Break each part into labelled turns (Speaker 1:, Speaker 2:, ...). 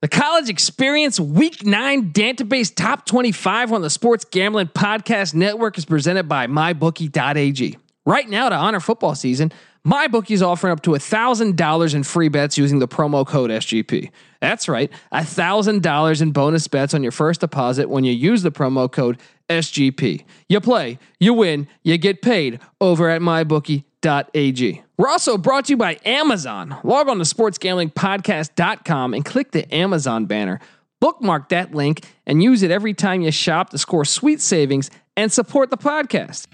Speaker 1: The college experience week nine database top 25 on the Sports Gambling Podcast Network is presented by MyBookie.ag. Right now, to honor football season, MyBookie is offering up to $1,000 in free bets using the promo code SGP. That's right, $1,000 in bonus bets on your first deposit when you use the promo code SGP. You play, you win, you get paid over at MyBookie.ag. We're also brought to you by Amazon. Log on to sportsgamblingpodcast.com and click the Amazon banner. Bookmark that link and use it every time you shop to score sweet savings and support the podcast.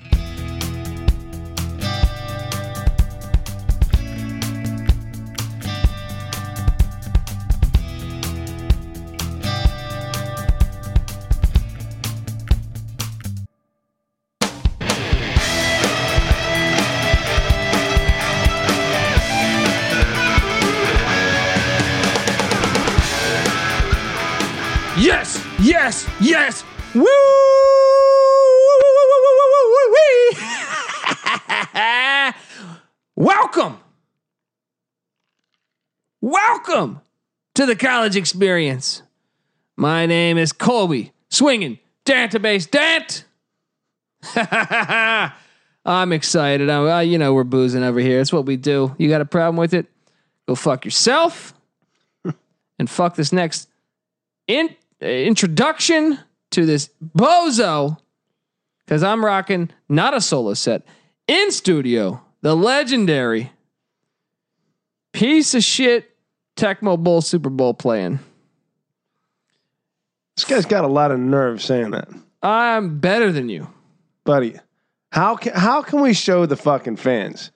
Speaker 1: Yes, yes, yes. Woo! Woo, woo, woo, woo, woo, woo, woo, wee. Welcome. Welcome to the college experience. My name is Colby Swinging Dantabase Dant. I'm excited. I'm, uh, you know, we're boozing over here. It's what we do. You got a problem with it? Go fuck yourself and fuck this next in, uh, introduction to this bozo because I'm rocking not a solo set in studio. The legendary piece of shit Tecmo Bowl Super Bowl playing.
Speaker 2: This guy's got a lot of nerve saying that,
Speaker 1: I'm better than you.
Speaker 2: buddy. How can how can we show the fucking fans?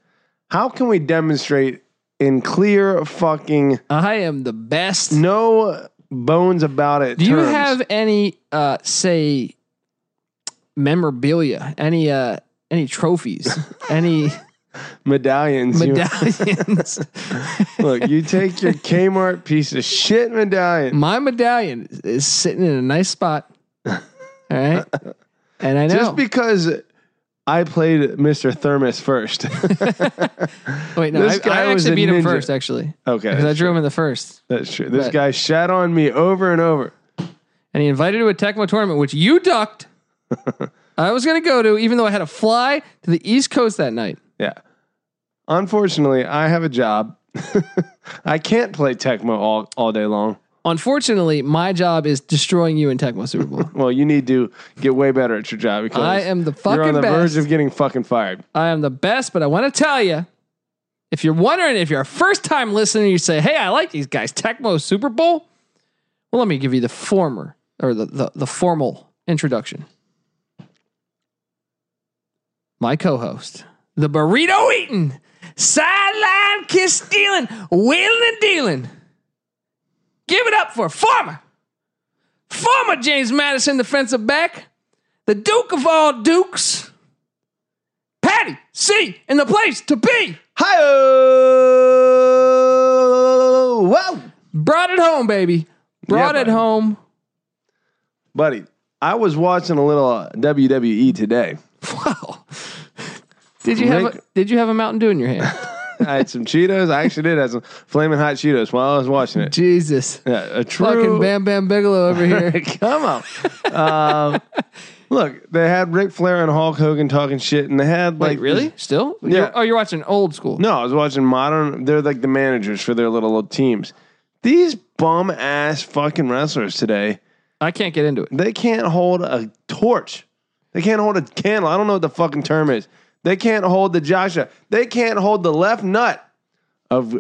Speaker 2: How can we demonstrate in clear fucking
Speaker 1: I am the best.
Speaker 2: no bones about it?
Speaker 1: Do you
Speaker 2: terms?
Speaker 1: have any uh say memorabilia? Any uh any trophies? any
Speaker 2: medallions? You-
Speaker 1: medallions?
Speaker 2: look, you take your Kmart piece of shit medallion.
Speaker 1: My medallion is sitting in a nice spot. All right. And I know.
Speaker 2: Just because I played Mr. Thermos first.
Speaker 1: Wait, no, I,
Speaker 2: this guy
Speaker 1: I
Speaker 2: was
Speaker 1: actually
Speaker 2: a
Speaker 1: beat him
Speaker 2: ninja.
Speaker 1: first, actually. Because I
Speaker 2: okay,
Speaker 1: drew him in the first.
Speaker 2: that's true. This
Speaker 1: But-
Speaker 2: guy shat on me over and over.
Speaker 1: And he invited to a Tecmo tournament, which you ducked. I was going to go to, even though I had to fly to the East Coast that night.
Speaker 2: Yeah. Unfortunately, I have a job. I can't play Tecmo all, all day long.
Speaker 1: Unfortunately, my job is destroying you in Tecmo Super Bowl.
Speaker 2: Well, you need to get way better at your job because
Speaker 1: I am the
Speaker 2: you're on
Speaker 1: fucking
Speaker 2: the
Speaker 1: best.
Speaker 2: verge of getting fucking fired.
Speaker 1: I am the best, but I want to tell you if you're wondering, if you're a first time listener, you say, hey, I like these guys, Tecmo Super Bowl. Well, let me give you the former or the, the, the formal introduction. My co host, the burrito eating, sideline kiss stealing, wheeling and dealing. Give it up for former, former James Madison defensive back, the Duke of all Dukes. Patty C in the place to be.
Speaker 2: Hi, whoa,
Speaker 1: Brought it home, baby. Brought it
Speaker 2: buddy.
Speaker 1: home.
Speaker 2: buddy. I was watching a little uh, WWE today.
Speaker 1: Wow. Did you have a,
Speaker 2: Rick-
Speaker 1: did you have a Mountain Dew in your hand?
Speaker 2: I had some Cheetos. I actually did have some flaming hot Cheetos while I was watching it.
Speaker 1: Jesus.
Speaker 2: Yeah, a true
Speaker 1: Fucking Bam Bam Bigelow over here.
Speaker 2: Come on. um, look, they had Ric Flair and Hulk Hogan talking shit, and they had like
Speaker 1: Wait, really? Still? You're- oh, you're watching old school.
Speaker 2: No, I was watching modern. They're like the managers for their little teams. These bum ass fucking wrestlers today,
Speaker 1: I can't get into it.
Speaker 2: they can't hold a torch. They can't hold a candle. I don't know what the fucking term is. They can't hold the Joshua. They can't hold the left nut of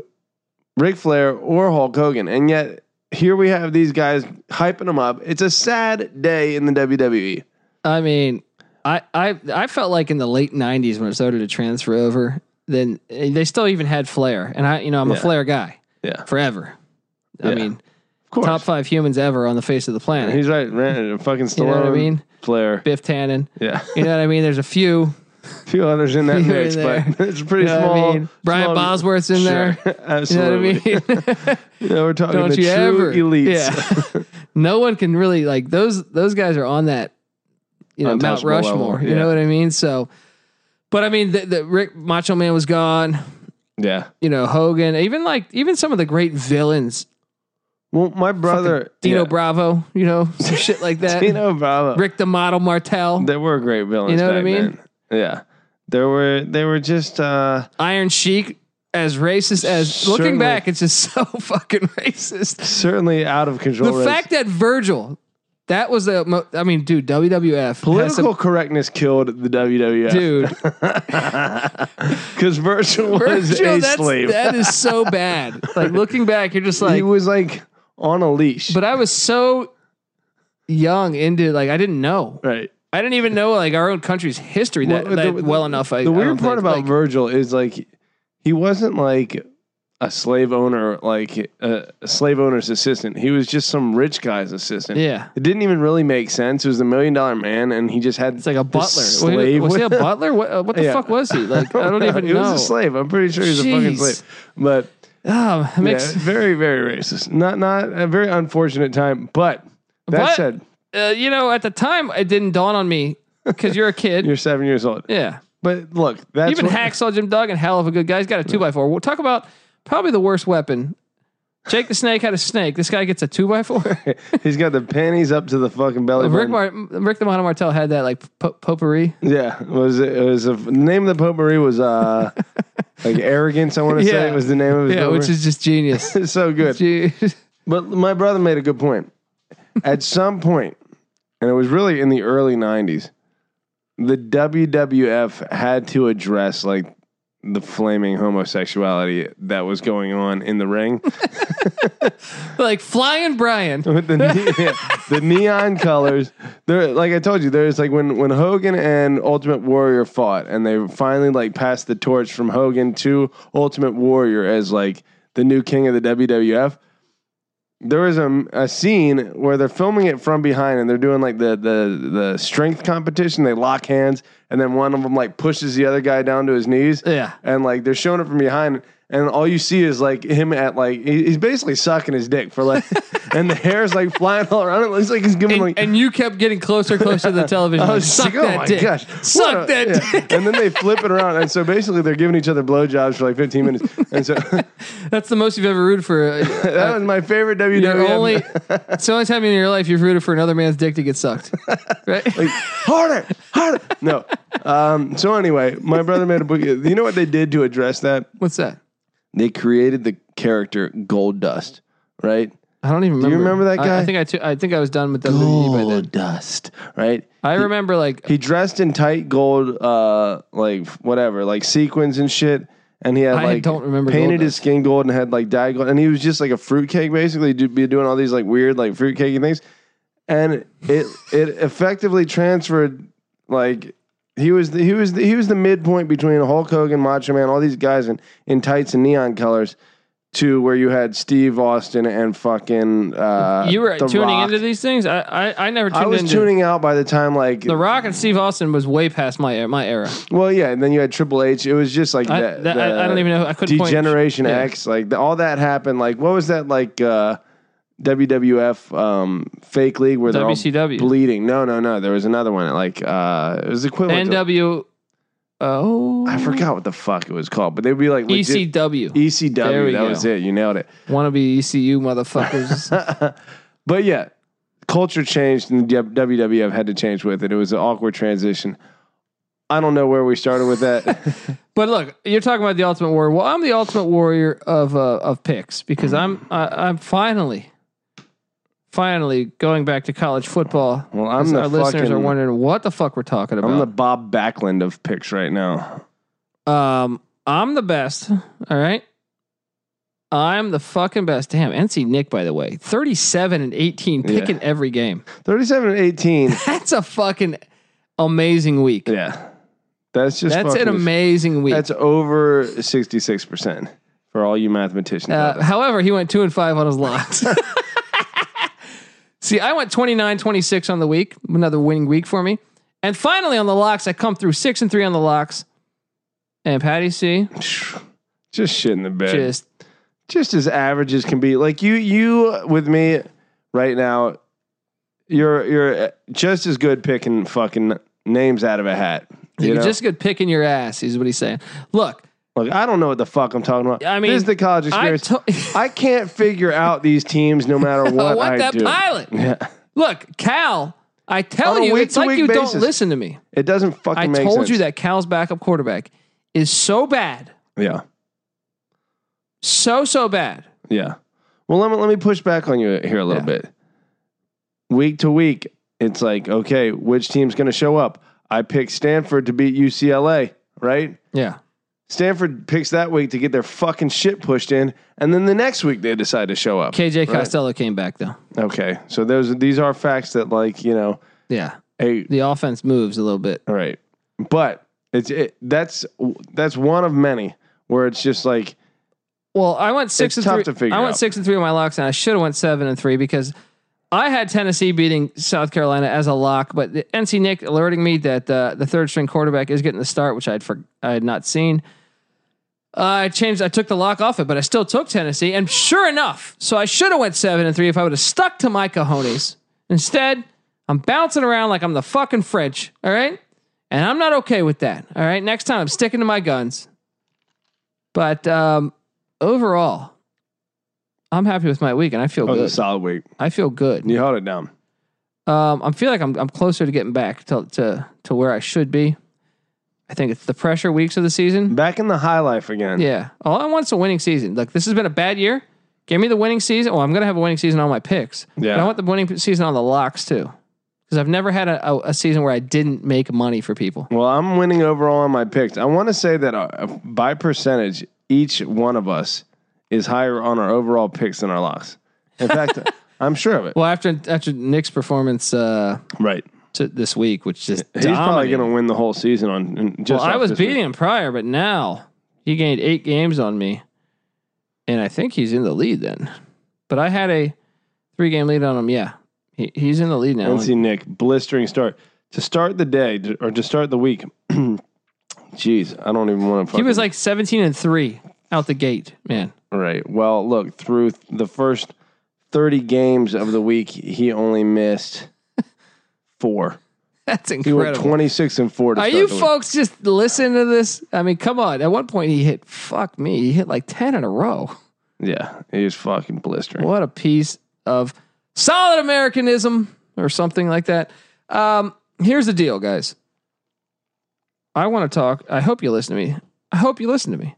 Speaker 2: Ric Flair or Hulk Hogan. And yet, here we have these guys hyping them up. It's a sad day in the E. WWE.
Speaker 1: I mean, I I I felt like in the late '90s when it started to transfer over, then eh, they still even had Flair, and I, you know, I'm a
Speaker 2: Yeah.
Speaker 1: Flair guy
Speaker 2: Yeah, of
Speaker 1: forever. I
Speaker 2: Yeah.
Speaker 1: mean,
Speaker 2: course.
Speaker 1: top five humans ever on the face of the planet.
Speaker 2: He's right. Ran, fucking Stallone.
Speaker 1: you know what I mean?
Speaker 2: Flair.
Speaker 1: Biff Tannen.
Speaker 2: Yeah.
Speaker 1: You know what I mean? There's a few.
Speaker 2: few others in that
Speaker 1: Few
Speaker 2: mix,
Speaker 1: in there.
Speaker 2: but it's a
Speaker 1: You
Speaker 2: pretty
Speaker 1: know what I
Speaker 2: small.
Speaker 1: mean? Brian
Speaker 2: small-
Speaker 1: Bosworth's in there. You
Speaker 2: Sure,
Speaker 1: know what I
Speaker 2: Absolutely.
Speaker 1: mean?
Speaker 2: Yeah, we're talking
Speaker 1: Don't
Speaker 2: the
Speaker 1: you
Speaker 2: true
Speaker 1: ever?
Speaker 2: elites.
Speaker 1: Yeah. no one can really like those. Those guys are on that, you know, Mount
Speaker 2: Untouchable
Speaker 1: Rushmore.
Speaker 2: level,
Speaker 1: You
Speaker 2: yeah.
Speaker 1: know what I mean? So, but I mean, the, the Rick Macho Man was gone.
Speaker 2: Yeah.
Speaker 1: You know, Hogan. Even like even some of the great villains
Speaker 2: Well, my brother
Speaker 1: Dino
Speaker 2: yeah,
Speaker 1: Bravo, you know, some shit like that.
Speaker 2: Dino Bravo.
Speaker 1: Rick the Model Martel,
Speaker 2: They were great villains.
Speaker 1: You know what
Speaker 2: back
Speaker 1: I mean?
Speaker 2: Then. Yeah, there were. They were just. uh
Speaker 1: Iron Sheik, as racist as looking
Speaker 2: Certainly.
Speaker 1: back, it's just so fucking racist.
Speaker 2: certainly out of
Speaker 1: The
Speaker 2: control. race.
Speaker 1: fact that Virgil, that was the, mo- I mean, dude, WWF. has
Speaker 2: political
Speaker 1: some-
Speaker 2: correctness killed the WWF.
Speaker 1: Dude,
Speaker 2: because Virgil was
Speaker 1: Virgil,
Speaker 2: a
Speaker 1: that's,
Speaker 2: slave.
Speaker 1: that is so bad. Like looking back, you're just like,
Speaker 2: he was like on a leash.
Speaker 1: but I was so young into like I didn't know.
Speaker 2: right.
Speaker 1: I didn't even know like our own country's history that,
Speaker 2: Well, the-
Speaker 1: that
Speaker 2: the-
Speaker 1: well enough. I,
Speaker 2: the
Speaker 1: I
Speaker 2: weird
Speaker 1: don't
Speaker 2: part
Speaker 1: think.
Speaker 2: about
Speaker 1: Like,
Speaker 2: Virgil is like he wasn't like a slave owner, like a, a slave owner's assistant. He was just some rich guy's assistant.
Speaker 1: yeah,
Speaker 2: It didn't even really make sense. It was the million dollar man, and he just had
Speaker 1: it's like a butler.
Speaker 2: slave
Speaker 1: was he a
Speaker 2: with-
Speaker 1: butler? What, uh, what the
Speaker 2: Yeah.
Speaker 1: fuck was he? Like I don't even
Speaker 2: he
Speaker 1: know.
Speaker 2: was a slave. I'm pretty sure he was a fucking
Speaker 1: Jeez.
Speaker 2: slave. But
Speaker 1: Um, it
Speaker 2: yeah,
Speaker 1: makes,
Speaker 2: very, very racist. Not, not a very unfortunate time. But that
Speaker 1: But-
Speaker 2: said,
Speaker 1: uh, you know, at the time, it didn't dawn on me because you're a kid.
Speaker 2: you're seven years old.
Speaker 1: yeah,
Speaker 2: But look, that's
Speaker 1: even
Speaker 2: what-
Speaker 1: hacksaw Jim Duggan, hell of a good guy. He's got a two by four. We'll talk about probably the worst weapon. Jake the Snake had a snake. This guy gets a two by four.
Speaker 2: He's got the panties up to the fucking belly.
Speaker 1: Rick,
Speaker 2: button.
Speaker 1: Mar- Rick the Mono Martel had that like po- potpourri.
Speaker 2: Yeah, it was it was a, the name of the potpourri was uh like arrogance. I want to
Speaker 1: Yeah.
Speaker 2: say was the name of his
Speaker 1: Yeah,
Speaker 2: potpourri.
Speaker 1: which is just genius.
Speaker 2: It's so good.
Speaker 1: Gee-
Speaker 2: But my brother made a good point. At some point, and it was really in the early '90s, the WWF had to address like the flaming homosexuality that was going on in the ring
Speaker 1: like flying Brian.
Speaker 2: with the ne- yeah, the neon colors. There, like I told you, there's like when when Hogan and Ultimate Warrior fought, and they finally like passed the torch from Hogan to Ultimate Warrior as like the new king of the WWF. There was a, a scene where they're filming it from behind, and they're doing like the the the strength competition. They lock hands, and then one of them like pushes the other guy down to his knees
Speaker 1: Yeah.
Speaker 2: and like they're showing it from behind and all you see is like him at like he- he's basically sucking his dick for like and the hair is like flying all around it looks like he's giving like
Speaker 1: And you kept getting closer, closer to the television.
Speaker 2: I
Speaker 1: Like,
Speaker 2: was just
Speaker 1: suck that
Speaker 2: like,
Speaker 1: dick.
Speaker 2: Oh what
Speaker 1: Suck
Speaker 2: a-
Speaker 1: that
Speaker 2: yeah.
Speaker 1: dick.
Speaker 2: and then they flip it around and so basically they're giving each other blowjobs for like 15 minutes and so
Speaker 1: That's the most you've ever rooted for. uh,
Speaker 2: that was my favorite WWE
Speaker 1: Your only, it's the only time in your life you've rooted for another man's dick to get sucked. Right?
Speaker 2: like, harder harder no um so anyway my brother made a book you know what they did to address that
Speaker 1: What's that?
Speaker 2: they created the character gold dust right
Speaker 1: I don't even remember.
Speaker 2: you remember that
Speaker 1: I- I,
Speaker 2: guy?
Speaker 1: think I, too, I think I was done with WWE by then.
Speaker 2: dust right
Speaker 1: I remember like
Speaker 2: He dressed in tight gold, uh, like whatever, like sequins and shit. And he had
Speaker 1: I
Speaker 2: like
Speaker 1: don't remember
Speaker 2: painted
Speaker 1: gold,
Speaker 2: his skin gold and had like dyed gold. And he was just like a fruitcake, basically, do, be doing all these like weird like fruitcakey things. And it it effectively transferred like he was the, he was the, he was the midpoint between Hulk Hogan, Macho Man, all these guys in in tights and neon colors. To where you had Steve Austin and fucking uh,
Speaker 1: you were
Speaker 2: The
Speaker 1: tuning
Speaker 2: Rock.
Speaker 1: into these things. I I, I never tuned
Speaker 2: I was
Speaker 1: into
Speaker 2: tuning out by the time like
Speaker 1: The Rock and Steve Austin was way past my my era.
Speaker 2: Well, yeah, and then you had Triple H. It was just like
Speaker 1: I,
Speaker 2: that,
Speaker 1: that- I, I don't even know. I couldn't point.
Speaker 2: Degeneration
Speaker 1: Yeah.
Speaker 2: X, like the, all that happened. Like what was that like uh, WWF um, fake league where they're
Speaker 1: WCW.
Speaker 2: all bleeding? No, no, no. There was another one. Like uh, it was equivalent. to,
Speaker 1: NW. Oh,
Speaker 2: I forgot what the fuck it was called, but they'd be like legit,
Speaker 1: ECW.
Speaker 2: ECW.
Speaker 1: There we
Speaker 2: That
Speaker 1: go.
Speaker 2: was it. You nailed it.
Speaker 1: E Wannabe ECU motherfuckers.
Speaker 2: But yeah, culture changed and the WWF had to change with it. It was an awkward transition. I don't know where we started with that.
Speaker 1: but look, you're talking about the Ultimate Warrior. Well, I'm the Ultimate Warrior of uh, of picks because I'm I, I'm finally, finally going back to college football.
Speaker 2: Well, I'm
Speaker 1: 'Cause
Speaker 2: the
Speaker 1: our listeners
Speaker 2: fucking-
Speaker 1: are wondering what the fuck we're talking
Speaker 2: I'm the
Speaker 1: about.
Speaker 2: Bob Backlund of picks right now.
Speaker 1: um, I'm the best. All right. I'm the fucking best. Damn, NC Nick, by the way, 37 and 18,
Speaker 2: Yeah.
Speaker 1: picking every game.
Speaker 2: 37 and 18.
Speaker 1: That's a fucking amazing week.
Speaker 2: yeah. That's just
Speaker 1: That's
Speaker 2: fucking-
Speaker 1: an amazing week.
Speaker 2: That's over 66% for all you mathematicians. out
Speaker 1: Uh,
Speaker 2: there.
Speaker 1: however, he went two and five on his locks. See, I went 29, 26 on the week, another winning week for me. And finally on the locks, I come through six and three on the locks. And Patty C
Speaker 2: just shit in the bed. Just,
Speaker 1: just
Speaker 2: as average as can be. Like you you with me right now you're you're just as good picking fucking names out of a hat. You know?
Speaker 1: just good picking your ass, is what he's saying. Look,
Speaker 2: Look, I don't know what the fuck I'm talking about.
Speaker 1: I mean,
Speaker 2: this is the college
Speaker 1: I
Speaker 2: experience. I
Speaker 1: to-
Speaker 2: I can't figure out these teams no matter
Speaker 1: I
Speaker 2: what
Speaker 1: want
Speaker 2: I
Speaker 1: that
Speaker 2: do.
Speaker 1: Oh, pilot.
Speaker 2: Yeah.
Speaker 1: Look, Cal, I tell
Speaker 2: On a
Speaker 1: you, it's like
Speaker 2: week-to-week
Speaker 1: you don't
Speaker 2: basis.
Speaker 1: listen to me.
Speaker 2: It doesn't fucking
Speaker 1: I
Speaker 2: make
Speaker 1: told
Speaker 2: sense.
Speaker 1: you that Cal's backup quarterback is so bad,
Speaker 2: Yeah.
Speaker 1: so so bad.
Speaker 2: Yeah. Well, let me let me push back on you here a little
Speaker 1: Yeah.
Speaker 2: bit. Week to week, it's like, okay, which team's going to show up? I picked Stanford to beat UCLA, right?
Speaker 1: Yeah,
Speaker 2: Stanford picks that week to get their fucking shit pushed in, and then the next week they decide to show up.
Speaker 1: KJ
Speaker 2: Right.
Speaker 1: Costello came back though.
Speaker 2: Okay, so those these are facts that, like, you know,
Speaker 1: Yeah,
Speaker 2: a
Speaker 1: the offense moves a little bit.
Speaker 2: all right, but it's it, that's that's one of many where it's just like,
Speaker 1: Well, I went six and
Speaker 2: It's tough
Speaker 1: three.
Speaker 2: to figure
Speaker 1: I went
Speaker 2: out.
Speaker 1: six and three on my locks, and I should have went seven and three because I had Tennessee beating South Carolina as a lock. But the NC Nick alerting me that uh, the third string quarterback is getting the start, which I'd for, I had not seen. I changed. I took the lock off it, but I still took Tennessee, and sure enough, so I should have went seven and three if I would have stuck to my cojones. Instead, I'm bouncing around like I'm the fucking French. All right, and I'm not okay with that. All right, next time I'm sticking to my guns. But um, overall, I'm happy with my week, and I feel
Speaker 2: oh, it was
Speaker 1: good.
Speaker 2: a solid week.
Speaker 1: I feel good.
Speaker 2: You held it down.
Speaker 1: Um, I feel like I'm I'm closer to getting back to to to where I should be. I think it's the pressure weeks of the season.
Speaker 2: Back in the high life again.
Speaker 1: Yeah. All I want is a winning season. Like this has been a bad year. Give me the winning season. Well, I'm gonna have a winning season on my picks.
Speaker 2: Yeah.
Speaker 1: But I want the winning season on the locks too. Because I've never had a, a, a season where I didn't make money for people.
Speaker 2: Well, I'm winning overall on my picks. I want to say that uh, by percentage, each one of us is higher on our overall picks than our locks. In fact, I'm sure of it.
Speaker 1: Well, after after Nick's performance uh,
Speaker 2: Right.
Speaker 1: to this week, which just
Speaker 2: He's probably
Speaker 1: dominated.
Speaker 2: going to win the whole season on in- just
Speaker 1: Well, I
Speaker 2: off
Speaker 1: was
Speaker 2: this week.
Speaker 1: beating him prior, but now he gained eight games on me, and I think he's in the lead then. But I had a three game lead on him. Yeah, he, he's in the lead now.
Speaker 2: NC Nick, blistering start. To start the day to- or to start the week. Jeez, I don't even want to.
Speaker 1: he was like seventeen and three out the gate, man.
Speaker 2: Right. Well, look, through th- the first 30 games of the week, he only missed four.
Speaker 1: That's
Speaker 2: He went
Speaker 1: incredible.
Speaker 2: 26 and four to
Speaker 1: Are
Speaker 2: start
Speaker 1: you
Speaker 2: the week.
Speaker 1: folks just listening to this? I mean, come on. At one point, he hit fuck me. He hit like ten in a row.
Speaker 2: Yeah, he's fucking blistering.
Speaker 1: What a piece of solid Americanism or something like that. Um, here's the deal, guys. I want to talk. I hope you listen to me. I hope you listen to me.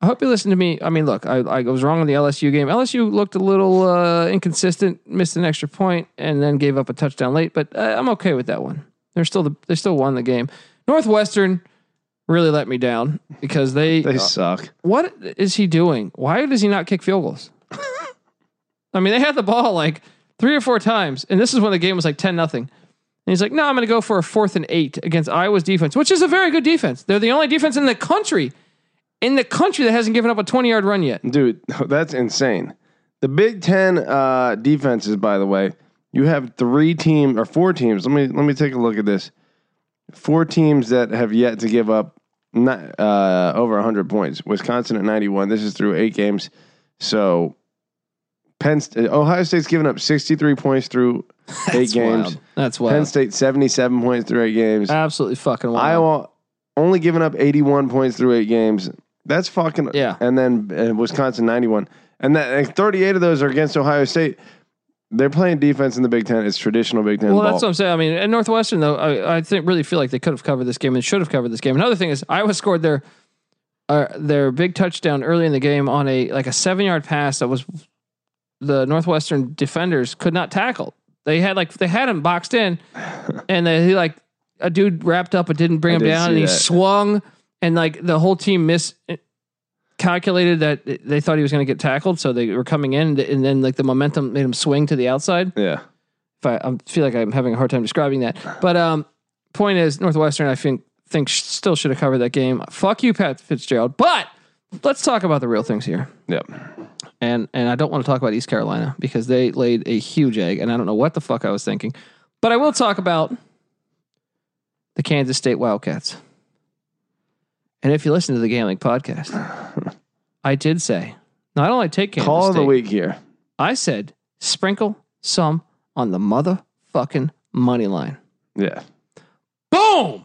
Speaker 1: I hope you listen to me. I mean, look, I, I was wrong on the LSU game. LSU looked a little uh, inconsistent, missed an extra point, and then gave up a touchdown late. But uh, I'm okay with that one. They're still the, they still won the game. Northwestern really let me down because they
Speaker 2: They suck.
Speaker 1: what is he doing? Why does he not kick field goals? I mean, they had the ball like three or four times, and this is when the game was like 10 nothing. And he's like, no, I'm going to go for a fourth and eight against Iowa's defense, which is a very good defense. They're the only defense in the country, in the country that hasn't given up a 20 yard run yet.
Speaker 2: Dude, that's insane. The Big Ten uh, defenses, by the way, you have three team or four teams. Let me let me take a look at this. Four teams that have yet to give up not, uh, over 100 points. Wisconsin at 91. This is through eight games. So, Penn, St- uh, Ohio State's given up 63 points through eight games.
Speaker 1: Wild. That's wild.
Speaker 2: Penn State 77 points through eight games.
Speaker 1: Absolutely fucking wild.
Speaker 2: Iowa only giving up 81 points through eight games. That's fucking
Speaker 1: Yeah.
Speaker 2: And then uh, Wisconsin 91, and that and 38 of those are against Ohio State. They're playing defense in the Big Ten. It's traditional Big Ten
Speaker 1: Well,
Speaker 2: ball.
Speaker 1: that's what I'm saying. I mean, at Northwestern, though, I, I think really feel like they could have covered this game and should have covered this game. Another thing is Iowa scored their uh, their big touchdown early in the game on a like a seven yard pass that was the Northwestern defenders could not tackle. They had like they had him boxed in, and they he, like a dude wrapped up but didn't bring
Speaker 2: I
Speaker 1: him
Speaker 2: did
Speaker 1: down,
Speaker 2: see
Speaker 1: and he
Speaker 2: that.
Speaker 1: swung, and like the whole team missed. Calculated that they thought he was going to get tackled, so they were coming in, and then like the momentum made him swing to the outside
Speaker 2: yeah,
Speaker 1: if I, I feel like I'm having a hard time describing that. But um, point is, Northwestern, I think think sh- still should have covered that game. Fuck you, Pat Fitzgerald. But let's talk about the real things here.
Speaker 2: yep.
Speaker 1: And and I don't want to talk about East Carolina because they laid a huge egg, and I don't know what the fuck I was thinking. But I will talk about the Kansas State Wildcats. And if you listen to the gambling podcast, I did say not only take Kansas
Speaker 2: Call of
Speaker 1: State,
Speaker 2: the week here.
Speaker 1: I said sprinkle some on the motherfucking money line.
Speaker 2: Yeah,
Speaker 1: Boom.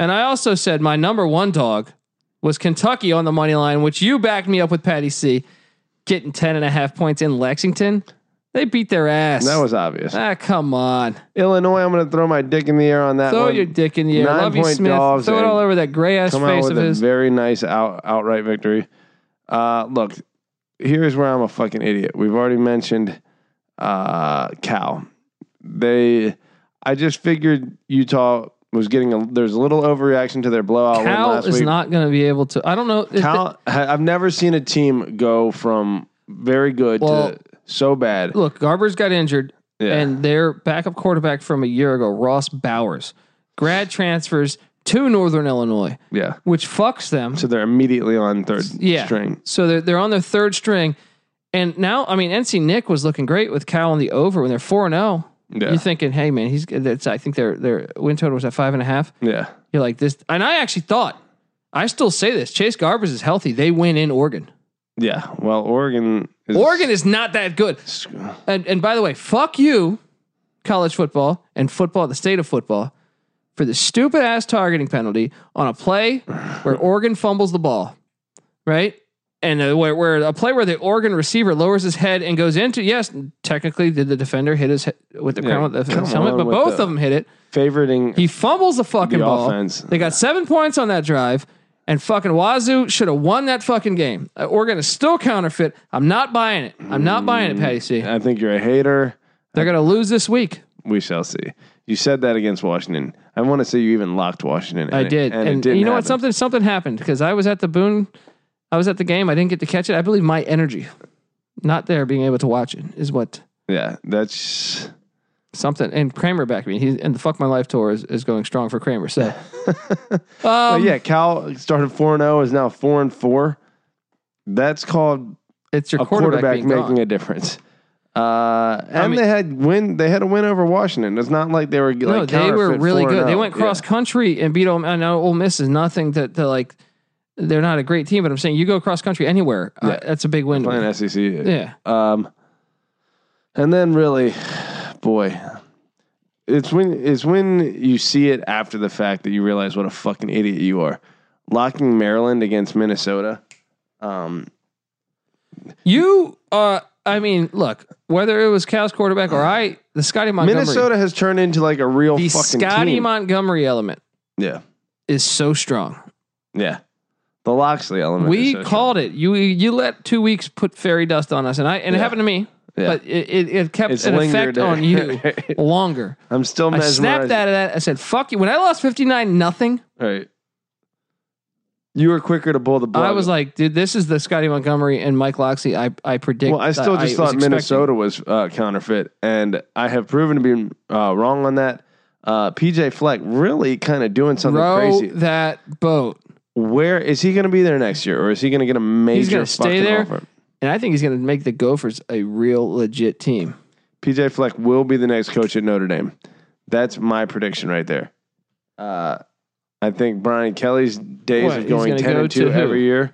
Speaker 1: And I also said my number one dog was Kentucky on the money line, which you backed me up with Patty C, getting 10 and a half points in Lexington. They beat their ass.
Speaker 2: That was obvious.
Speaker 1: ah, come on.
Speaker 2: Illinois, I'm going to throw my dick in the air on that
Speaker 1: Throw
Speaker 2: one.
Speaker 1: your dick in the air.
Speaker 2: Nine
Speaker 1: Love you,
Speaker 2: point
Speaker 1: Smith.
Speaker 2: dogs
Speaker 1: Throw it
Speaker 2: and
Speaker 1: all over that gray ass
Speaker 2: Come out
Speaker 1: face of
Speaker 2: with a
Speaker 1: his.
Speaker 2: very nice out, outright victory. Uh, look, here's where I'm a fucking idiot. We've already mentioned uh, Cal. They, I just figured Utah was getting a. There's a little overreaction to their blowout win
Speaker 1: Cal
Speaker 2: last
Speaker 1: is
Speaker 2: week.
Speaker 1: not going to be able to. I don't know. if
Speaker 2: Cal, I- I've never seen a team go from very good
Speaker 1: Well-
Speaker 2: to so bad.
Speaker 1: the- look, Garber's got injured,
Speaker 2: Yeah.
Speaker 1: and their backup quarterback from a year ago, Ross Bowers, grad transfers to Northern Illinois,
Speaker 2: yeah.
Speaker 1: which fucks them.
Speaker 2: So they're immediately on third
Speaker 1: Yeah.
Speaker 2: string.
Speaker 1: So they're they're on their third string, and now I mean NC Nick was looking great with Cal on the over when they're four and zero.
Speaker 2: Yeah.
Speaker 1: You're thinking, hey man, he's that's I think their their win total was at five and a half.
Speaker 2: yeah.
Speaker 1: You're like this, and I actually thought, I still say this: Chase Garbers is healthy. They win in Oregon.
Speaker 2: Yeah. Well, Oregon is.
Speaker 1: Oregon is not that good. And and by the way, fuck you, college football and football, the state of football, for the stupid ass targeting penalty on a play where Oregon fumbles the ball, right? And uh, where, where a play where the Oregon receiver lowers his head and goes into yes, technically did the defender hit his head with the
Speaker 2: Yeah,
Speaker 1: crown of
Speaker 2: come
Speaker 1: the helmet,
Speaker 2: on
Speaker 1: but
Speaker 2: with
Speaker 1: both
Speaker 2: the-
Speaker 1: of them hit it.
Speaker 2: favoriting
Speaker 1: He fumbles the fucking
Speaker 2: The
Speaker 1: ball.
Speaker 2: offense.
Speaker 1: They got seven points on that drive, and fucking Wazoo should have won that fucking game. Uh, Oregon is still counterfeit. I'm not buying it. I'm not buying it, Patty C.
Speaker 2: I think you're a hater.
Speaker 1: They're gonna lose this week.
Speaker 2: We shall see. You said that against Washington. I want to say you even locked Washington. and
Speaker 1: I
Speaker 2: it-
Speaker 1: did, and,
Speaker 2: and, it didn't
Speaker 1: you know what?
Speaker 2: happen.
Speaker 1: Something something happened because I was at the Boone. I was at the game. I didn't get to catch it. I believe my energy, not there, being able to watch it is what
Speaker 2: Yeah, that's
Speaker 1: something. And Kramer backed me. He and the Fuck My Life tour is, is going strong for Kramer. So, um,
Speaker 2: yeah. Cal started four and zero is now four and four. That's called
Speaker 1: it's your
Speaker 2: a
Speaker 1: quarterback,
Speaker 2: quarterback,
Speaker 1: being gone.
Speaker 2: making a difference. Uh, and
Speaker 1: mean-
Speaker 2: they had win. They had a win over Washington. It's not like they were like
Speaker 1: no, they were
Speaker 2: counterfeit oh.
Speaker 1: really
Speaker 2: 4-0.
Speaker 1: good. They went cross country and beat Ole. I know Ole Miss is nothing to, to like. They're not a great team, but I'm saying you go cross country anywhere. uh,
Speaker 2: Yeah.
Speaker 1: that's a big win.
Speaker 2: yeah, playing E SEC.
Speaker 1: Yeah,
Speaker 2: Um, and then really, boy, it's when it's when you see it after the fact that you realize what a fucking idiot you are. Locking Maryland against Minnesota. Um,
Speaker 1: you. Uh, I mean, look, whether it was Cal's quarterback or I, the Scotty Montgomery,
Speaker 2: Minnesota has turned into like a real
Speaker 1: the
Speaker 2: fucking
Speaker 1: Scotty
Speaker 2: team.
Speaker 1: Montgomery element
Speaker 2: yeah,
Speaker 1: is so strong.
Speaker 2: yeah. The Loxley element.
Speaker 1: We
Speaker 2: is so
Speaker 1: called it. You you let two weeks put fairy dust on us, and I and it
Speaker 2: Yeah.
Speaker 1: happened to me,
Speaker 2: Yeah.
Speaker 1: but it, it, it kept
Speaker 2: It's
Speaker 1: an effect
Speaker 2: lingered.
Speaker 1: on you longer.
Speaker 2: strong. I'm still
Speaker 1: I
Speaker 2: mesmerized.
Speaker 1: snapped out of that. I said, "Fuck you!" When I lost fifty nine nothing.
Speaker 2: Right. You were quicker to pull the ball.
Speaker 1: I was like, dude, this is the Scotty Montgomery and Mike Loxley. I I predict.
Speaker 2: Well, I still
Speaker 1: that
Speaker 2: just
Speaker 1: was
Speaker 2: thought
Speaker 1: expecting.
Speaker 2: Minnesota was uh, counterfeit, and I have proven to be uh, wrong on that. Uh, PJ Fleck really kind of doing something
Speaker 1: row
Speaker 2: crazy.
Speaker 1: that boat,
Speaker 2: Where is he going to be there next year, or is he going to get a major?
Speaker 1: gonna stay
Speaker 2: fucking
Speaker 1: there.
Speaker 2: Offer?
Speaker 1: and I think he's going to make the Gophers a real legit team.
Speaker 2: PJ Fleck will be the next coach at Notre Dame. That's my prediction right there. Uh, I think Brian Kelly's days
Speaker 1: What,
Speaker 2: of
Speaker 1: he's
Speaker 2: going
Speaker 1: gonna
Speaker 2: ten
Speaker 1: go
Speaker 2: and two
Speaker 1: to who?
Speaker 2: every year.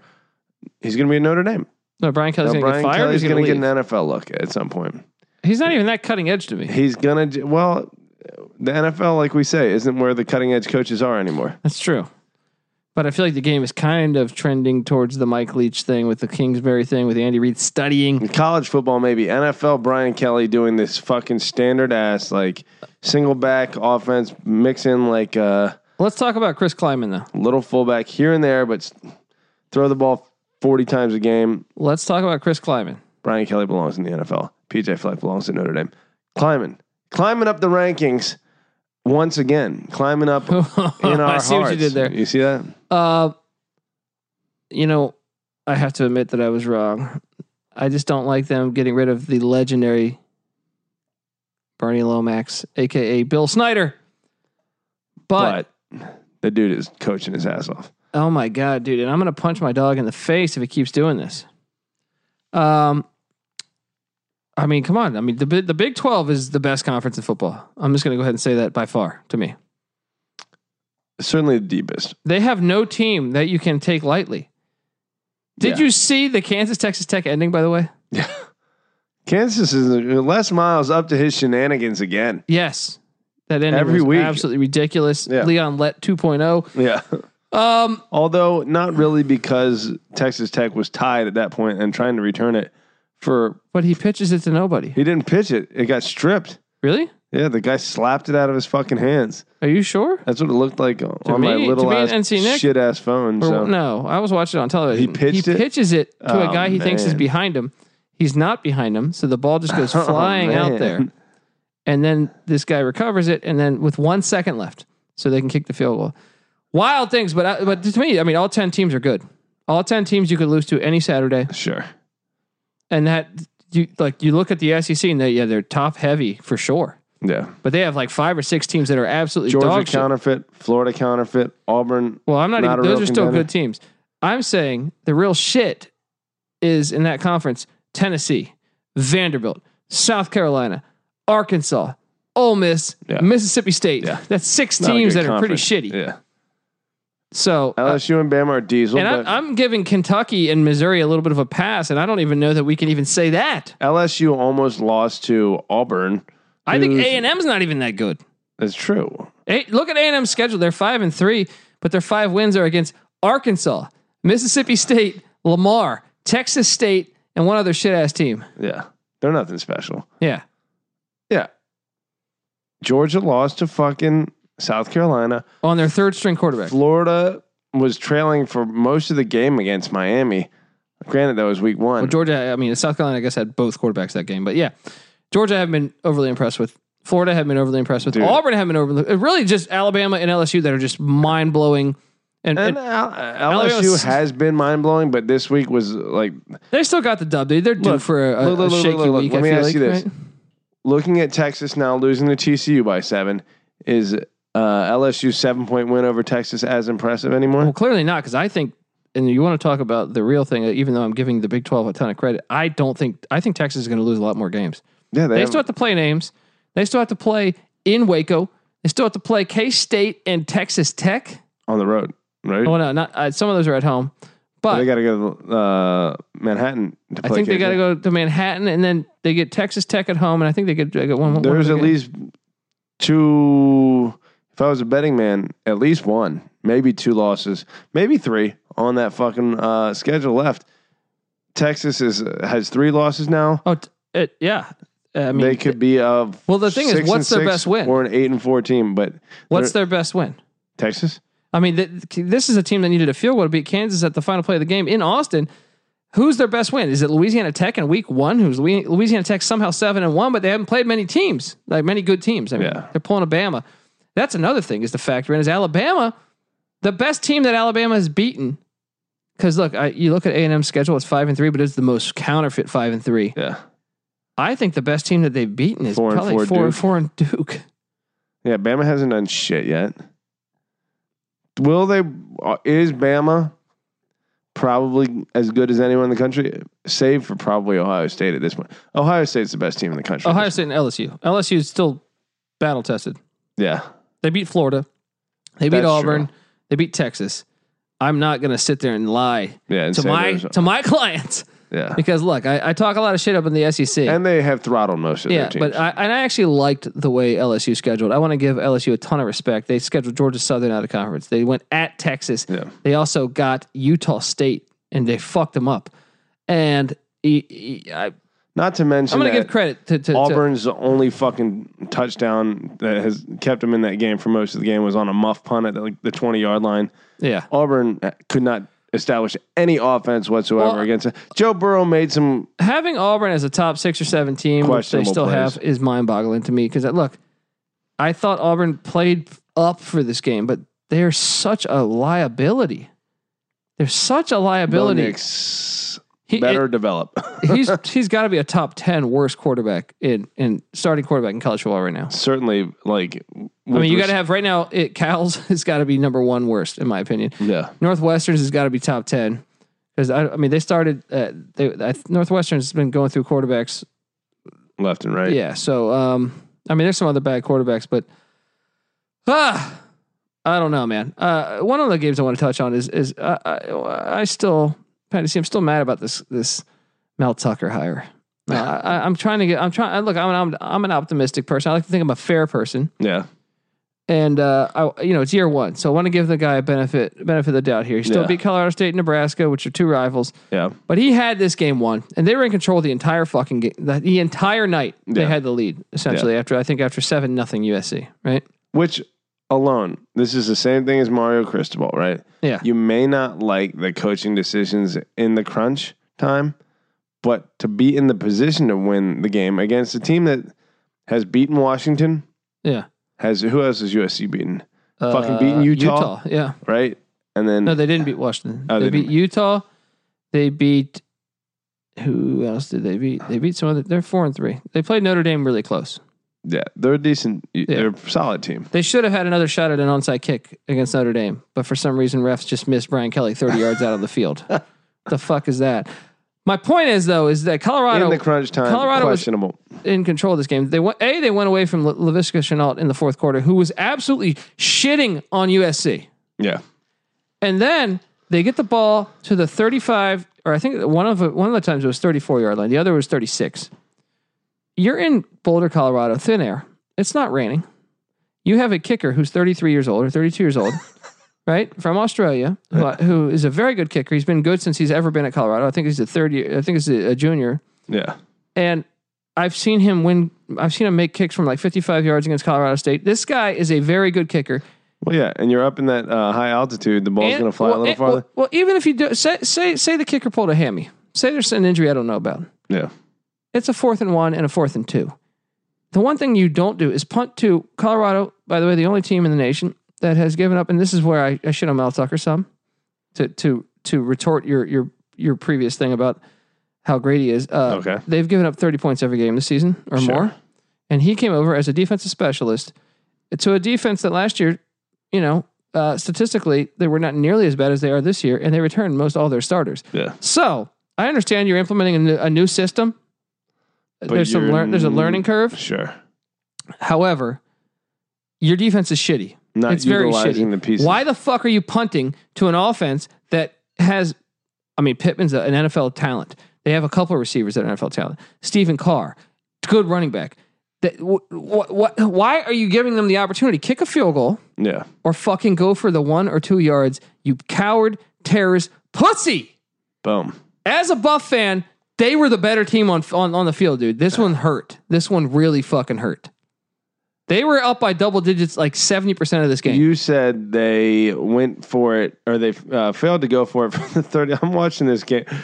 Speaker 2: He's going to be at Notre Dame.
Speaker 1: No, Brian Kelly's
Speaker 2: Now,
Speaker 1: going to get
Speaker 2: Brian
Speaker 1: fired. or
Speaker 2: Kelly's
Speaker 1: he's
Speaker 2: going to get
Speaker 1: leave?
Speaker 2: an NFL look at some point.
Speaker 1: He's not even that cutting edge to me.
Speaker 2: He's gonna do- well. The NFL, like we say, isn't where the cutting edge coaches are anymore.
Speaker 1: That's true. But I feel like the game is kind of trending towards the Mike Leach thing with the Kingsbury thing with Andy Reid studying.
Speaker 2: College football, maybe NFL. Brian Kelly doing this fucking standard ass like single back offense, mix in like a
Speaker 1: Let's talk about Chris Kleiman though.
Speaker 2: little fullback here and there, but s- throw the ball forty times a game.
Speaker 1: Let's talk about Chris Kleiman.
Speaker 2: Brian Kelly belongs in the NFL. PJ Fleck belongs at Notre Dame. Climbing, climbing up the rankings once again. Climbing up in our
Speaker 1: I see what you
Speaker 2: hearts.
Speaker 1: did there.
Speaker 2: You see that?
Speaker 1: Uh, you know, I have to admit that I was wrong. I just don't like them getting rid of the legendary Bernie Lomax, aka Bill Snyder. But,
Speaker 2: But the dude is coaching his ass off.
Speaker 1: oh my god, dude! And I'm gonna punch my dog in the face if he keeps doing this. Um, I mean, come on. I mean, the Bi- the Big Twelve is the best conference in football. I'm just gonna go ahead and say that by far to me.
Speaker 2: certainly the deepest.
Speaker 1: They have no team that you can take lightly. Did
Speaker 2: Yeah.
Speaker 1: you see the Kansas Texas Tech ending? By the way.
Speaker 2: Kansas is Les Miles up to his shenanigans again.
Speaker 1: Yes. That ending
Speaker 2: Every
Speaker 1: was
Speaker 2: week.
Speaker 1: absolutely ridiculous.
Speaker 2: Yeah.
Speaker 1: Leon Let 2.0.
Speaker 2: Yeah,
Speaker 1: oh. Um,
Speaker 2: Although not really because Texas Tech was tied at that point and trying to return it for
Speaker 1: but he pitches it to nobody.
Speaker 2: he didn't pitch it. It got stripped.
Speaker 1: Really?
Speaker 2: Yeah, the guy slapped it out of his fucking hands.
Speaker 1: Are you sure?
Speaker 2: That's what it looked like on my
Speaker 1: me-
Speaker 2: little
Speaker 1: to me,
Speaker 2: ass
Speaker 1: NC Nick-
Speaker 2: shit ass phone.
Speaker 1: Or-
Speaker 2: So
Speaker 1: no, I was watching it on television.
Speaker 2: He pitched it?
Speaker 1: pitches it to a
Speaker 2: Oh,
Speaker 1: guy he thinks is
Speaker 2: man.
Speaker 1: behind him. He's not behind him, so the ball just goes
Speaker 2: Oh,
Speaker 1: flying out
Speaker 2: man.
Speaker 1: there. And then this guy recovers it, and then with one second left, so they can kick the field goal. Wild things, but I, but to me, I mean, all ten teams are good. All ten teams you could lose to any Saturday,
Speaker 2: sure.
Speaker 1: and that you like you look at the SEC and they yeah they're top heavy for sure,
Speaker 2: Yeah.
Speaker 1: but they have like five or six teams that are absolutely
Speaker 2: Georgia
Speaker 1: dog shit.
Speaker 2: counterfeit, Florida counterfeit, Auburn.
Speaker 1: Well, I'm not,
Speaker 2: Not
Speaker 1: even.
Speaker 2: a
Speaker 1: Those
Speaker 2: real
Speaker 1: are still
Speaker 2: contender.
Speaker 1: good teams. I'm saying the real shit is in that conference: Tennessee, Vanderbilt, South Carolina, Arkansas, Ole Miss,
Speaker 2: Yeah.
Speaker 1: Mississippi State.
Speaker 2: Yeah.
Speaker 1: That's six
Speaker 2: Not a
Speaker 1: teams
Speaker 2: good
Speaker 1: that are pretty
Speaker 2: conference.
Speaker 1: shitty.
Speaker 2: Yeah.
Speaker 1: So, uh,
Speaker 2: LSU and Bama are diesel.
Speaker 1: and
Speaker 2: but-
Speaker 1: I'm, I'm giving Kentucky and Missouri a little bit of a pass, and I don't even know that we can even say that.
Speaker 2: LSU almost lost to Auburn.
Speaker 1: I think
Speaker 2: who's-
Speaker 1: A and M's not even that good.
Speaker 2: That's true.
Speaker 1: Hey, look at A and M's schedule; they're five and three, but their five wins are against Arkansas, Mississippi State, Lamar, Texas State, and one other shit ass team.
Speaker 2: Yeah. They're nothing special.
Speaker 1: Yeah,
Speaker 2: Yeah. Georgia lost to fucking South Carolina.
Speaker 1: on their third string quarterback.
Speaker 2: Florida was trailing for most of the game against Miami. Granted, that was week one.
Speaker 1: Well, Georgia, I mean, South Carolina, I guess, had both quarterbacks that game, but yeah, Georgia haven't been overly impressed with. Florida haven't been overly impressed with.
Speaker 2: Dude.
Speaker 1: Auburn haven't been overly. it Really, just Alabama and LSU that are just mind blowing, and, and
Speaker 2: and Al- uh, LSU
Speaker 1: LSU
Speaker 2: has been mind blowing, but this week was like
Speaker 1: they still got the dub, dude. They're due
Speaker 2: Look,
Speaker 1: for a, a-
Speaker 2: look, look,
Speaker 1: a
Speaker 2: look,
Speaker 1: shaky
Speaker 2: look, look.
Speaker 1: week.
Speaker 2: Let
Speaker 1: I
Speaker 2: me
Speaker 1: feel
Speaker 2: ask you
Speaker 1: like,
Speaker 2: this.
Speaker 1: right?
Speaker 2: looking at Texas now losing to TCU by seven. Is uh, LSU's seven point win over Texas as impressive anymore?
Speaker 1: Well, clearly not, because I think, and you want to talk about the real thing. uh, Even though I'm giving the Big Twelve a ton of credit, I don't think I think Texas is going to lose a lot more games.
Speaker 2: Yeah, they,
Speaker 1: They
Speaker 2: have-
Speaker 1: still have to play names. They still have to play in Waco. They still have to play K State and Texas Tech.
Speaker 2: on the road, right?
Speaker 1: Oh no, not uh, some of those are at home, but
Speaker 2: they got to go to uh, Manhattan to
Speaker 1: I
Speaker 2: play.
Speaker 1: think they
Speaker 2: KJ.
Speaker 1: got to go to Manhattan, and then they get Texas Tech at home, and I think they get, they get one.
Speaker 2: There's
Speaker 1: one
Speaker 2: at
Speaker 1: other
Speaker 2: least two. If I was a betting man, at least one, maybe two losses, maybe three on that fucking uh, schedule left. Texas is uh, has three losses now.
Speaker 1: game. Oh, t- it, yeah. I mean,
Speaker 2: they could be a
Speaker 1: Well, the thing is,
Speaker 2: six and
Speaker 1: what's their
Speaker 2: six
Speaker 1: best win?
Speaker 2: or an eight and four team? But
Speaker 1: what's
Speaker 2: they're-
Speaker 1: their best win?
Speaker 2: Texas?
Speaker 1: I mean, th- this is a team that needed a field goal to beat Kansas at the final play of the game in Austin. Who's their best win? Is it Louisiana Tech in Week One? Who's Louis- Louisiana Tech somehow seven and one, but they haven't played many teams, like many good teams. I mean,
Speaker 2: Yeah.
Speaker 1: they're pulling Alabama. That's another thing is the factor in is Alabama, the best team that Alabama has beaten. Because look, I, you look at A and M schedule; it's five and three, but it's the most counterfeit five and three.
Speaker 2: Yeah,
Speaker 1: I think the best team that they've beaten is
Speaker 2: Four and
Speaker 1: probably
Speaker 2: four
Speaker 1: four and
Speaker 2: Duke.
Speaker 1: four and Duke.
Speaker 2: yeah. Bama hasn't done shit yet. Will they? uh, Is Bama probably as good as anyone in the country, save for probably Ohio State at this point? Ohio State's the best team in the country.
Speaker 1: Ohio State and LSU. LSU is still battle tested.
Speaker 2: Yeah,
Speaker 1: They beat Florida. They beat
Speaker 2: That's
Speaker 1: Auburn.
Speaker 2: true.
Speaker 1: They beat Texas. I'm not gonna sit there and lie
Speaker 2: yeah. And
Speaker 1: to
Speaker 2: say
Speaker 1: my
Speaker 2: there's-
Speaker 1: to my clients
Speaker 2: yeah,
Speaker 1: because look, I, I talk a lot of shit up in the SEC.
Speaker 2: and they have throttled most of
Speaker 1: yeah,
Speaker 2: their teams.
Speaker 1: but uh, I and I actually liked the way LSU scheduled. I want to give LSU a ton of respect. They scheduled Georgia Southern out of conference. They went at Texas.
Speaker 2: yeah,
Speaker 1: They also got Utah State and they fucked them up. And e- e- I, am
Speaker 2: not to mention
Speaker 1: gonna
Speaker 2: that
Speaker 1: give credit to, to- to
Speaker 2: Auburn's the only fucking touchdown that has kept them in that game for most of the game was on a muff punt at like the twenty yard line.
Speaker 1: yeah.
Speaker 2: Auburn uh, could not establish any offense whatsoever
Speaker 1: Well,
Speaker 2: against it. Joe Burrow made some
Speaker 1: having Auburn as a top six or seven team, which they
Speaker 2: Questionable
Speaker 1: still
Speaker 2: plays.
Speaker 1: have, is mind boggling to me. Because look, I thought Auburn played up for this game, but they're such a liability. They're such a
Speaker 2: Bill
Speaker 1: liability.
Speaker 2: Nix
Speaker 1: He-
Speaker 2: better develop.
Speaker 1: he's he's got to be a top ten worst quarterback in in starting quarterback in college football right now.
Speaker 2: Certainly, like
Speaker 1: I mean, you got to have right now. It Cal's has got to be number one worst in my opinion.
Speaker 2: yeah.
Speaker 1: Northwestern's has got to be top ten because I, I mean they started. Uh, they I, Northwestern's been going through quarterbacks
Speaker 2: left and right.
Speaker 1: Yeah. So, um, I mean, there's some other bad quarterbacks, but ah, I don't know, man. Uh, one of the games I want to touch on is is uh, I, I still Patty see I'm still mad about this this Mel Tucker hire. Uh, I, I'm trying to get. I'm trying. Look, I'm an, I'm I'm an optimistic person. I like to think I'm a fair person.
Speaker 2: yeah.
Speaker 1: And uh, I, you know, it's year one, so I want to give the guy a benefit benefit of the doubt here. He still
Speaker 2: Yeah.
Speaker 1: beat Colorado State and Nebraska, which are two rivals,
Speaker 2: Yeah.
Speaker 1: but he had this game won, and they were in control the entire fucking game. The, the entire night, they
Speaker 2: Yeah.
Speaker 1: had the lead essentially. After I think after seven nothing USC, right?
Speaker 2: Which alone, this is the same thing as Mario Cristobal, right?
Speaker 1: Yeah.
Speaker 2: You may not like the coaching decisions in the crunch time, but to be in the position to win the game against a team that has beaten Washington,
Speaker 1: Yeah.
Speaker 2: has who else has USC beaten? Fucking beating Utah?
Speaker 1: Uh, Yeah.
Speaker 2: Right? And then
Speaker 1: No, they didn't beat Washington.
Speaker 2: Oh,
Speaker 1: they,
Speaker 2: they
Speaker 1: beat
Speaker 2: didn't.
Speaker 1: Utah. They beat who else did they beat? They beat some other. They're four and three. They played Notre Dame really close.
Speaker 2: yeah, they're a decent they're a solid team.
Speaker 1: They should have had another shot at an onside kick against Notre Dame, but for some reason, refs just missed Brian Kelly thirty yards out of the field. the fuck is that? My point is though is that Colorado
Speaker 2: in the crunch time
Speaker 1: Colorado was-
Speaker 2: questionable.
Speaker 1: in control of this game. They went a they went away from La- Lavisca Chenault in the fourth quarter, who was absolutely shitting on USC.
Speaker 2: yeah.
Speaker 1: And then they get the ball to the 35, or I think one of one of the times it was 34 yard line, the other was 36. You're in Boulder, Colorado, thin air. It's not raining. You have a kicker who's 33 years old or 32 years old, right, from Australia, who, who is a very good kicker. He's been good since he's ever been at Colorado. I think he's a third year. I think he's a, a junior.
Speaker 2: Yeah.
Speaker 1: And I've seen him win. I've seen him make kicks from like 55 yards against Colorado State. This guy is a very good kicker.
Speaker 2: Well, yeah, and you're up in that uh, high altitude. The ball's
Speaker 1: And-
Speaker 2: going to fly
Speaker 1: well,
Speaker 2: a little
Speaker 1: and-
Speaker 2: farther.
Speaker 1: Well, well, even if you do say say say the kicker pulled a hammy, say there's an injury I don't know about.
Speaker 2: yeah,
Speaker 1: It's a fourth and one and a fourth and two. The one thing you don't do is punt to Colorado. By the way, the only team in the nation that has given up, and this is where I, I shit on Mel Tucker some, to to to retort your your your previous thing about how great he is. Uh,
Speaker 2: Okay.
Speaker 1: they've given up thirty points every game this season or
Speaker 2: Sure.
Speaker 1: more, and he came over as a defensive specialist to a defense that last year, you know, uh, statistically they were not nearly as bad as they are this year, and they returned most all their starters.
Speaker 2: yeah.
Speaker 1: So I understand you're implementing a new, a new system. there's some
Speaker 2: you're
Speaker 1: learn, there's a learning curve.
Speaker 2: Sure.
Speaker 1: However, your defense is shitty.
Speaker 2: Not
Speaker 1: It's very
Speaker 2: utilizing the pieces.
Speaker 1: Why the fuck are you punting to an offense that has? I mean, Pittman's a- an NFL talent. They have a couple of receivers that are NFL talent. Stephen Carr, good running back. That what what? Why are you giving them the opportunity? Kick a field goal
Speaker 2: Yeah.
Speaker 1: or fucking go for the one or two yards. You coward, terrorist, pussy.
Speaker 2: Boom.
Speaker 1: as a Buff fan, they were the better team on on, on the field, dude. This one hurt. This one really fucking hurt. They were up by double digits, like seventy percent of this game.
Speaker 2: You said they went for it, or they uh, failed to go for it for the thirty. I'm watching this game.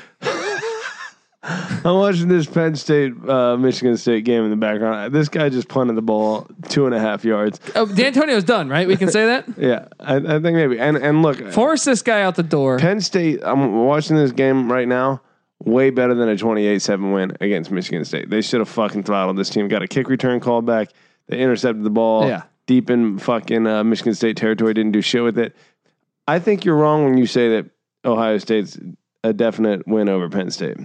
Speaker 2: I'm watching this Penn State uh, Michigan State game in the background. This guy just punted the ball two and a half yards.
Speaker 1: oh, D'Antonio's done, right? We can say that.
Speaker 2: Yeah, I, I think maybe. And and look,
Speaker 1: Force this guy out the door.
Speaker 2: Penn State, I'm watching this game right now, way better than a 28 7 win against Michigan State. They should have fucking throttled this team. Got a kick return call back. They intercepted the ball
Speaker 1: Yeah.
Speaker 2: deep in fucking uh, Michigan State territory, didn't do shit with it. I think you're wrong when you say that Ohio State's a definite win over Penn State.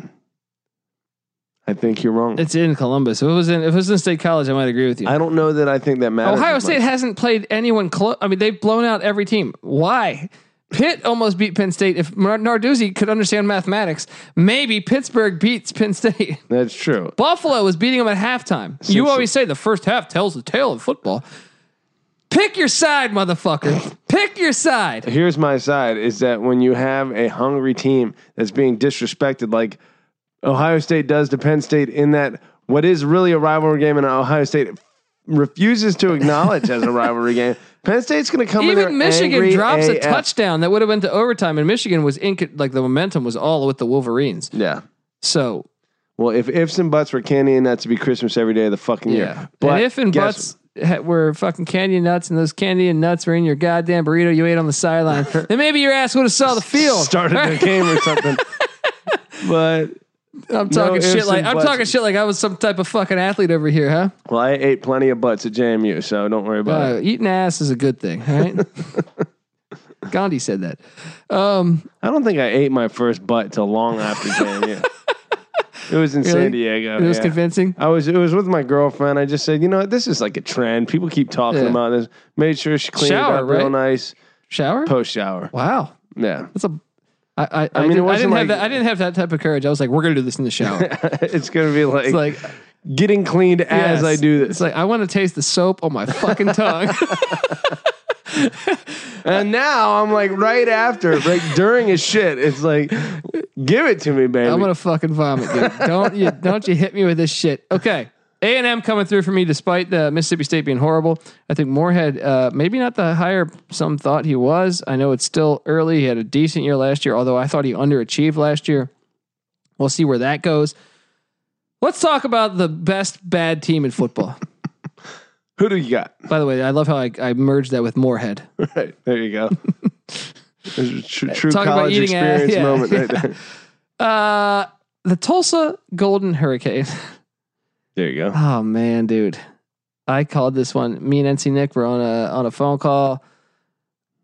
Speaker 2: I think you're wrong.
Speaker 1: It's in Columbus. If it was in if it was in State College, I might agree with you.
Speaker 2: I don't know that I think that matters.
Speaker 1: Ohio
Speaker 2: as
Speaker 1: State
Speaker 2: much.
Speaker 1: hasn't played anyone close. I mean, they've blown out every team. Why? Pitt almost beat Penn State. If Nar- Narduzzi could understand mathematics, maybe Pittsburgh beats Penn State.
Speaker 2: That's true.
Speaker 1: Buffalo was beating them at halftime. you
Speaker 2: Since-
Speaker 1: always say the first half tells the tale of football. Pick your side, motherfucker. Pick your side.
Speaker 2: here's my side is that when you have a hungry team that's being disrespected like Ohio State does to Penn State in that what is really a rivalry game and Ohio State refuses to acknowledge as a rivalry game. Penn State's going to come in there
Speaker 1: Even Michigan
Speaker 2: angry
Speaker 1: drops a
Speaker 2: AF.
Speaker 1: touchdown that would have been to overtime, and Michigan was in like the momentum was all with the Wolverines.
Speaker 2: Yeah.
Speaker 1: So
Speaker 2: Well, if ifs and buts were candy and nuts, it'd be Christmas every day of the fucking
Speaker 1: yeah,
Speaker 2: year.
Speaker 1: and if and
Speaker 2: guess-
Speaker 1: butts ha- were fucking candy nuts, and those candy and nuts were in your goddamn burrito you ate on the sideline, then maybe your ass would have saw the field.
Speaker 2: started the game or something. but
Speaker 1: I'm talking
Speaker 2: ifs
Speaker 1: shit like
Speaker 2: and
Speaker 1: I'm
Speaker 2: buts.
Speaker 1: talking shit like I was some type of fucking athlete over here, huh?
Speaker 2: well, I ate plenty of butts at JMU, so don't worry about it.
Speaker 1: Uh, eating ass is a good thing, right? Gandhi said that. Um,
Speaker 2: I don't think I ate my first butt till long after JMU. It was in
Speaker 1: Really?
Speaker 2: San Diego.
Speaker 1: it was
Speaker 2: yeah.
Speaker 1: convincing.
Speaker 2: I was it was with my girlfriend. I just said, you know what, this is like a trend. People keep talking
Speaker 1: Yeah.
Speaker 2: about this. Made sure she cleaned
Speaker 1: Shower,
Speaker 2: it up real
Speaker 1: right?
Speaker 2: nice
Speaker 1: Shower.
Speaker 2: post shower.
Speaker 1: wow,
Speaker 2: Yeah,
Speaker 1: that's a. I I, I,
Speaker 2: mean, it
Speaker 1: did, I
Speaker 2: wasn't
Speaker 1: didn't have
Speaker 2: like-
Speaker 1: that. I didn't have that type of courage. I was like, we're gonna do this in the shower.
Speaker 2: it's gonna be like,
Speaker 1: It's like
Speaker 2: getting cleaned as
Speaker 1: yes.
Speaker 2: I do
Speaker 1: It's
Speaker 2: this.
Speaker 1: like I want to taste the soap on my fucking tongue.
Speaker 2: And now I'm like right after, like during his shit, it's like, give it to me, baby.
Speaker 1: I'm gonna fucking vomit, dude. Don't you don't you hit me with this shit. Okay. A and M coming through for me, despite the Mississippi State being horrible. I think Moorhead, uh, maybe not the higher some thought he was. I know it's still early. He had a decent year last year, although I thought he underachieved last year. We'll see where that goes. Let's talk about the best bad team in football.
Speaker 2: Who do you got?
Speaker 1: By the way, I love how I, I merged that with Moorhead.
Speaker 2: Right there, you go. This is a tr- true
Speaker 1: Talk about
Speaker 2: college
Speaker 1: eating ass,
Speaker 2: experience
Speaker 1: yeah,
Speaker 2: moment right there.
Speaker 1: Uh, the Tulsa Golden Hurricane.
Speaker 2: There you go.
Speaker 1: Oh man, dude. I called this one. Me and NC Nick were on a on a phone call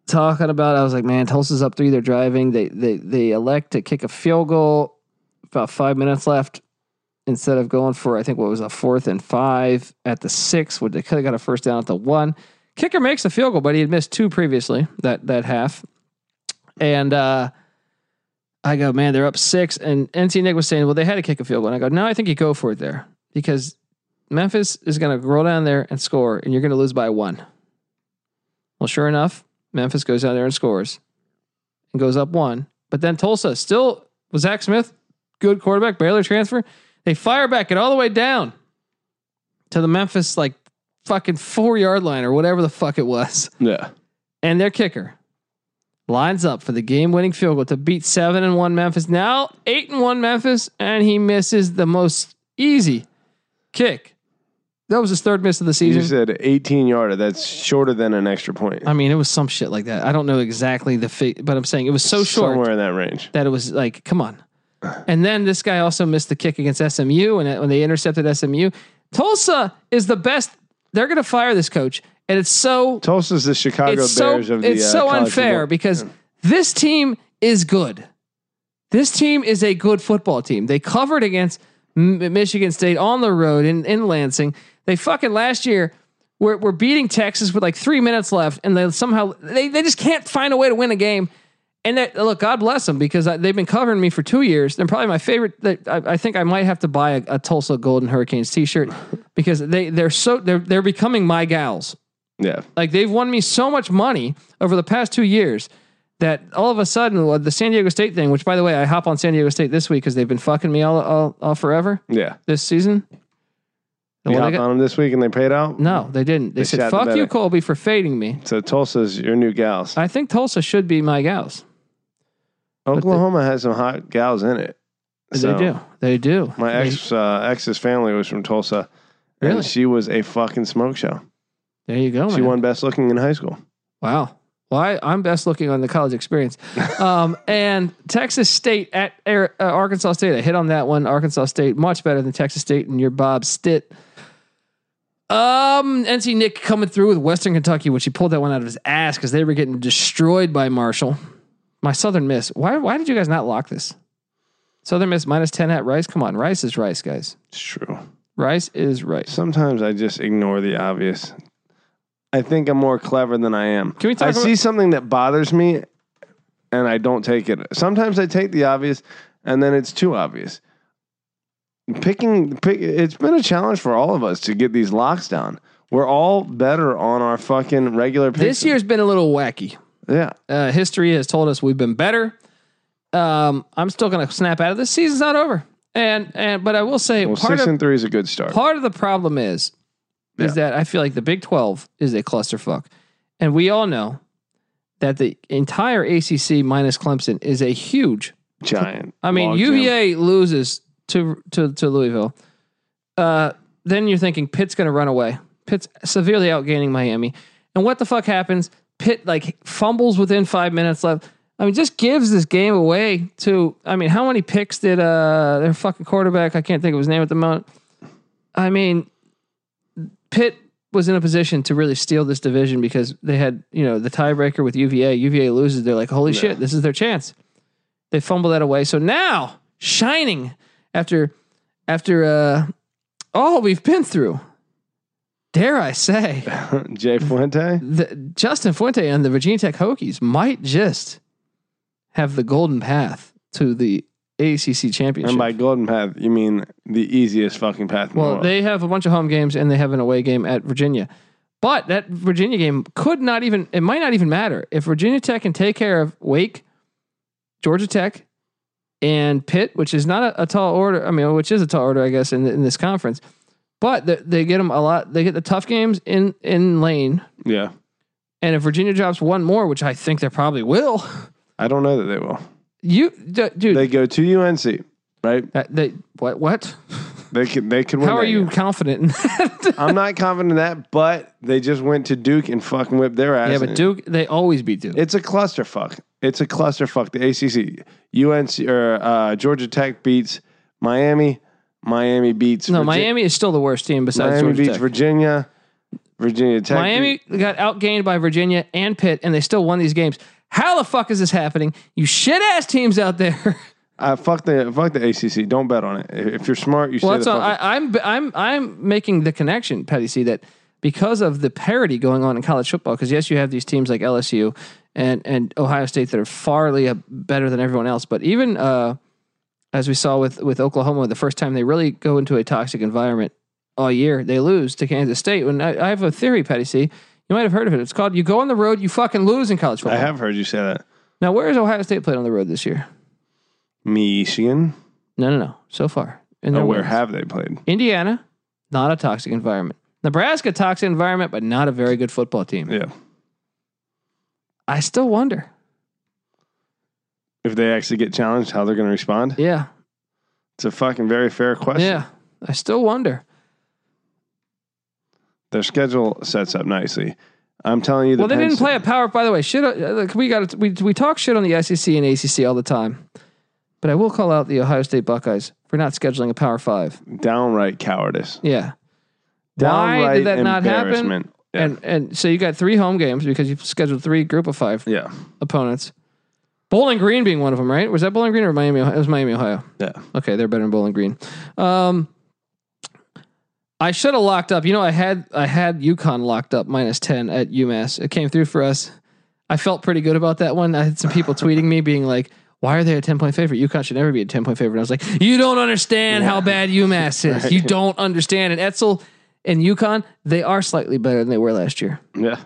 Speaker 1: talking about I was like, man, Tulsa's up three, they're driving. They they they elect to kick a field goal about five minutes left instead of going for I think what was a fourth and five at the six, would they could have got a first down at the one. Kicker makes a field goal, but he had missed two previously that that half. And uh I go, man, they're up six. And NC Nick was saying, well, they had to kick a field goal. And I go, no, I think you go for it there because Memphis is going to roll down there and score, and you're going to lose by one. Well, sure enough, Memphis goes down there and scores and goes up one. But then Tulsa still was Zach Smith, good quarterback, Baylor transfer. They fire back it all the way down to the Memphis, like fucking four yard line or whatever the fuck it was
Speaker 2: Yeah.
Speaker 1: and their kicker lines up for the game-winning field goal to beat seven and one Memphis. Now eight and one Memphis, and he misses the most easy kick. That was his third miss of the
Speaker 2: You
Speaker 1: season.
Speaker 2: said 18 yarder. That's shorter than an extra point.
Speaker 1: I mean, it was some shit like that. I don't know exactly the fig, but I'm saying it was so short
Speaker 2: Somewhere in that range.
Speaker 1: that it was like, come on. And then this guy also missed the kick against SMU, and when they intercepted SMU, Tulsa is the best. They're going to fire this coach, and it's so
Speaker 2: Tulsa's the Chicago
Speaker 1: it's so
Speaker 2: Bears of the
Speaker 1: it's
Speaker 2: uh,
Speaker 1: so
Speaker 2: college
Speaker 1: unfair
Speaker 2: football.
Speaker 1: because this team is good. This team is a good football team. They covered against M- Michigan State on the road in in Lansing. They fucking last year were were beating Texas with like three minutes left, and they somehow they they just can't find a way to win a game. And that, look, God bless them because I, they've been covering me for two years. They're probably my favorite. That I, I think I might have to buy a, a Tulsa Golden Hurricanes T-shirt because they they're so they're they're becoming my gals.
Speaker 2: yeah,
Speaker 1: Like they've won me so much money over the past two years that all of a sudden well, the San Diego State thing, which by the way, I hop on San Diego State this week because they've been fucking me all, all, all forever
Speaker 2: yeah.
Speaker 1: this season. The
Speaker 2: You
Speaker 1: one I
Speaker 2: hopped
Speaker 1: got-
Speaker 2: on them this week and they paid out.
Speaker 1: no, they didn't. They,
Speaker 2: They
Speaker 1: said,
Speaker 2: shot the
Speaker 1: "Fuck you,
Speaker 2: better.
Speaker 1: Colby, for fading me."
Speaker 2: So Tulsa's your new gals.
Speaker 1: I think Tulsa should be my gals.
Speaker 2: Oklahoma has some hot gals in it. So,
Speaker 1: they do. They do.
Speaker 2: My
Speaker 1: They-
Speaker 2: ex uh, ex's family was from Tulsa.
Speaker 1: Really?
Speaker 2: And she was a fucking smoke show.
Speaker 1: There you go.
Speaker 2: She
Speaker 1: man.
Speaker 2: won best looking in high school.
Speaker 1: Wow. Well, I, I'm best looking on the college experience. Um, and Texas State at Ar- uh, Arkansas State. I hit on that one. Arkansas State, much better than Texas State and your Bob Stitt. Um, NC Nick coming through with Western Kentucky, which he pulled that one out of his ass because they were getting destroyed by Marshall. My Southern Miss. Why, why did you guys not lock this? Southern Miss minus 10 at Rice. Come on. Rice is Rice, guys.
Speaker 2: It's true.
Speaker 1: Rice is Rice.
Speaker 2: Sometimes I just ignore the obvious. I think I'm more clever than I am.
Speaker 1: Can we talk
Speaker 2: I
Speaker 1: about-
Speaker 2: see something that bothers me and I don't take it. Sometimes I take the obvious and then it's too obvious. Picking pick it's been a challenge for all of us to get these locks down. We're all better on our fucking regular picks.
Speaker 1: This year's been a little wacky.
Speaker 2: Yeah.
Speaker 1: uh, history has told us we've been better. Um, I'm still going to snap out of this. Season's not over, and and but I will say
Speaker 2: Well,
Speaker 1: part
Speaker 2: six
Speaker 1: of
Speaker 2: and three is a good start.
Speaker 1: part of the problem is is that I feel like the Big 12 is a clusterfuck, and we all know that the entire ACC minus Clemson is a huge.
Speaker 2: Giant.
Speaker 1: I mean,
Speaker 2: Log jam.
Speaker 1: UVA loses to to to Louisville. Uh, then you're thinking Pitt's going to run away. Pitt's severely outgaining Miami. And what the fuck happens? Pitt like fumbles within five minutes left. I mean, just gives this game away to. I mean, how many picks did uh their fucking quarterback? I can't think of his name at the moment. I mean, Pitt was in a position to really steal this division because they had you know the tiebreaker with UVA. UVA loses. They're like, holy shit, this is their chance. They fumble that away. So now, shining after after uh all we've been through. Dare I say,
Speaker 2: Jay Fuente.
Speaker 1: the, Justin Fuente and the Virginia Tech Hokies might just have the golden path to the ACC
Speaker 2: And
Speaker 1: championship.
Speaker 2: by golden path, you mean the easiest fucking path in the
Speaker 1: well,
Speaker 2: world.
Speaker 1: they have a bunch of home games and they have an away game at Virginia. But that Virginia game could not even, it might not even matter. If Virginia Tech can take care of Wake, Georgia Tech, and Pitt, which is not a, a tall order, I mean, which is a tall order, I guess, in, in this conference, but they, they get them a lot, they get the tough games in, in lane.
Speaker 2: Yeah.
Speaker 1: And if Virginia drops one more, which I think they probably will,
Speaker 2: I don't know that they will.
Speaker 1: you, d- dude,
Speaker 2: They go to UNC, right?
Speaker 1: that, they, what, what?
Speaker 2: They can they can win.
Speaker 1: How
Speaker 2: that
Speaker 1: are you
Speaker 2: game.
Speaker 1: confident in that?
Speaker 2: I'm not confident in that, but they just went to Duke and fucking whipped their ass.
Speaker 1: yeah, but Duke, they always beat Duke.
Speaker 2: It's a clusterfuck. It's a clusterfuck. The ACC, UNC or uh, Georgia Tech beats Miami. Miami beats
Speaker 1: no,
Speaker 2: Virgi-
Speaker 1: Miami is still the worst team besides
Speaker 2: Miami
Speaker 1: Georgia
Speaker 2: beats
Speaker 1: Tech.
Speaker 2: Virginia. Virginia Tech.
Speaker 1: Miami got outgained by Virginia and Pitt, and they still won these games. How the fuck is this happening? You shit ass teams out there.
Speaker 2: I Uh, fuck the fuck the ACC. Don't bet on it. If if you're smart, you
Speaker 1: Well,
Speaker 2: should.
Speaker 1: that's all, I, I'm I'm I'm making the connection, Petty C, that because of the parity going on in college football. Because yes, you have these teams like LSU and and Ohio State that are farly uh, better than everyone else. But even uh, as we saw with with Oklahoma, the first time they really go into a toxic environment all year, they lose to Kansas State. When I, I have a theory, Petty C, you might have heard of it. It's called you go on the road, you fucking lose in college
Speaker 2: I
Speaker 1: football.
Speaker 2: have heard you say that.
Speaker 1: Now, where has Ohio State played on the road this year?
Speaker 2: Michigan.
Speaker 1: No, no, no. So far, in
Speaker 2: Oh,
Speaker 1: their
Speaker 2: where
Speaker 1: wins.
Speaker 2: have they played?
Speaker 1: Indiana, not a toxic environment. Nebraska, toxic environment, but not a very good football team.
Speaker 2: Yeah.
Speaker 1: I still wonder.
Speaker 2: If they actually get challenged, how they're going to respond?
Speaker 1: Yeah,
Speaker 2: It's a fucking very fair question.
Speaker 1: yeah. I still wonder.
Speaker 2: Their schedule sets up nicely. I'm telling you. The
Speaker 1: Well, they
Speaker 2: Penn
Speaker 1: didn't
Speaker 2: Sta-
Speaker 1: play a power. By the way, shit. uh, Look, we got we we talk shit on the SEC and ACC all the time, but I will call out the Ohio State Buckeyes for not scheduling a Power Five.
Speaker 2: downright cowardice.
Speaker 1: Yeah, Why
Speaker 2: Downright
Speaker 1: did that not happen?
Speaker 2: embarrassment. Yeah.
Speaker 1: and and so you got three home games because you scheduled three group of five
Speaker 2: yeah,
Speaker 1: opponents. Bowling Green being one of them, right? Was that Bowling Green or Miami? Ohio? It was Miami, Ohio.
Speaker 2: yeah.
Speaker 1: Okay, they're better than Bowling Green. Um, I should have locked up. You know, I had I had UConn locked up minus ten at UMass. It came through for us. I felt pretty good about that one. I had some people tweeting me being like, "Why are they a ten point favorite? UConn should never be a ten point favorite." And I was like, "You don't understand how bad UMass is. You don't understand." And Etzel and UConn, they are slightly better than they were last year.
Speaker 2: yeah,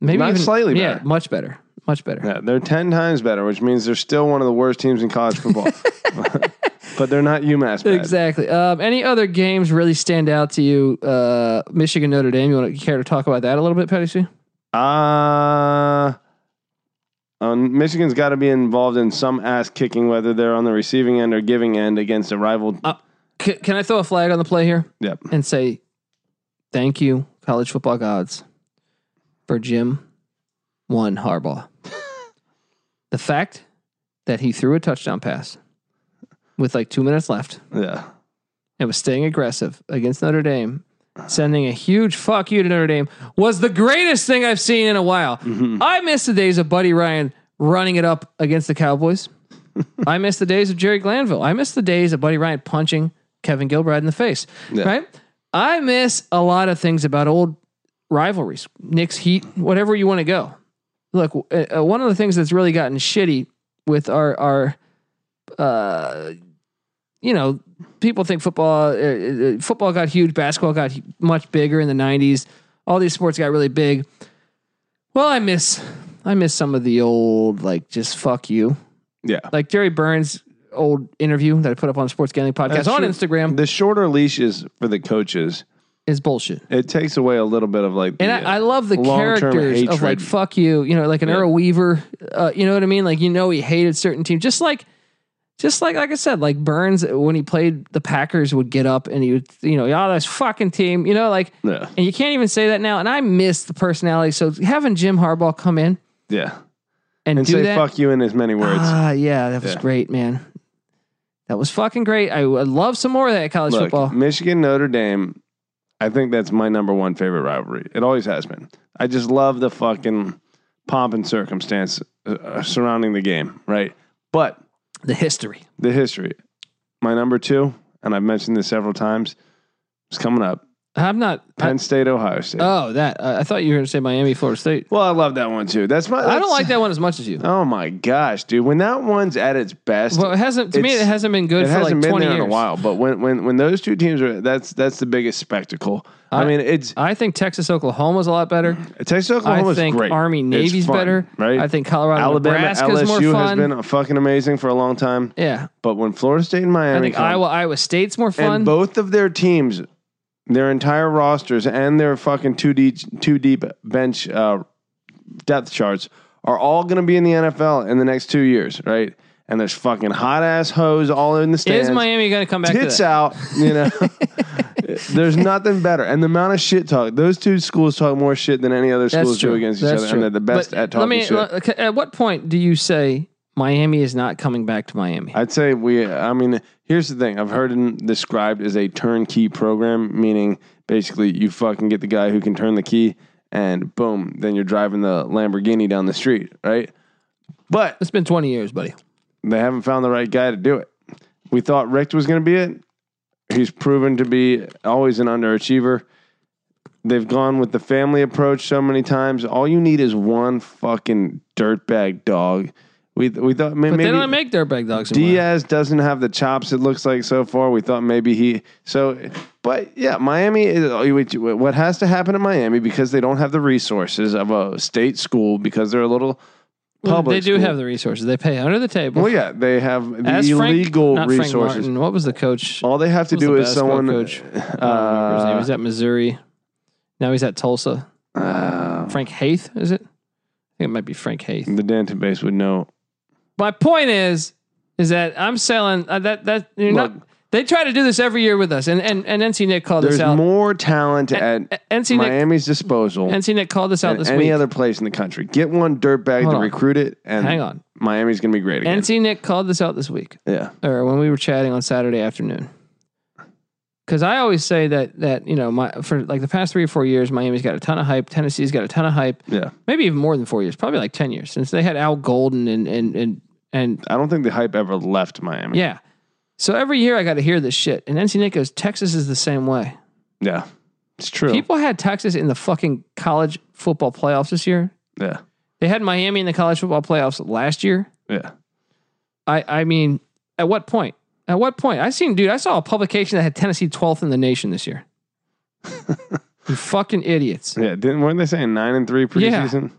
Speaker 1: Maybe
Speaker 2: Not
Speaker 1: even,
Speaker 2: slightly
Speaker 1: yeah,
Speaker 2: better.
Speaker 1: much better, much better.
Speaker 2: yeah. They're ten times better, which means they're still one of the worst teams in college football. but they're not UMass. Bad.
Speaker 1: Exactly. Um, any other games really stand out to you? Uh, Michigan, Notre Dame. You want to care to talk about that a little bit, Patty C?
Speaker 2: Uh, um, Michigan's got to be involved in some ass kicking, whether they're on the receiving end or giving end against a rival.
Speaker 1: C- can I throw a flag on the play here
Speaker 2: Yep.
Speaker 1: and say thank you, college football gods, for Jim one Harbaugh. the fact that he threw a touchdown pass with like two minutes left
Speaker 2: Yeah.
Speaker 1: and was staying aggressive against Notre Dame, sending a huge fuck you to Notre Dame, was the greatest thing I've seen in a while. I miss the days of Buddy Ryan running it up against the Cowboys. I miss the days of Jerry Glanville. I miss the days of Buddy Ryan punching Kevin Gilbride in the face.
Speaker 2: Yeah.
Speaker 1: Right? I miss a lot of things about old rivalries, Knicks, Heat, whatever you want to go. Look, w- uh, uh, one of the things that's really gotten shitty with our our uh, you know, people think football uh, uh, uh, football got huge, basketball got hu- much bigger in the '90s. All these sports got really big. Well, I miss I miss some of the old like just fuck you,
Speaker 2: Yeah.
Speaker 1: like Jerry Burns' old interview that I put up on Sports Gambling Podcast
Speaker 2: That's
Speaker 1: on
Speaker 2: true.
Speaker 1: Instagram
Speaker 2: The shorter leashes for the coaches,
Speaker 1: is bullshit.
Speaker 2: it takes away a little bit of like.
Speaker 1: And I, I love the
Speaker 2: Long-term
Speaker 1: characters of like
Speaker 2: hatred.
Speaker 1: fuck you, you know, like an Earl Weaver, uh, you know what I mean? Like you know he hated certain teams, just like, just like like I said, like Burns uh, when he played the Packers would get up and he would, you know, y'all this fucking team, you know, like,
Speaker 2: yeah.
Speaker 1: and you can't even say that now. And I miss the personality. So having Jim Harbaugh come in
Speaker 2: Yeah.
Speaker 1: and,
Speaker 2: And
Speaker 1: do
Speaker 2: say
Speaker 1: that,
Speaker 2: fuck you in as many words.
Speaker 1: ah, yeah, that was
Speaker 2: Yeah.
Speaker 1: great, man. That was fucking great. I would love some more of that at college
Speaker 2: Look,
Speaker 1: football.
Speaker 2: Michigan Notre Dame. I think that's my number one favorite rivalry. It always has been. I just love the fucking pomp and circumstance uh, surrounding the game, right? But
Speaker 1: The history.
Speaker 2: the history. My number two, and I've mentioned this several times, is coming up.
Speaker 1: I'm not. I-
Speaker 2: Penn State, Ohio State.
Speaker 1: oh, that. I I thought you were going to say Miami, Florida State.
Speaker 2: well, I love that one too. That's my.
Speaker 1: I don't
Speaker 2: that's-
Speaker 1: like that one as much as you.
Speaker 2: Oh my gosh, dude! When that one's at its best,
Speaker 1: Well, it hasn't. To me, it
Speaker 2: It's-
Speaker 1: hasn't been good
Speaker 2: it
Speaker 1: for
Speaker 2: hasn't
Speaker 1: like
Speaker 2: been
Speaker 1: 20
Speaker 2: there
Speaker 1: years.
Speaker 2: in a while. But when when when those two teams are, that's that's the biggest spectacle. I,
Speaker 1: I-
Speaker 2: mean, it's
Speaker 1: I think Texas, Oklahoma's a lot better.
Speaker 2: Texas
Speaker 1: I
Speaker 2: Oklahoma's
Speaker 1: think
Speaker 2: great.
Speaker 1: Army
Speaker 2: It's
Speaker 1: Navy's
Speaker 2: fun,
Speaker 1: better.
Speaker 2: right?
Speaker 1: I think Colorado,
Speaker 2: Alabama,
Speaker 1: Nebraska's more
Speaker 2: LSU has
Speaker 1: fun.
Speaker 2: been fucking amazing for a long time.
Speaker 1: yeah,
Speaker 2: But when Florida State and Miami
Speaker 1: I think
Speaker 2: come,
Speaker 1: Iowa, Iowa State's more fun.
Speaker 2: and both of their teams, their entire rosters and their fucking two deep two deep bench uh, depth charts are all going to be in the NFL in the next two years, right? And there's fucking hot ass hoes all in the stands.
Speaker 1: Is Miami going to come back? To
Speaker 2: Tits
Speaker 1: that?
Speaker 2: out, you know. There's nothing better, and the amount of shit talk. Those two schools talk more shit than any other schools do against each
Speaker 1: That's
Speaker 2: other,
Speaker 1: true.
Speaker 2: and they're the best
Speaker 1: But
Speaker 2: at talking
Speaker 1: let me,
Speaker 2: shit.
Speaker 1: okay, At what point do you say Miami is not coming back to Miami?
Speaker 2: I'd say we. I mean, here's the thing. I've heard it described as a turnkey program, meaning basically you fucking get the guy who can turn the key, and boom, then you're driving the Lamborghini down the street, right? But
Speaker 1: it's been 20 years, buddy.
Speaker 2: they haven't found the right guy to do it. We thought Richt was going to be it. He's proven to be always an underachiever. They've gone with the family approach so many times. All you need is one fucking dirtbag dog. We we thought may-
Speaker 1: But
Speaker 2: maybe
Speaker 1: they don't make dirtbag dogs. anymore.
Speaker 2: Diaz doesn't have the chops. It looks like so far. We thought maybe he. So, but yeah, Miami. Is, what has to happen in Miami because they don't have the resources of a state school because they're a little
Speaker 1: Well,
Speaker 2: public.
Speaker 1: they do
Speaker 2: school.
Speaker 1: have the resources. They pay under the table.
Speaker 2: Well, yeah, they have the
Speaker 1: As Frank-
Speaker 2: illegal
Speaker 1: not Frank
Speaker 2: resources.
Speaker 1: Martin, what was the coach?
Speaker 2: All they have to
Speaker 1: Who's
Speaker 2: do
Speaker 1: the
Speaker 2: is
Speaker 1: basketball
Speaker 2: someone.
Speaker 1: coach? I don't remember his name.
Speaker 2: Uh,
Speaker 1: He's at Missouri. Now he's at Tulsa.
Speaker 2: uh,
Speaker 1: Frank Haith, is it? I think it might be Frank Haith.
Speaker 2: the database would know.
Speaker 1: My point is, is that I'm selling uh, that that you're not.
Speaker 2: Look.
Speaker 1: They try to do this every year with us, and and, and NC Nick called
Speaker 2: There's
Speaker 1: this out.
Speaker 2: more talent at
Speaker 1: A- NC Nick
Speaker 2: Miami's disposal
Speaker 1: NC Nick called this out
Speaker 2: than
Speaker 1: this
Speaker 2: any
Speaker 1: week.
Speaker 2: other place in the country. Get one dirtbag
Speaker 1: Hold
Speaker 2: to
Speaker 1: on.
Speaker 2: recruit it, and
Speaker 1: Hang on.
Speaker 2: Miami's going to be great again.
Speaker 1: NC Nick called this out this week,
Speaker 2: yeah.
Speaker 1: or when we were chatting on Saturday afternoon. Because I always say that that you know my for like the past three or four years, Miami's got a ton of hype. Tennessee's got a ton of hype.
Speaker 2: Yeah.
Speaker 1: Maybe even more than four years, probably like ten years since they had Al Golden and and and and
Speaker 2: I don't think the hype ever left Miami.
Speaker 1: yeah. So every year I got to hear this shit, and NC Nick goes, Texas is the same way.
Speaker 2: Yeah. It's true.
Speaker 1: People had Texas in the fucking college football playoffs this year.
Speaker 2: yeah.
Speaker 1: They had Miami in the college football playoffs last year.
Speaker 2: Yeah.
Speaker 1: I I mean, at what point? At what point? I seen dude, I saw a publication that had Tennessee 12th in the nation this year. you fucking idiots.
Speaker 2: Yeah. Didn't weren't they saying nine and three
Speaker 1: Yeah.
Speaker 2: preseason?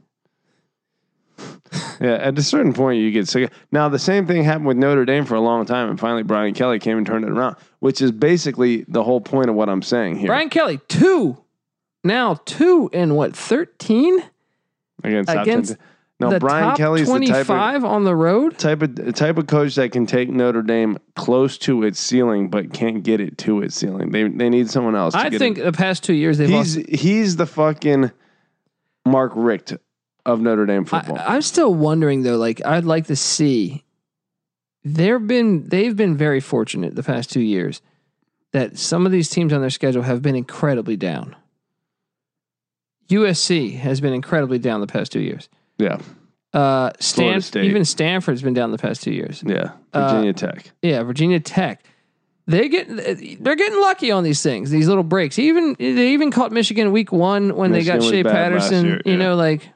Speaker 2: Yeah. At a certain point you get sick. Now the same thing happened with Notre Dame for a long time and finally Brian Kelly came and turned it around, which is basically the whole point of what I'm saying here.
Speaker 1: Brian Kelly, 2. Now 2 in what? 13
Speaker 2: against, top
Speaker 1: against
Speaker 2: 10. No,
Speaker 1: the
Speaker 2: Brian
Speaker 1: top
Speaker 2: Kelly's the type of
Speaker 1: 25 on the road?
Speaker 2: type of type of coach that can take Notre Dame close to its ceiling but can't get it to its ceiling. They they need someone else to
Speaker 1: I
Speaker 2: get it
Speaker 1: think the past 2 years they've
Speaker 2: He's
Speaker 1: lost
Speaker 2: he's the fucking Mark Richt of Notre Dame football.
Speaker 1: I, I'm still wondering though. Like, I'd like to see. They've been they've been very fortunate the past two years that some of these teams on their schedule have been incredibly down. USC has been incredibly down the past two years.
Speaker 2: yeah,
Speaker 1: Uh, Stan,
Speaker 2: State.
Speaker 1: even Stanford's been down the past two years.
Speaker 2: yeah.
Speaker 1: uh,
Speaker 2: Virginia Tech.
Speaker 1: Yeah, Virginia Tech. They get they're getting lucky on these things, these little breaks. Even they even caught Michigan week one when
Speaker 2: Michigan
Speaker 1: they got
Speaker 2: was
Speaker 1: Shea
Speaker 2: bad last
Speaker 1: Patterson.
Speaker 2: year,
Speaker 1: You
Speaker 2: yeah.
Speaker 1: know, like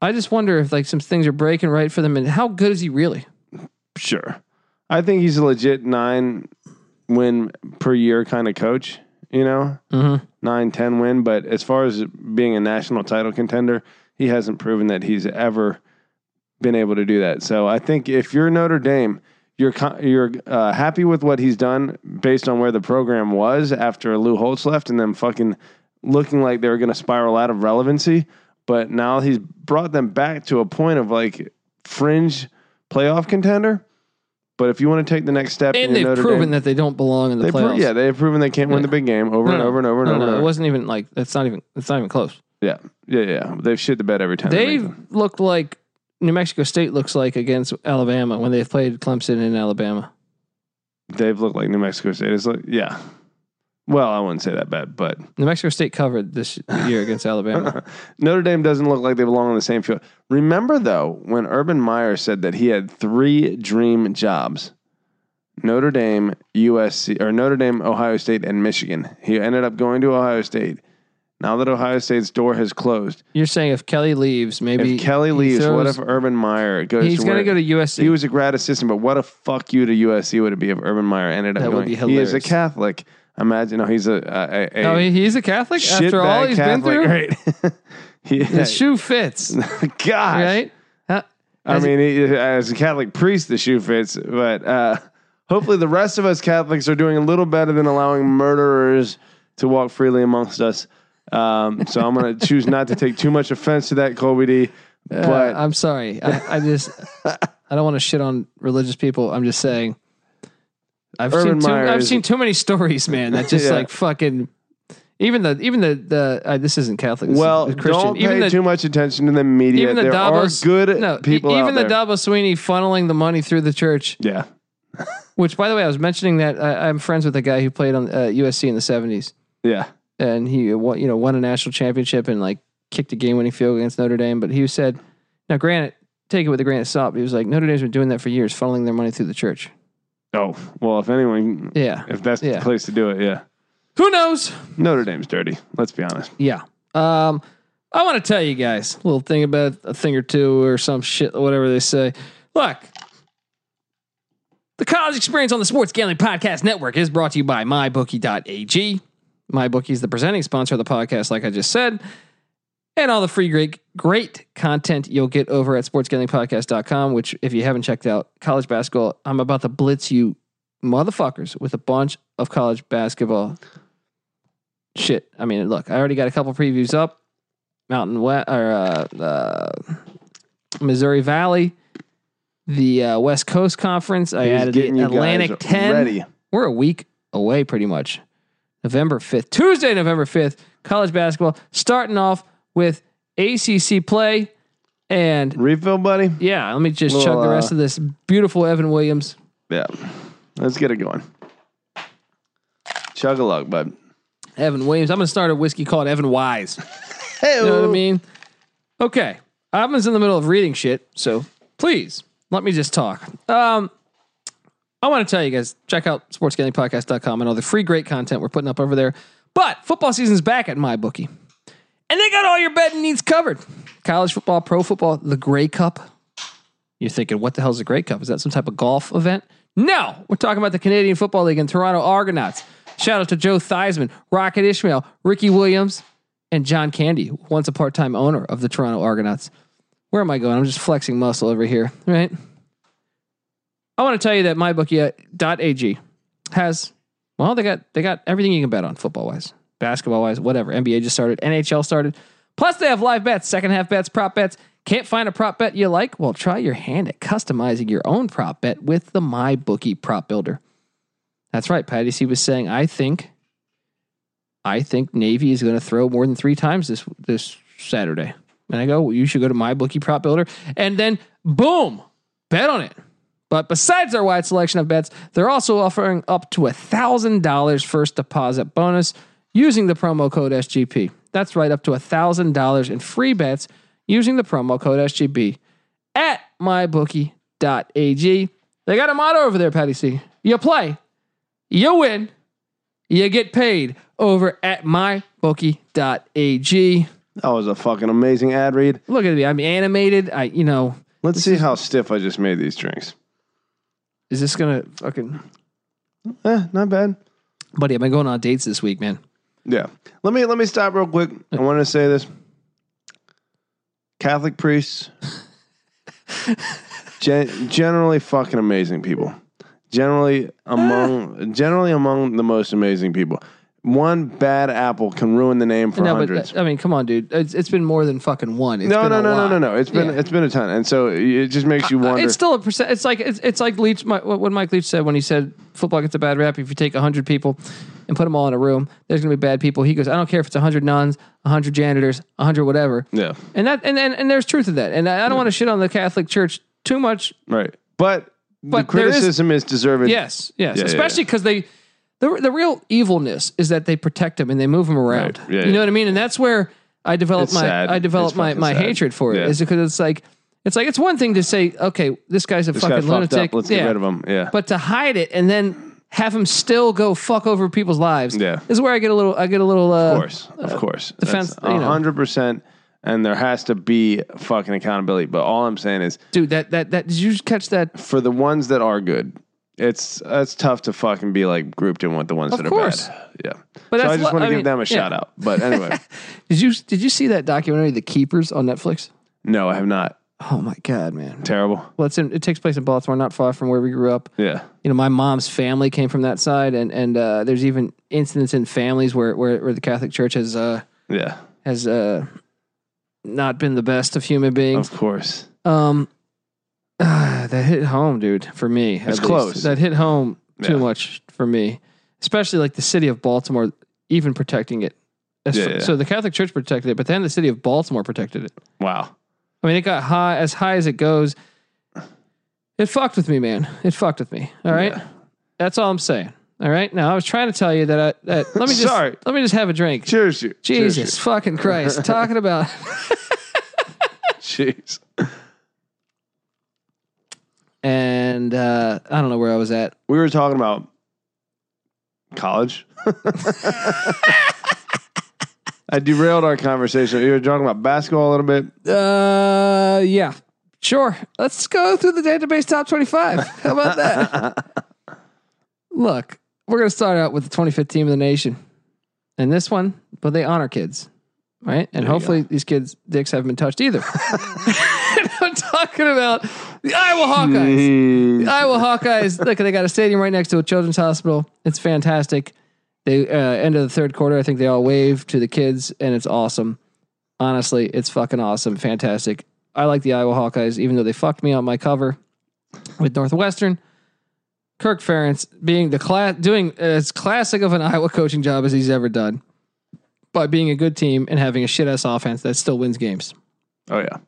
Speaker 1: I just wonder if like some things are breaking right for them, and how good is he really?
Speaker 2: Sure, I think he's a legit nine win per year kind of coach. You know,
Speaker 1: Mhm.
Speaker 2: nine ten win. But as far as being a national title contender, he hasn't proven that he's ever been able to do that. So I think if you're Notre Dame. You're co- you're uh, happy with what he's done based on where the program was after Lou Holtz left, and then fucking looking like they were going to spiral out of relevancy, but now he's brought them back to a point of like fringe playoff contender. But if you want to take the next step,
Speaker 1: And
Speaker 2: in
Speaker 1: they've
Speaker 2: your Notre
Speaker 1: proven
Speaker 2: Dame,
Speaker 1: that they don't belong in the
Speaker 2: they pro-
Speaker 1: playoffs.
Speaker 2: yeah, they've proven they can't win
Speaker 1: Yeah.
Speaker 2: the big game over
Speaker 1: No,
Speaker 2: and
Speaker 1: no.
Speaker 2: over and over and
Speaker 1: no,
Speaker 2: over.
Speaker 1: no,
Speaker 2: and
Speaker 1: it
Speaker 2: over.
Speaker 1: wasn't even like that's not even that's not even close.
Speaker 2: Yeah, yeah, yeah. They've shit the bed every time.
Speaker 1: They
Speaker 2: make them.
Speaker 1: looked like New Mexico State looks like against Alabama when they played Clemson in Alabama.
Speaker 2: they've looked like New Mexico State. It's like yeah. Well, I wouldn't say that bad, but
Speaker 1: New Mexico State covered this year against Alabama.
Speaker 2: Notre Dame doesn't look like they belong on the same field. Remember though, when Urban Meyer said that he had three dream jobs. Notre Dame, USC, or Notre Dame, Ohio State, and Michigan. He ended up going to Ohio State. Now that Ohio State's door has closed,
Speaker 1: You're saying if Kelly leaves, maybe
Speaker 2: if Kelly
Speaker 1: he
Speaker 2: leaves, what
Speaker 1: throws-
Speaker 2: if Urban Meyer goes?
Speaker 1: he's
Speaker 2: to
Speaker 1: going to go
Speaker 2: where-
Speaker 1: to USC?
Speaker 2: He was a grad assistant, but what a fuck you to USC would it be if Urban Meyer ended up
Speaker 1: That would
Speaker 2: going?
Speaker 1: be
Speaker 2: he is a
Speaker 1: hilarious.
Speaker 2: Catholic. Imagine, no, he's a, a, a, a
Speaker 1: oh, he- he's a Catholic after all
Speaker 2: shitbag
Speaker 1: he's been
Speaker 2: Catholic,
Speaker 1: through.
Speaker 2: right? he,
Speaker 1: The shoe fits,
Speaker 2: gosh,
Speaker 1: right? Huh?
Speaker 2: I
Speaker 1: As-
Speaker 2: mean, he, as a Catholic priest, the shoe fits, but uh, hopefully the rest of us Catholics are doing a little better than allowing murderers to walk freely amongst us. Um, so I'm going to choose not to take too much offense to that, Colby D.
Speaker 1: Uh,
Speaker 2: But
Speaker 1: I'm sorry. I, I just I don't want to shit on religious people. I'm just saying. I've seen
Speaker 2: Urban
Speaker 1: too,
Speaker 2: Meyer
Speaker 1: I've
Speaker 2: is-
Speaker 1: seen too many stories, man. That just
Speaker 2: Yeah.
Speaker 1: like fucking. Even the even the the uh, this isn't Catholic. This
Speaker 2: well,
Speaker 1: is Christian.
Speaker 2: don't
Speaker 1: even
Speaker 2: pay
Speaker 1: the,
Speaker 2: too much attention to the media.
Speaker 1: even the
Speaker 2: there
Speaker 1: Davos
Speaker 2: are good
Speaker 1: no, e-
Speaker 2: people
Speaker 1: Even
Speaker 2: out
Speaker 1: the
Speaker 2: there.
Speaker 1: Davos Sweeney funneling the money through the church.
Speaker 2: yeah.
Speaker 1: Which, by the way, I was mentioning that I, I'm friends with a guy who played on uh, USC in the '70s,
Speaker 2: Yeah.
Speaker 1: and he uh, won, you know won a national championship and like kicked a game winning field against Notre Dame. But he said, now granted, take it with a grain of salt. But he was like, Notre Dame's been doing that for years, funneling their money through the church.
Speaker 2: Oh, well, if anyone,
Speaker 1: Yeah.
Speaker 2: if that's
Speaker 1: Yeah.
Speaker 2: the place to do it, yeah.
Speaker 1: Who knows?
Speaker 2: Notre Dame's dirty. Let's be honest.
Speaker 1: Yeah. Um, I want to tell you guys a little thing about a thing or two or some shit, whatever they say. Look, the college experience on the Sports Gambling Podcast Network is brought to you by MyBookie.ag. MyBookie is the presenting sponsor of the podcast, like I just said, and all the free great great content you'll get over at sportsgamblingpodcast.com. Which, if you haven't checked out, college basketball, I'm about to blitz you motherfuckers with a bunch of college basketball shit. I mean, look, I already got a couple previews up. Mountain West or uh, uh, Missouri Valley, the uh, West Coast Conference. I
Speaker 2: He's
Speaker 1: added
Speaker 2: getting
Speaker 1: the
Speaker 2: you guys
Speaker 1: Atlantic Ten.
Speaker 2: Ready.
Speaker 1: We're a week away, pretty much. November fifth, Tuesday, November fifth, college basketball. Starting off with ACC play, and
Speaker 2: Refill, buddy?
Speaker 1: yeah, let me just
Speaker 2: Little,
Speaker 1: chug the rest
Speaker 2: uh,
Speaker 1: of this beautiful Evan Williams.
Speaker 2: Yeah. Let's get it going. Chug a lug, bud.
Speaker 1: Evan Williams. I'm gonna start a whiskey called Evan Wise.
Speaker 2: Hey,
Speaker 1: You know what I mean? Okay. I was in the middle of reading shit, so please let me just talk. Um, I want to tell you guys, check out sportsgamblingpodcast.com and all the free great content we're putting up over there. But football season's back at MyBookie. And they got all your betting needs covered. College football, pro football, the Grey Cup. You're thinking, what the hell's the Grey Cup? Is that some type of golf event? No, we're talking about the Canadian Football League and Toronto Argonauts. Shout out to Joe Theismann, Rocket Ishmael, Ricky Williams, and John Candy, once a part time owner of the Toronto Argonauts. Where am I going? I'm just flexing muscle over here, right? I want to tell you that mybookie.ag has, well, they got they got everything you can bet on football wise, basketball wise, whatever. NBA just started, NHL started. Plus, they have live bets, second half bets, prop bets. Can't find a prop bet you like? Well, try your hand at customizing your own prop bet with the MyBookie prop builder. That's right, Patty C was saying, I think I think Navy is going to throw more than three times this this Saturday. And I go, well, you should go to my bookie prop builder, and then boom, bet on it. But besides their wide selection of bets, they're also offering up to a thousand dollars first deposit bonus using the promo code SGP. That's right, up to a thousand dollars in free bets using the promo code SGP at mybookie.ag. They got a motto over there, Patty C. You play, you win, you get paid over at mybookie.ag.
Speaker 2: That was a fucking amazing ad read.
Speaker 1: Look at me. I'm animated. I, you know,
Speaker 2: Let's see how stiff I just made these drinks.
Speaker 1: is this going to fucking.
Speaker 2: Eh, not bad.
Speaker 1: Buddy, I've been going on dates this week, man.
Speaker 2: Yeah. Let me let me stop real quick. I want to say this. Catholic priests gen- generally fucking amazing people. Generally among generally among the most amazing people. One bad apple can ruin the name for
Speaker 1: No,
Speaker 2: hundreds.
Speaker 1: but I mean, come on, dude. It's, it's been more than fucking one. It's
Speaker 2: no,
Speaker 1: been
Speaker 2: no,
Speaker 1: a
Speaker 2: no, no,
Speaker 1: lot.
Speaker 2: no, no. It's been
Speaker 1: Yeah.
Speaker 2: it's been a ton, and so it just makes you
Speaker 1: Uh,
Speaker 2: wonder.
Speaker 1: It's still a percent. It's like it's, it's like Leach. My, what what Mike Leach said when he said football gets a bad rap. If you take hundred people and put them all in a room, there's going to be bad people. He goes, I don't care if it's hundred nuns, hundred janitors, hundred whatever.
Speaker 2: yeah,
Speaker 1: And that and, and and there's truth to that. And I, I don't want to shit on the Catholic Church too much.
Speaker 2: right. But, the
Speaker 1: But there is-
Speaker 2: criticism is, deserved.
Speaker 1: Yes, yes,
Speaker 2: Yeah, yeah,
Speaker 1: especially because they the the real evilness is that they protect them and they move them around.
Speaker 2: Right. Yeah,
Speaker 1: you know
Speaker 2: yeah.
Speaker 1: what I mean? And that's where I develop
Speaker 2: It's
Speaker 1: my
Speaker 2: sad.
Speaker 1: I develop
Speaker 2: It's
Speaker 1: my
Speaker 2: fucking
Speaker 1: my
Speaker 2: sad.
Speaker 1: hatred for it is
Speaker 2: Yeah.
Speaker 1: because it's like It's like it's one thing to say, okay, this guy's a
Speaker 2: This guy
Speaker 1: fucking
Speaker 2: fucked
Speaker 1: lunatic.
Speaker 2: up. Let's
Speaker 1: Yeah.
Speaker 2: get rid of him. Yeah.
Speaker 1: But to hide it and then have him still go fuck over people's lives
Speaker 2: Yeah.
Speaker 1: is where I get a little I get a little uh,
Speaker 2: of course, of course,
Speaker 1: defense, you know.
Speaker 2: hundred percent. And there has to be fucking accountability. But all I'm saying is,
Speaker 1: dude that that that did you catch that
Speaker 2: for the ones that are good, it's it's tough to fucking be like grouped in with the ones
Speaker 1: Of
Speaker 2: that are
Speaker 1: course.
Speaker 2: bad. Yeah.
Speaker 1: But
Speaker 2: so
Speaker 1: that's
Speaker 2: I just
Speaker 1: lo-
Speaker 2: want to
Speaker 1: I
Speaker 2: give
Speaker 1: mean,
Speaker 2: them a
Speaker 1: yeah.
Speaker 2: shout out. But anyway,
Speaker 1: did you did you see that documentary The Keepers on Netflix?
Speaker 2: no, I have not.
Speaker 1: Oh my god, man.
Speaker 2: Terrible.
Speaker 1: Well, it's in, it takes place in Baltimore, not far from where we grew up.
Speaker 2: Yeah.
Speaker 1: you know, my mom's family came from that side, and and uh, there's even incidents in families where where, where the Catholic Church has uh,
Speaker 2: Yeah.
Speaker 1: has uh, not been the best of human beings.
Speaker 2: Of course.
Speaker 1: Um, ah, that hit home, dude, for me. at
Speaker 2: It's
Speaker 1: least.
Speaker 2: close.
Speaker 1: That hit home too
Speaker 2: Yeah.
Speaker 1: much for me, especially like the city of Baltimore, even protecting it. As-
Speaker 2: Yeah, yeah.
Speaker 1: So the Catholic Church protected it, but then the city of Baltimore protected it.
Speaker 2: Wow.
Speaker 1: I mean, it got high as high as it goes. It fucked with me, man. It fucked with me. All right,
Speaker 2: Yeah.
Speaker 1: that's all I'm saying. All right. Now I was trying to tell you that. I, that let me just
Speaker 2: Sorry.
Speaker 1: let me just have a drink.
Speaker 2: Cheers. you- cheers,
Speaker 1: Jesus fucking Christ! Talking about
Speaker 2: you. Jeez.
Speaker 1: and uh, I don't know where I was at.
Speaker 2: We were talking about college. I derailed our conversation. You were talking about basketball a little bit.
Speaker 1: Uh, yeah, sure. Let's go through the database top twenty-five. How about that? Look, we're gonna start out with the 25th team of the nation, and this one, but they honor kids, right? And
Speaker 2: you
Speaker 1: hopefully these kids' dicks haven't been touched either. I'm talking about the Iowa Hawkeyes.
Speaker 2: Mm-hmm.
Speaker 1: The Iowa Hawkeyes. Look, they got a stadium right next to a children's hospital. It's fantastic. They uh, end of the third quarter. I think they all wave to the kids, and it's awesome. Honestly, it's fucking awesome, fantastic. I like the Iowa Hawkeyes, even though they fucked me on my cover with Northwestern. Kirk Ferentz being the class doing as classic of an Iowa coaching job as he's ever done by being a good team and having a shit ass offense that still wins games.
Speaker 2: Oh yeah.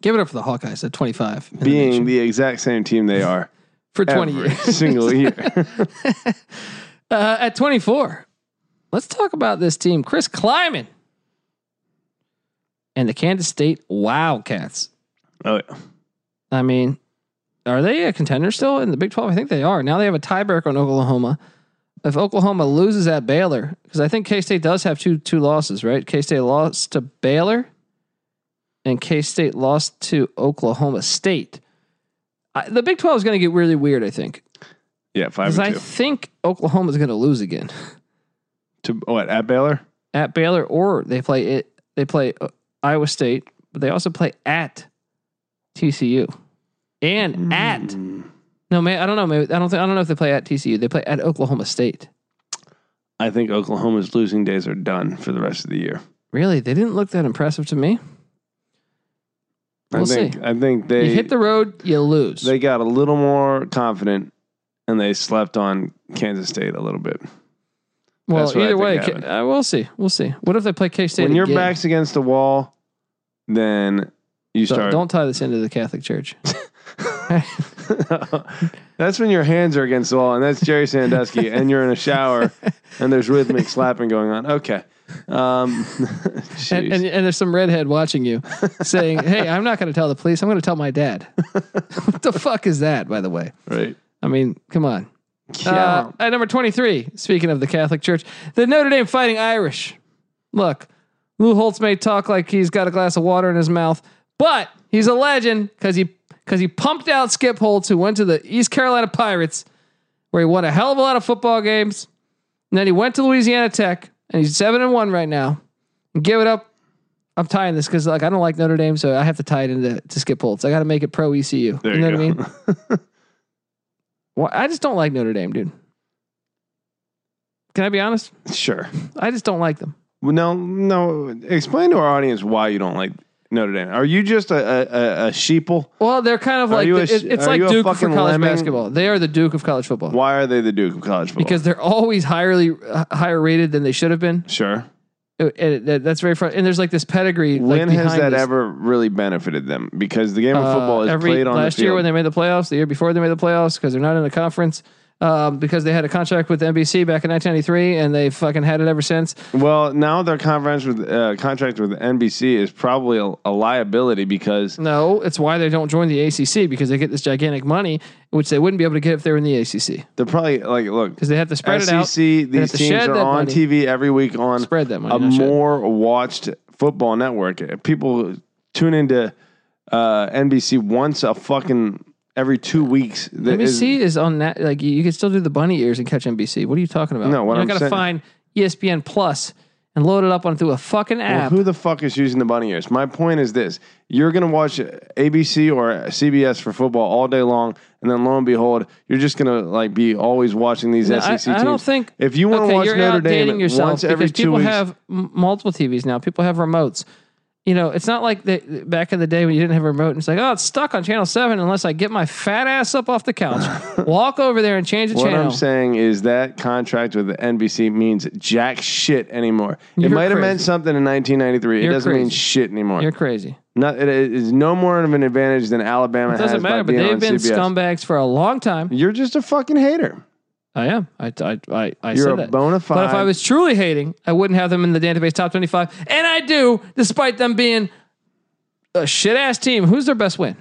Speaker 1: Give it up for the Hawkeyes at 25 in the
Speaker 2: Being
Speaker 1: nation.
Speaker 2: the exact same team they are
Speaker 1: for 20
Speaker 2: every
Speaker 1: years.
Speaker 2: single year.
Speaker 1: Uh, at 24, let's talk about this team. Chris Kleiman and the Kansas State Wildcats.
Speaker 2: Oh yeah.
Speaker 1: I mean, are they a contender still in the Big 12? I think they are. Now they have a tiebreaker on Oklahoma. If Oklahoma loses at Baylor, because I think K State does have two two losses, right? K State lost to Baylor, and K State lost to Oklahoma State. I, the Big 12 is going to get really weird, I think,
Speaker 2: Yeah, five
Speaker 1: because I
Speaker 2: and two.
Speaker 1: think Oklahoma is going to lose again.
Speaker 2: to what at Baylor?
Speaker 1: at Baylor or they play it. They play uh, Iowa State, but they also play at TCU and
Speaker 2: Hmm.
Speaker 1: Mm. at
Speaker 2: Mm.
Speaker 1: no, man. I don't know. Maybe I don't think I don't know if they play at TCU. They play at Oklahoma State.
Speaker 2: I think Oklahoma's losing days are done for the rest of the year.
Speaker 1: Really, they didn't look that impressive to me.
Speaker 2: I
Speaker 1: We'll
Speaker 2: think
Speaker 1: see.
Speaker 2: I think they
Speaker 1: you hit the road, you lose.
Speaker 2: they got a little more confident and they slept on Kansas State a little bit.
Speaker 1: well,
Speaker 2: that's what I
Speaker 1: either
Speaker 2: think
Speaker 1: way,
Speaker 2: happened.
Speaker 1: I we'll see. We'll see. What if they play K State?
Speaker 2: when your
Speaker 1: again?
Speaker 2: back's against the wall, then you
Speaker 1: Don't-
Speaker 2: start.
Speaker 1: don't tie this into the Catholic Church.
Speaker 2: that's when your hands are against the wall, and that's Jerry Sandusky, and you're in a shower, and there's rhythmic slapping going on. Okay, um,
Speaker 1: and,
Speaker 2: jeez.
Speaker 1: and, and there's some redhead watching you saying, Hey, I'm not going to tell the police. I'm going to tell my dad. what the fuck is that, by the way?
Speaker 2: right?
Speaker 1: I mean, come on.
Speaker 2: Yeah.
Speaker 1: Uh, at number 23, speaking of the Catholic Church, the Notre Dame Fighting Irish. Look, Lou Holtz may talk like he's got a glass of water in his mouth, but he's a legend because he because he pumped out Skip Holtz, who went to the East Carolina Pirates, where he won a hell of a lot of football games. And then he went to Louisiana Tech, and he's seven and one right now. And give it up. I'm tying this because like I don't like Notre Dame, so I have to tie it into to Skip Holtz. I got to make it pro ECU.
Speaker 2: There
Speaker 1: you know
Speaker 2: you
Speaker 1: what I
Speaker 2: go.
Speaker 1: mean? Well, I just don't like Notre Dame, dude. Can I be honest?
Speaker 2: sure.
Speaker 1: I just don't like them.
Speaker 2: Well, No, no. Explain to our audience why you don't like Notre Dame. Are you just a a, a, a sheeple?
Speaker 1: Well, they're kind of
Speaker 2: Are
Speaker 1: like
Speaker 2: you
Speaker 1: the-
Speaker 2: a
Speaker 1: it-
Speaker 2: sh-
Speaker 1: it's
Speaker 2: are
Speaker 1: like
Speaker 2: you a
Speaker 1: Duke for
Speaker 2: fucking
Speaker 1: college
Speaker 2: lemming?
Speaker 1: basketball. They are the Duke of college football
Speaker 2: Why are they the Duke of college football?
Speaker 1: because they're always higher higher rated than they should have been.
Speaker 2: sure.
Speaker 1: It- it- it- that's very fun. And there's like this pedigree. like,
Speaker 2: when has
Speaker 1: behind
Speaker 2: that
Speaker 1: this.
Speaker 2: ever really benefited them? Because the game of
Speaker 1: Uh,
Speaker 2: football is
Speaker 1: every
Speaker 2: played on
Speaker 1: last
Speaker 2: the
Speaker 1: year
Speaker 2: field.
Speaker 1: when they made the playoffs, the year before they made the playoffs because they're not in the conference. um, because they had a contract with NBC back in 1993, and they fucking had it ever since.
Speaker 2: Well, now their conference with uh, contract with NBC is probably a, a liability because
Speaker 1: No, it's why they don't join the ACC because they get this gigantic money, which they wouldn't be able to get if they were in the ACC
Speaker 2: they're probably like, look,
Speaker 1: because they have to spread
Speaker 2: SEC.
Speaker 1: it out, have
Speaker 2: These
Speaker 1: to
Speaker 2: teams
Speaker 1: shed
Speaker 2: are
Speaker 1: that
Speaker 2: on
Speaker 1: money.
Speaker 2: TV every week on
Speaker 1: spread that money.
Speaker 2: a
Speaker 1: no shit.
Speaker 2: more watched football network. If People tune into uh, NBC once a fucking every two weeks. That is-
Speaker 1: NBC is on that. Like you, you can still do the bunny ears and catch NBC. What are you talking about?
Speaker 2: No, what
Speaker 1: you
Speaker 2: I'm
Speaker 1: gotta
Speaker 2: saying-
Speaker 1: find E ESPN Plus and load it up onto a fucking
Speaker 2: Well,
Speaker 1: app.
Speaker 2: who the fuck is using the bunny ears? My point is this: you're gonna watch ABC or CBS for football all day long, and then lo and behold, you're just gonna like be always watching these
Speaker 1: No, I-
Speaker 2: SEC
Speaker 1: I
Speaker 2: teams.
Speaker 1: don't think-
Speaker 2: E if you want to
Speaker 1: okay,
Speaker 2: watch
Speaker 1: you're
Speaker 2: Notre
Speaker 1: outdating
Speaker 2: Dame
Speaker 1: yourself
Speaker 2: once every
Speaker 1: because
Speaker 2: two
Speaker 1: people
Speaker 2: weeks,
Speaker 1: have m- multiple TVs now. People have remotes. You know, it's not like they, back in the day when you didn't have a remote and it's like, oh, it's stuck on channel seven unless I get my fat ass up off the couch, walk over there and change the
Speaker 2: what
Speaker 1: channel.
Speaker 2: I'm saying is that contract with NBC means jack shit anymore.
Speaker 1: You're
Speaker 2: it might have
Speaker 1: crazy.
Speaker 2: meant something in 1993.
Speaker 1: You're
Speaker 2: it doesn't mean
Speaker 1: crazy.
Speaker 2: shit anymore.
Speaker 1: You're crazy.
Speaker 2: Not, it is no more of an advantage than Alabama
Speaker 1: It doesn't
Speaker 2: has by
Speaker 1: matter, but
Speaker 2: being
Speaker 1: they've
Speaker 2: on
Speaker 1: been
Speaker 2: CBS.
Speaker 1: scumbags for a long time.
Speaker 2: You're just a fucking hater.
Speaker 1: I am. I I I, I
Speaker 2: You're
Speaker 1: said
Speaker 2: a
Speaker 1: that.
Speaker 2: bona fide.
Speaker 1: But if I was truly hating, I wouldn't have them in the database top 25. And I do, despite them being a shit ass team. Who's their best win?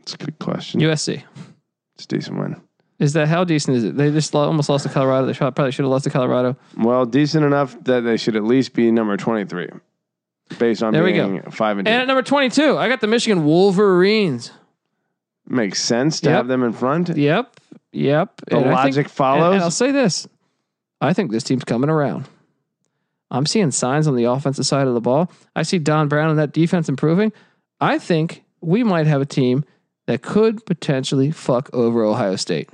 Speaker 2: it's a good question.
Speaker 1: USC.
Speaker 2: It's a decent win.
Speaker 1: Is that how decent is it? They just lo- almost lost to Colorado. They should- probably should have lost to Colorado.
Speaker 2: Well, decent enough that they should at least be number 23 based on
Speaker 1: There we
Speaker 2: being 5 and 2.
Speaker 1: And at number 22, I got the Michigan Wolverines.
Speaker 2: Makes sense to
Speaker 1: Yep.
Speaker 2: have them in front.
Speaker 1: Yep. Yep.
Speaker 2: The
Speaker 1: And I think-
Speaker 2: logic follows.
Speaker 1: And, and I'll say this: I think this team's coming around. I'm seeing signs on the offensive side of the ball. I see Don Brown and that defense improving. I think we might have a team that could potentially fuck over Ohio State.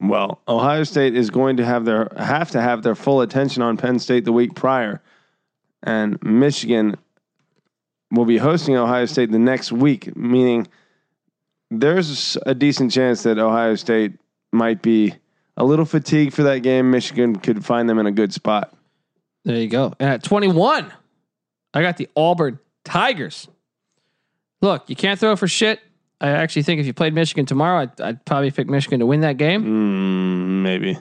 Speaker 2: well, Ohio State is going to have their have to have their full attention on Penn State the week prior and Michigan will be hosting Ohio State the next week, meaning there's a decent chance that Ohio State might be a little fatigued for that game. Michigan could find them in a good spot.
Speaker 1: There you go. And at 21, I got the Auburn Tigers. Look, you can't throw for shit. I actually think if you played Michigan tomorrow, I'd, I'd probably pick Michigan to win that game.
Speaker 2: Mm, maybe.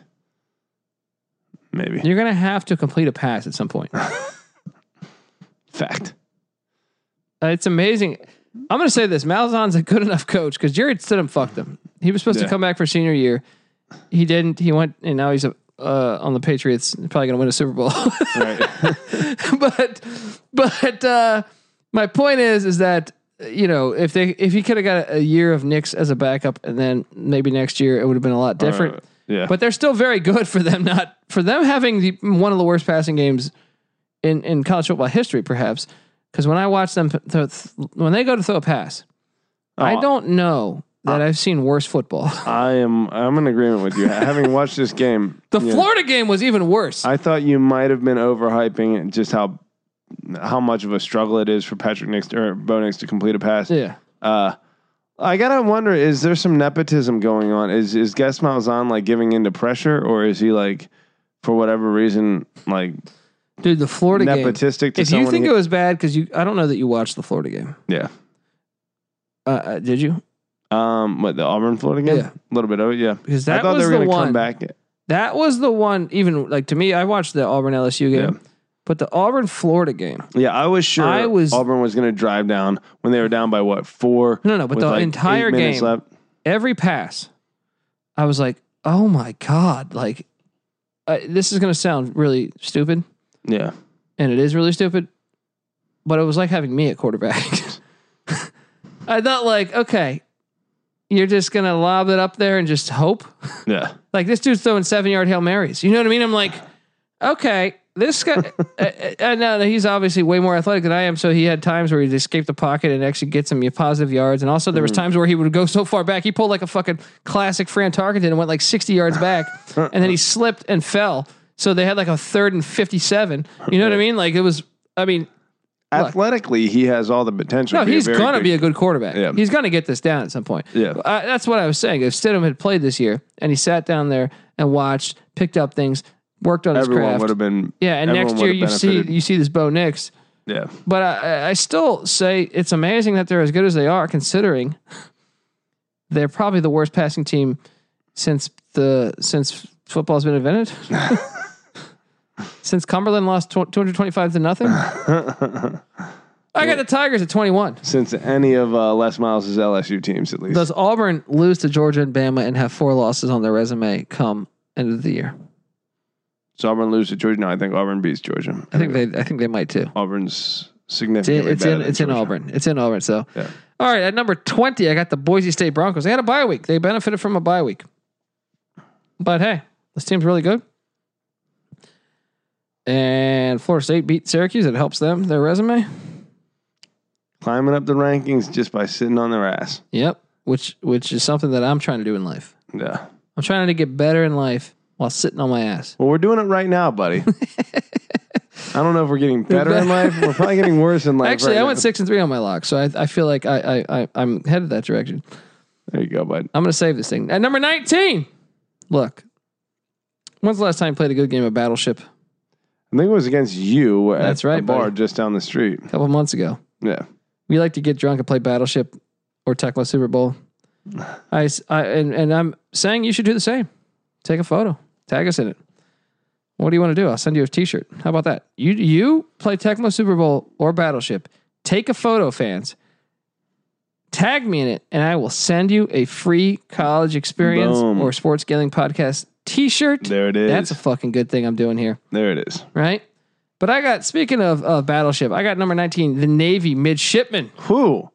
Speaker 2: Maybe.
Speaker 1: You're going to have to complete a pass at some point.
Speaker 2: Fact.
Speaker 1: Uh, It's amazing. I'm going to say this: Malzahn's a good enough coach because Jared Stidham fucked him. He was supposed
Speaker 2: Yeah.
Speaker 1: to come back for senior year. He didn't. He went, and now he's uh, on the Patriots. Probably going to win a Super Bowl.
Speaker 2: Right.
Speaker 1: but, but uh, my point is, is that you know if they if he could have got a, a year of Knicks as a backup, and then maybe next year it would have been a lot different.
Speaker 2: Uh, yeah.
Speaker 1: But they're still very good for them not for them having the, one of the worst passing games in in college football history, perhaps. Because when I watch them, th- th- when they go to throw a pass, I
Speaker 2: Oh,
Speaker 1: don't know that I've seen worse football.
Speaker 2: I am. I'm in agreement with you. Having watched this game,
Speaker 1: The
Speaker 2: yeah,
Speaker 1: Florida game was even worse.
Speaker 2: I thought you might have been overhyping it, just how how much of a struggle it is for Patrick Nix or Bo Nix to complete a pass.
Speaker 1: yeah,
Speaker 2: Uh, I gotta wonder: is there some nepotism going on? Is is Gus Malzahn like giving into pressure, or is he like, for whatever reason, like
Speaker 1: dude, the Florida game.
Speaker 2: nepotistic to
Speaker 1: If
Speaker 2: someone?
Speaker 1: you think
Speaker 2: he-
Speaker 1: it was bad, because you, I don't know that you watched the Florida game.
Speaker 2: yeah.
Speaker 1: Uh, uh, did you?
Speaker 2: Um, what the Auburn Florida game?
Speaker 1: Yeah.
Speaker 2: a little bit of it. Yeah,
Speaker 1: Because
Speaker 2: I
Speaker 1: that
Speaker 2: thought
Speaker 1: was
Speaker 2: they were
Speaker 1: the
Speaker 2: gonna
Speaker 1: one.
Speaker 2: come back.
Speaker 1: That was the one. Even like to me, I watched the Auburn LSU game, but the Auburn Florida game.
Speaker 2: Yeah, I was sure
Speaker 1: I was-
Speaker 2: Auburn was going to drive down when they were down by what four?
Speaker 1: No, no, but
Speaker 2: with,
Speaker 1: the
Speaker 2: like,
Speaker 1: entire
Speaker 2: eight minutes
Speaker 1: game,
Speaker 2: left.
Speaker 1: every pass, I was like, oh my God, like, uh, this is going to sound really stupid.
Speaker 2: Yeah,
Speaker 1: And it is really stupid, but it was like having me at quarterback. I thought, like, okay, you're just going to lob it up there and just hope.
Speaker 2: yeah,
Speaker 1: Like, this dude's throwing seven yard Hail Marys. You know what I mean? I'm like, okay. This guy, uh, I, I know that he's obviously way more athletic than I am. So he had times where he'd escape the pocket and actually get some positive yards. And also, there was times where he would go so far back, he pulled like a fucking classic Fran Tarkenton and went like 60 yards back. and then he slipped and fell. So they had like a third and 57. You know what I mean? Like it was, I mean,
Speaker 2: athletically he has all the potential.
Speaker 1: no,
Speaker 2: to be a
Speaker 1: Oh, he's
Speaker 2: very
Speaker 1: gonna
Speaker 2: good-
Speaker 1: be a good quarterback.
Speaker 2: Yeah.
Speaker 1: He's gonna get this down at some point.
Speaker 2: Yeah.
Speaker 1: I, that's what I was saying. If Stidham had played this year and he sat down there and watched, picked up things, worked on his
Speaker 2: everyone would
Speaker 1: craft.
Speaker 2: have been.
Speaker 1: Yeah, and
Speaker 2: everyone
Speaker 1: next year
Speaker 2: would have
Speaker 1: you see
Speaker 2: benefited.
Speaker 1: you see this Bo Nix.
Speaker 2: yeah,
Speaker 1: But I, I still say it's amazing that they're as good as they are, considering they're probably the worst passing team since the since football's been invented? since Cumberland lost tw- 225 to nothing? I got the Tigers at 21.
Speaker 2: Since any of uh, Les Miles' LSU teams, at least.
Speaker 1: Does Auburn lose to Georgia and Bama and have four losses on their resume come end of the year?
Speaker 2: So Auburn lose to Georgia. No, I think Auburn beats Georgia.
Speaker 1: I think they I think they might too.
Speaker 2: Auburn's
Speaker 1: It's in
Speaker 2: significantly
Speaker 1: it's
Speaker 2: better
Speaker 1: in,
Speaker 2: than
Speaker 1: it's in
Speaker 2: Georgia.
Speaker 1: Auburn. It's in Auburn. So
Speaker 2: Yeah.
Speaker 1: all right, at number 20, I got the Boise State Broncos. They had a bye week. They benefited from a bye week. But hey, this team's really good. And Florida State beat Syracuse. It helps them, their resume.
Speaker 2: Climbing up the rankings just by sitting on their ass.
Speaker 1: Yep. Which which is something that I'm trying to do in life.
Speaker 2: Yeah.
Speaker 1: I'm trying to get better in life while sitting on my ass.
Speaker 2: Well, we're doing it right now, buddy. I don't know if we're getting better in life. We're probably getting worse in life.
Speaker 1: Actually,
Speaker 2: right
Speaker 1: I
Speaker 2: now.
Speaker 1: went six and three on my lock, so I, I feel like I, I, I I'm headed that direction.
Speaker 2: There you go, bud.
Speaker 1: I'm gonna save this thing. At number 19. Look. When's the last time you played a good game of Battleship?
Speaker 2: I think it was against you. At
Speaker 1: That's right,
Speaker 2: A bar
Speaker 1: buddy.
Speaker 2: just down the street.
Speaker 1: A couple months ago.
Speaker 2: Yeah.
Speaker 1: we like to get drunk and play Battleship or Tecmo Super Bowl. I, s- I- and, and I'm saying you should do the same. Take a photo, tag us in it. What do you want to do? I'll send you a T-shirt. How about that? You you play Tecmo Super Bowl or Battleship. Take a photo, fans. Tag me in it, and I will send you a free college experience
Speaker 2: Boom.
Speaker 1: or sports gambling podcast T-shirt.
Speaker 2: There it is.
Speaker 1: That's a fucking good thing I'm doing here
Speaker 2: there it is.
Speaker 1: right? But I got speaking of of battleship, I got number nineteen, the Navy midshipman.
Speaker 2: Who?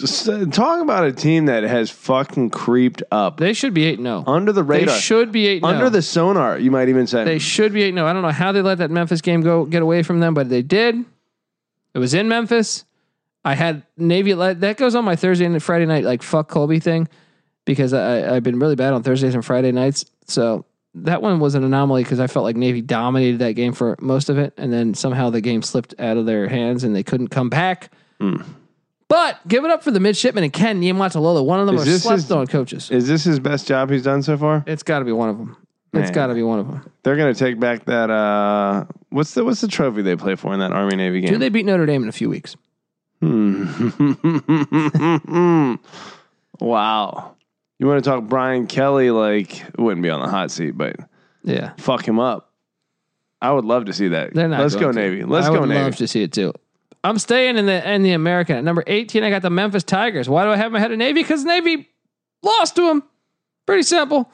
Speaker 2: Just uh, talk about a team that has fucking creeped up
Speaker 1: They should be eight zero.
Speaker 2: under the
Speaker 1: They
Speaker 2: radar,
Speaker 1: should be eight oh.
Speaker 2: under the sonar. You might even say
Speaker 1: They should be eight zero. I don't know how they let that Memphis game go get away from them, but they did. It was in Memphis. I had Navy let- that goes on my Thursday and Friday night like fuck Colby thing because I I've been really bad on Thursdays and Friday nights. So that one was an anomaly because I felt like Navy dominated that game for most of it, and then somehow the game slipped out of their hands and they couldn't come back.
Speaker 2: Hmm.
Speaker 1: But give it up for the midshipmen and Ken Niematalolo. One of them
Speaker 2: Is
Speaker 1: are
Speaker 2: this
Speaker 1: slept
Speaker 2: his-
Speaker 1: on coaches.
Speaker 2: Is this his best job he's done so far?
Speaker 1: It's got to be one of them. It's
Speaker 2: Man.
Speaker 1: got to be one of them.
Speaker 2: They're gonna take back that uh what's the what's the trophy they play for in that Army Navy
Speaker 1: Do
Speaker 2: game?
Speaker 1: they beat Notre Dame in a few weeks?
Speaker 2: Hmm. wow. You want to talk Brian Kelly like it wouldn't be on the hot seat, but
Speaker 1: Yeah.
Speaker 2: fuck him up. I would love to see that.
Speaker 1: They're not.
Speaker 2: Let's go
Speaker 1: going to.
Speaker 2: Navy. Let's
Speaker 1: I
Speaker 2: go
Speaker 1: would
Speaker 2: Navy.
Speaker 1: love to see it too. I'm staying in the in the American at number 18. I got the Memphis Tigers. Why do I have my head of Navy? Because Navy lost to them. Pretty simple.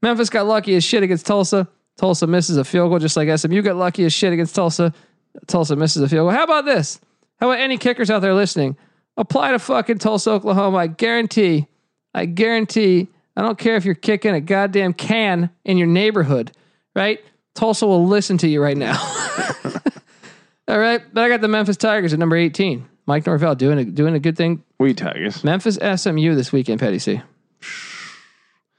Speaker 1: Memphis got lucky as shit against Tulsa. Tulsa misses a field goal, just like SMU got lucky as shit against Tulsa. Tulsa misses a field goal. How about this? How about any kickers out there listening? Apply to fucking Tulsa, Oklahoma. I guarantee, I guarantee, I don't care if you're kicking a goddamn can in your neighborhood, right? Tulsa will listen to you right now. All right. But I got the Memphis Tigers at number 18. Mike Norvell doing a, doing a good thing.
Speaker 2: we Tigers.
Speaker 1: Memphis SMU this weekend, Petty C.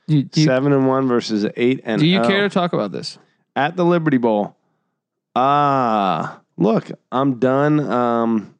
Speaker 1: You, do you,
Speaker 2: Seven and one versus eight and
Speaker 1: do you
Speaker 2: oh.
Speaker 1: care to talk about this?
Speaker 2: at the Liberty Bowl. Ah, look, I'm done um,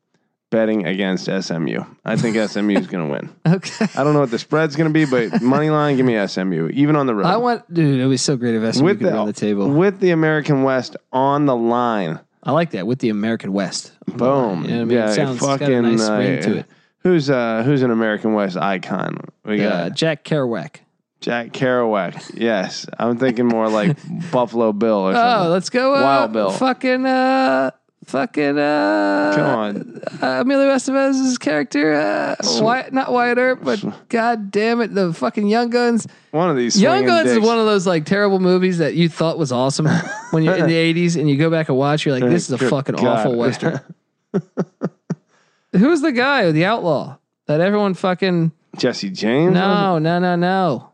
Speaker 2: betting against SMU. I think SMU is going to win.
Speaker 1: Okay.
Speaker 2: I don't know what the spread's going to be, but money line, give me SMU, even on the road.
Speaker 1: I want, dude, it was so great if SMU
Speaker 2: with
Speaker 1: could
Speaker 2: the,
Speaker 1: run the table.
Speaker 2: with the American West on the line.
Speaker 1: I like that with the American West. Uh,
Speaker 2: Boom.
Speaker 1: You know what I mean? It sounds, it's got a nice ring to it.
Speaker 2: uh, Who's uh who's an American West icon? We got
Speaker 1: Uh, Jack Kerouac.
Speaker 2: Jack Kerouac. yes, I'm thinking more like Buffalo Bill or
Speaker 1: Oh,
Speaker 2: something.
Speaker 1: let's go. Uh,
Speaker 2: Wild Bill.
Speaker 1: Fucking, uh, fucking, uh,
Speaker 2: Come on.
Speaker 1: uh, Emilio Estevez's character, uh, Wyatt, not Wyatt Earp, but God damn it, the fucking Young Guns.
Speaker 2: One of these
Speaker 1: Young
Speaker 2: swinging
Speaker 1: Guns is
Speaker 2: dicks.
Speaker 1: one of those like terrible movies that you thought was awesome when you're in the '80s, and you go back and watch. You're like, this is a
Speaker 2: Good
Speaker 1: fucking
Speaker 2: God.
Speaker 1: awful western. Who's the guy, the outlaw that everyone fucking?
Speaker 2: Jesse James.
Speaker 1: No, no, no, no.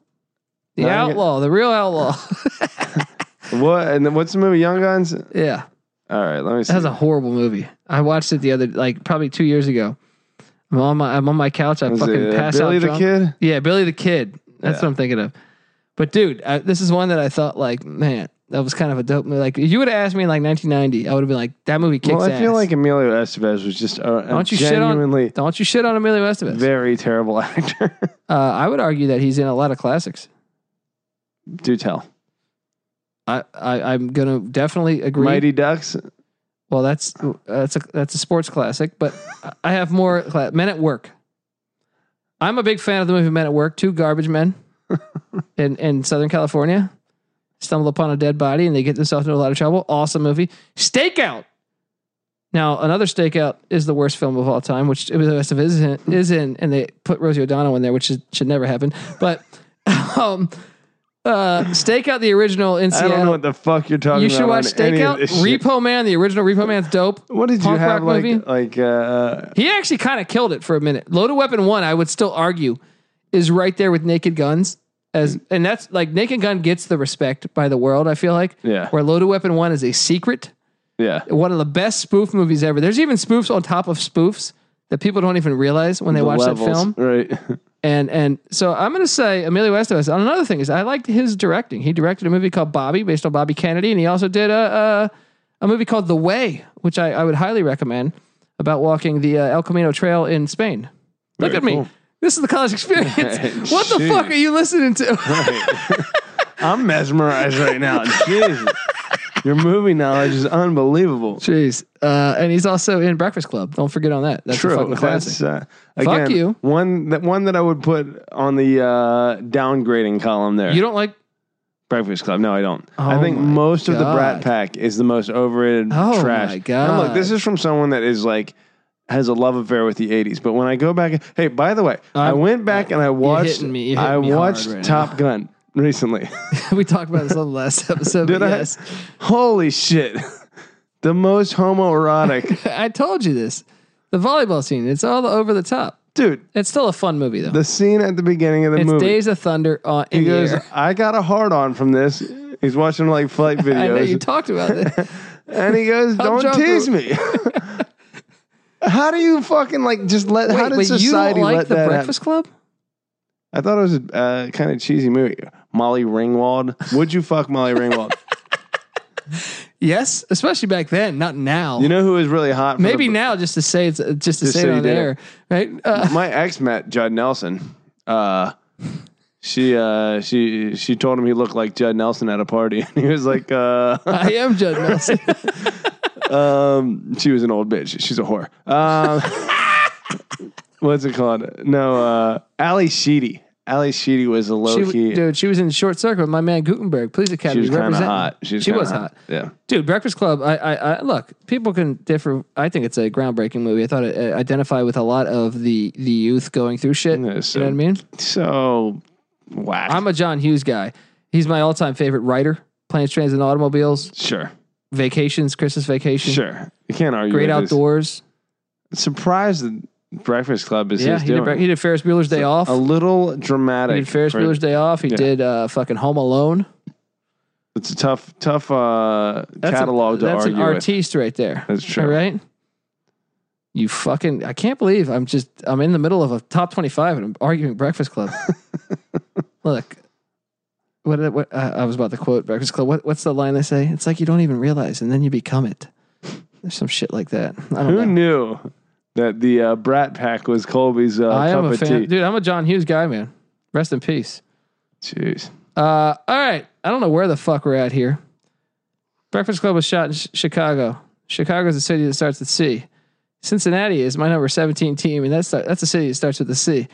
Speaker 1: The
Speaker 2: No, you-
Speaker 1: outlaw, the real outlaw.
Speaker 2: What and then what's the movie Young Guns? All
Speaker 1: yeah,
Speaker 2: right, let me see.
Speaker 1: that's a horrible movie. I watched it the other, like probably two years ago. I'm on my, I'm on my couch. I
Speaker 2: Was
Speaker 1: fucking
Speaker 2: it, uh,
Speaker 1: pass
Speaker 2: Billy
Speaker 1: out
Speaker 2: the
Speaker 1: drunk.
Speaker 2: Kid.
Speaker 1: Yeah, Billy the Kid. That's
Speaker 2: Yeah.
Speaker 1: what I'm thinking of. But dude, I, this is one that I thought like, man, that was kind of a dope movie. Like, if you would have asked me in like 1990, I would have been like, that movie kicks
Speaker 2: Well, I feel
Speaker 1: ass.
Speaker 2: like Emilio Estevez was just a, a
Speaker 1: don't you shit on,
Speaker 2: genuinely
Speaker 1: don't you shit on Emilio Estevez?
Speaker 2: very terrible actor.
Speaker 1: uh, I would argue that he's in a lot of classics.
Speaker 2: Do tell.
Speaker 1: I, I I'm gonna definitely agree.
Speaker 2: Mighty Ducks.
Speaker 1: Well, that's that's a that's a sports classic, but I have more cla- Men at Work. I'm a big fan of the movie Men at Work. Two garbage men. in, in Southern California, stumble upon a dead body and they get themselves into a lot of trouble. Awesome movie. Stakeout. Now, another Stakeout is the worst film of all time, which it was the rest of it is in, is in, and they put Rosie O'Donnell in there, which is, should never happen. But um, uh, Stakeout, the original in
Speaker 2: I
Speaker 1: Seattle.
Speaker 2: don't know what the fuck you're talking about.
Speaker 1: you should watch
Speaker 2: on any of
Speaker 1: Stakeout,
Speaker 2: this shit.
Speaker 1: Repo Man, the original Repo Man's dope.
Speaker 2: What did you
Speaker 1: punk
Speaker 2: have
Speaker 1: rock
Speaker 2: like
Speaker 1: movie?
Speaker 2: like uh
Speaker 1: He actually kind of killed it for a minute. Loaded Weapon One, I would still argue, is right there with Naked Guns. As and that's like Naked Gun gets the respect by the world. I feel like
Speaker 2: Yeah.
Speaker 1: Where Loaded Weapon One is a secret,
Speaker 2: yeah.
Speaker 1: one of the best spoof movies ever. There's even spoofs on top of spoofs that people don't even realize when they
Speaker 2: The
Speaker 1: watch
Speaker 2: levels,
Speaker 1: that film.
Speaker 2: Right.
Speaker 1: And and so I'm gonna say Emilio Estevez. And another thing is I liked his directing. He directed a movie called Bobby, based on Bobby Kennedy, and he also did a a, a movie called The Way, which I, I would highly recommend about walking the uh, El Camino Trail in Spain. Look
Speaker 2: Very
Speaker 1: at me.
Speaker 2: cool.
Speaker 1: This is the college experience. what the
Speaker 2: Jeez.
Speaker 1: fuck are you listening to?
Speaker 2: I'm mesmerized right now. Jesus. Your movie knowledge is unbelievable.
Speaker 1: Jeez. Uh, and he's also in Breakfast Club. Don't forget on that. That's a
Speaker 2: True.
Speaker 1: fucking classic.
Speaker 2: That's uh, again
Speaker 1: you.
Speaker 2: one that one that I would put on the uh, downgrading column there.
Speaker 1: you don't like
Speaker 2: Breakfast Club. No, I don't.
Speaker 1: Oh
Speaker 2: I think
Speaker 1: my
Speaker 2: most of the
Speaker 1: God.
Speaker 2: Brat Pack is the most overrated
Speaker 1: Oh
Speaker 2: trash.
Speaker 1: my
Speaker 2: And look, this
Speaker 1: God.
Speaker 2: is from someone that is like has a love affair with the '80s. But when I go back, hey, by the way, I
Speaker 1: I'm-
Speaker 2: went back and I watched.
Speaker 1: hitting me- you're hitting
Speaker 2: I
Speaker 1: me hard
Speaker 2: watched
Speaker 1: right
Speaker 2: Top Gun recently.
Speaker 1: we talked about this on the last episode.
Speaker 2: Did
Speaker 1: but
Speaker 2: I?
Speaker 1: yes.
Speaker 2: Holy shit! The most homoerotic,
Speaker 1: I told you this. The volleyball scene, it's all over the top.
Speaker 2: dude.
Speaker 1: It's still a fun movie though.
Speaker 2: The scene at the beginning of the
Speaker 1: It's
Speaker 2: movie.
Speaker 1: Days of Thunder on in
Speaker 2: He
Speaker 1: the
Speaker 2: goes,
Speaker 1: air.
Speaker 2: I got a hard on from this. He's watching like flight
Speaker 1: I know you
Speaker 2: videos.
Speaker 1: talked about it.
Speaker 2: and he goes, Don't
Speaker 1: drunk
Speaker 2: tease
Speaker 1: are-
Speaker 2: me. how do you fucking like just let, how did
Speaker 1: Wait, but you
Speaker 2: society
Speaker 1: don't like
Speaker 2: let
Speaker 1: the
Speaker 2: that
Speaker 1: Breakfast Club?
Speaker 2: happen? I thought it was a uh, kind of cheesy movie. Molly Ringwald. Would you fuck Molly Ringwald?
Speaker 1: Yes, especially back then, not now.
Speaker 2: you know who is really hot? For
Speaker 1: Maybe
Speaker 2: the-
Speaker 1: now, just to say it's uh, just to say
Speaker 2: so
Speaker 1: it
Speaker 2: you
Speaker 1: on
Speaker 2: did
Speaker 1: air, right? Uh,
Speaker 2: my ex met Judd Nelson. Uh, she uh, she she told him he looked like Judd Nelson at a party, and he was like, uh,
Speaker 1: I am Judd Nelson.
Speaker 2: Um, she was an old bitch. She's a whore. Um, what's it called? No, uh, Ali Sheedy. Ali Sheedy was a low
Speaker 1: She,
Speaker 2: key.
Speaker 1: dude, she was in Short Circuit with my man Gutenberg. Police
Speaker 2: she
Speaker 1: Academy.
Speaker 2: was kind of
Speaker 1: represent-
Speaker 2: hot.
Speaker 1: She
Speaker 2: kinda
Speaker 1: was hot.
Speaker 2: Yeah.
Speaker 1: Dude, Breakfast Club. I, I, I look. People can differ. I think it's a groundbreaking movie. I thought it uh, identified with a lot of the the youth going through shit.
Speaker 2: Yeah,
Speaker 1: you
Speaker 2: so-
Speaker 1: know what I mean?
Speaker 2: So whack.
Speaker 1: I'm a John Hughes guy. He's my all time favorite writer. Planes, Trains, and Automobiles.
Speaker 2: sure.
Speaker 1: Vacations, Christmas Vacation.
Speaker 2: Sure. You can't argue.
Speaker 1: Great
Speaker 2: with this.
Speaker 1: Outdoors.
Speaker 2: Surprised that Breakfast Club is
Speaker 1: Yeah,
Speaker 2: his
Speaker 1: he
Speaker 2: doing.
Speaker 1: did, Bre- he did Ferris Bueller's Day Off.
Speaker 2: a little
Speaker 1: He
Speaker 2: dramatic.
Speaker 1: did Ferris
Speaker 2: for-
Speaker 1: Bueller's Day Off. He
Speaker 2: yeah.
Speaker 1: did uh, fucking Home Alone.
Speaker 2: It's a tough, tough uh,
Speaker 1: That's
Speaker 2: catalog
Speaker 1: a,
Speaker 2: to
Speaker 1: That's
Speaker 2: argue
Speaker 1: an
Speaker 2: with.
Speaker 1: artiste right there.
Speaker 2: That's true.
Speaker 1: All right. You fucking, I can't believe I'm just, I'm in the middle of a top 25 and I'm arguing Breakfast Club. Look, what, what uh, I was about to quote Breakfast Club. What, what's the line they say? It's like you don't even realize and then you become it. There's some shit like that. I don't know.
Speaker 2: Who knew that the uh, Brat Pack was Colby's uh,
Speaker 1: I
Speaker 2: cup
Speaker 1: am a
Speaker 2: of
Speaker 1: fan.
Speaker 2: tea?
Speaker 1: Dude, I'm a John Hughes guy, man. Rest in peace.
Speaker 2: Jeez.
Speaker 1: Uh, all right. I don't know where the fuck we're at here. Breakfast Club was shot in Ch- Chicago. Chicago's a city that starts with C. Cincinnati is my number 17 team, and that's that's a city that starts with a C.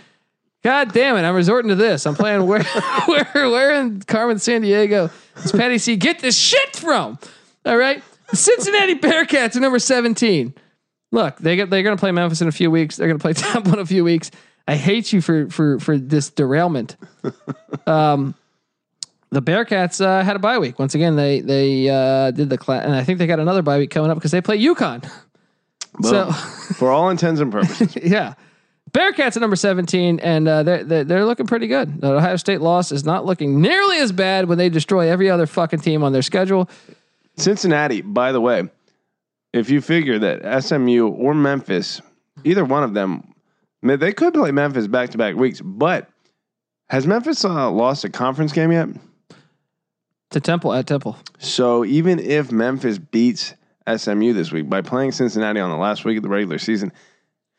Speaker 1: God damn it! I'm resorting to this. I'm playing where where where in Carmen San Diego does Patty C get this shit from? All right, the Cincinnati Bearcats are number 17. Look, they get they're going to play Memphis in a few weeks. They're going to play Tampa in a few weeks. I hate you for for for this derailment the Bearcats uh, had a bye week once again. They they uh, did the class, and I think they got another bye week coming up because they play UConn.
Speaker 2: Well,
Speaker 1: So
Speaker 2: for all intents and purposes,
Speaker 1: yeah, Bearcats at number seventeen, and uh, they're, they're they're looking pretty good. The Ohio State loss is not looking nearly as bad when they destroy every other fucking team on their schedule.
Speaker 2: Cincinnati. By the way, if you figure that SMU or Memphis, either one of them, I mean, they could play Memphis back to back weeks. But has Memphis uh, lost a conference game yet?
Speaker 1: To Temple at Temple,
Speaker 2: So even if Memphis beats SMU this week by playing Cincinnati on the last week of the regular season,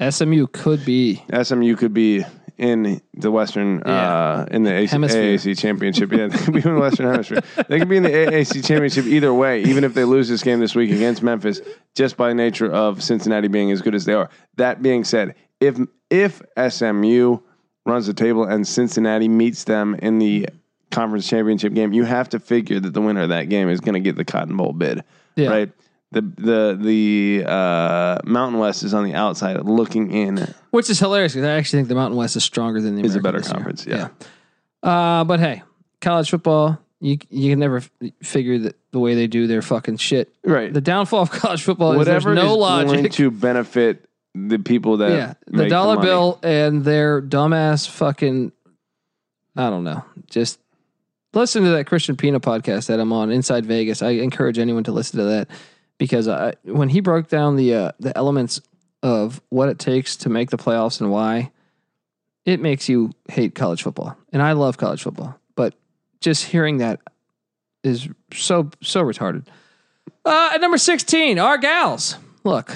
Speaker 1: SMU could be
Speaker 2: SMU could be in the Western uh, in the AC,
Speaker 1: Hemisphere.
Speaker 2: AAC championship. Yeah, they could be in the Western Hemisphere. They could be in the AAC championship either way, even if they lose this game this week against Memphis, just by nature of Cincinnati being as good as they are. That being said, if if SMU runs the table, and Cincinnati meets them in the conference championship game. You have to figure that the winner of that game is going to get the Cotton Bowl bid,
Speaker 1: Yeah.
Speaker 2: right? The the the uh, Mountain West is on the outside looking in.
Speaker 1: Which is hilarious because I actually think the Mountain West is stronger than the
Speaker 2: Is a
Speaker 1: American
Speaker 2: better
Speaker 1: this year.
Speaker 2: conference, yeah.
Speaker 1: Uh, but hey, college football, you you can never f- figure that the way they do their fucking shit.
Speaker 2: Right.
Speaker 1: The downfall of college football
Speaker 2: Whatever
Speaker 1: is there's no
Speaker 2: is going
Speaker 1: logic.
Speaker 2: to benefit the people that
Speaker 1: yeah, the
Speaker 2: make
Speaker 1: dollar
Speaker 2: money.
Speaker 1: bill and their dumbass fucking, I don't know. Just listen to that Christian Pina podcast that I'm on, Inside Vegas. I encourage anyone to listen to that because I, when he broke down the uh, the elements of what it takes to make the playoffs and why, it makes you hate college football. And I love college football, but just hearing that is so so retarded. Uh, at number sixteen, our gals. Look,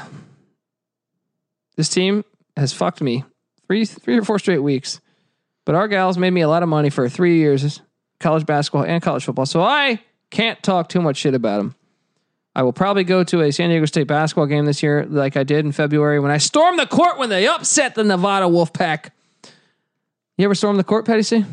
Speaker 1: this team has fucked me three three or four straight weeks, but our gals made me a lot of money for three years, college basketball and college football. So I can't talk too much shit about them. I will probably go to a San Diego State basketball game this year, like I did in February when I stormed the court when they upset the Nevada Wolfpack. You ever storm the court, Petty C?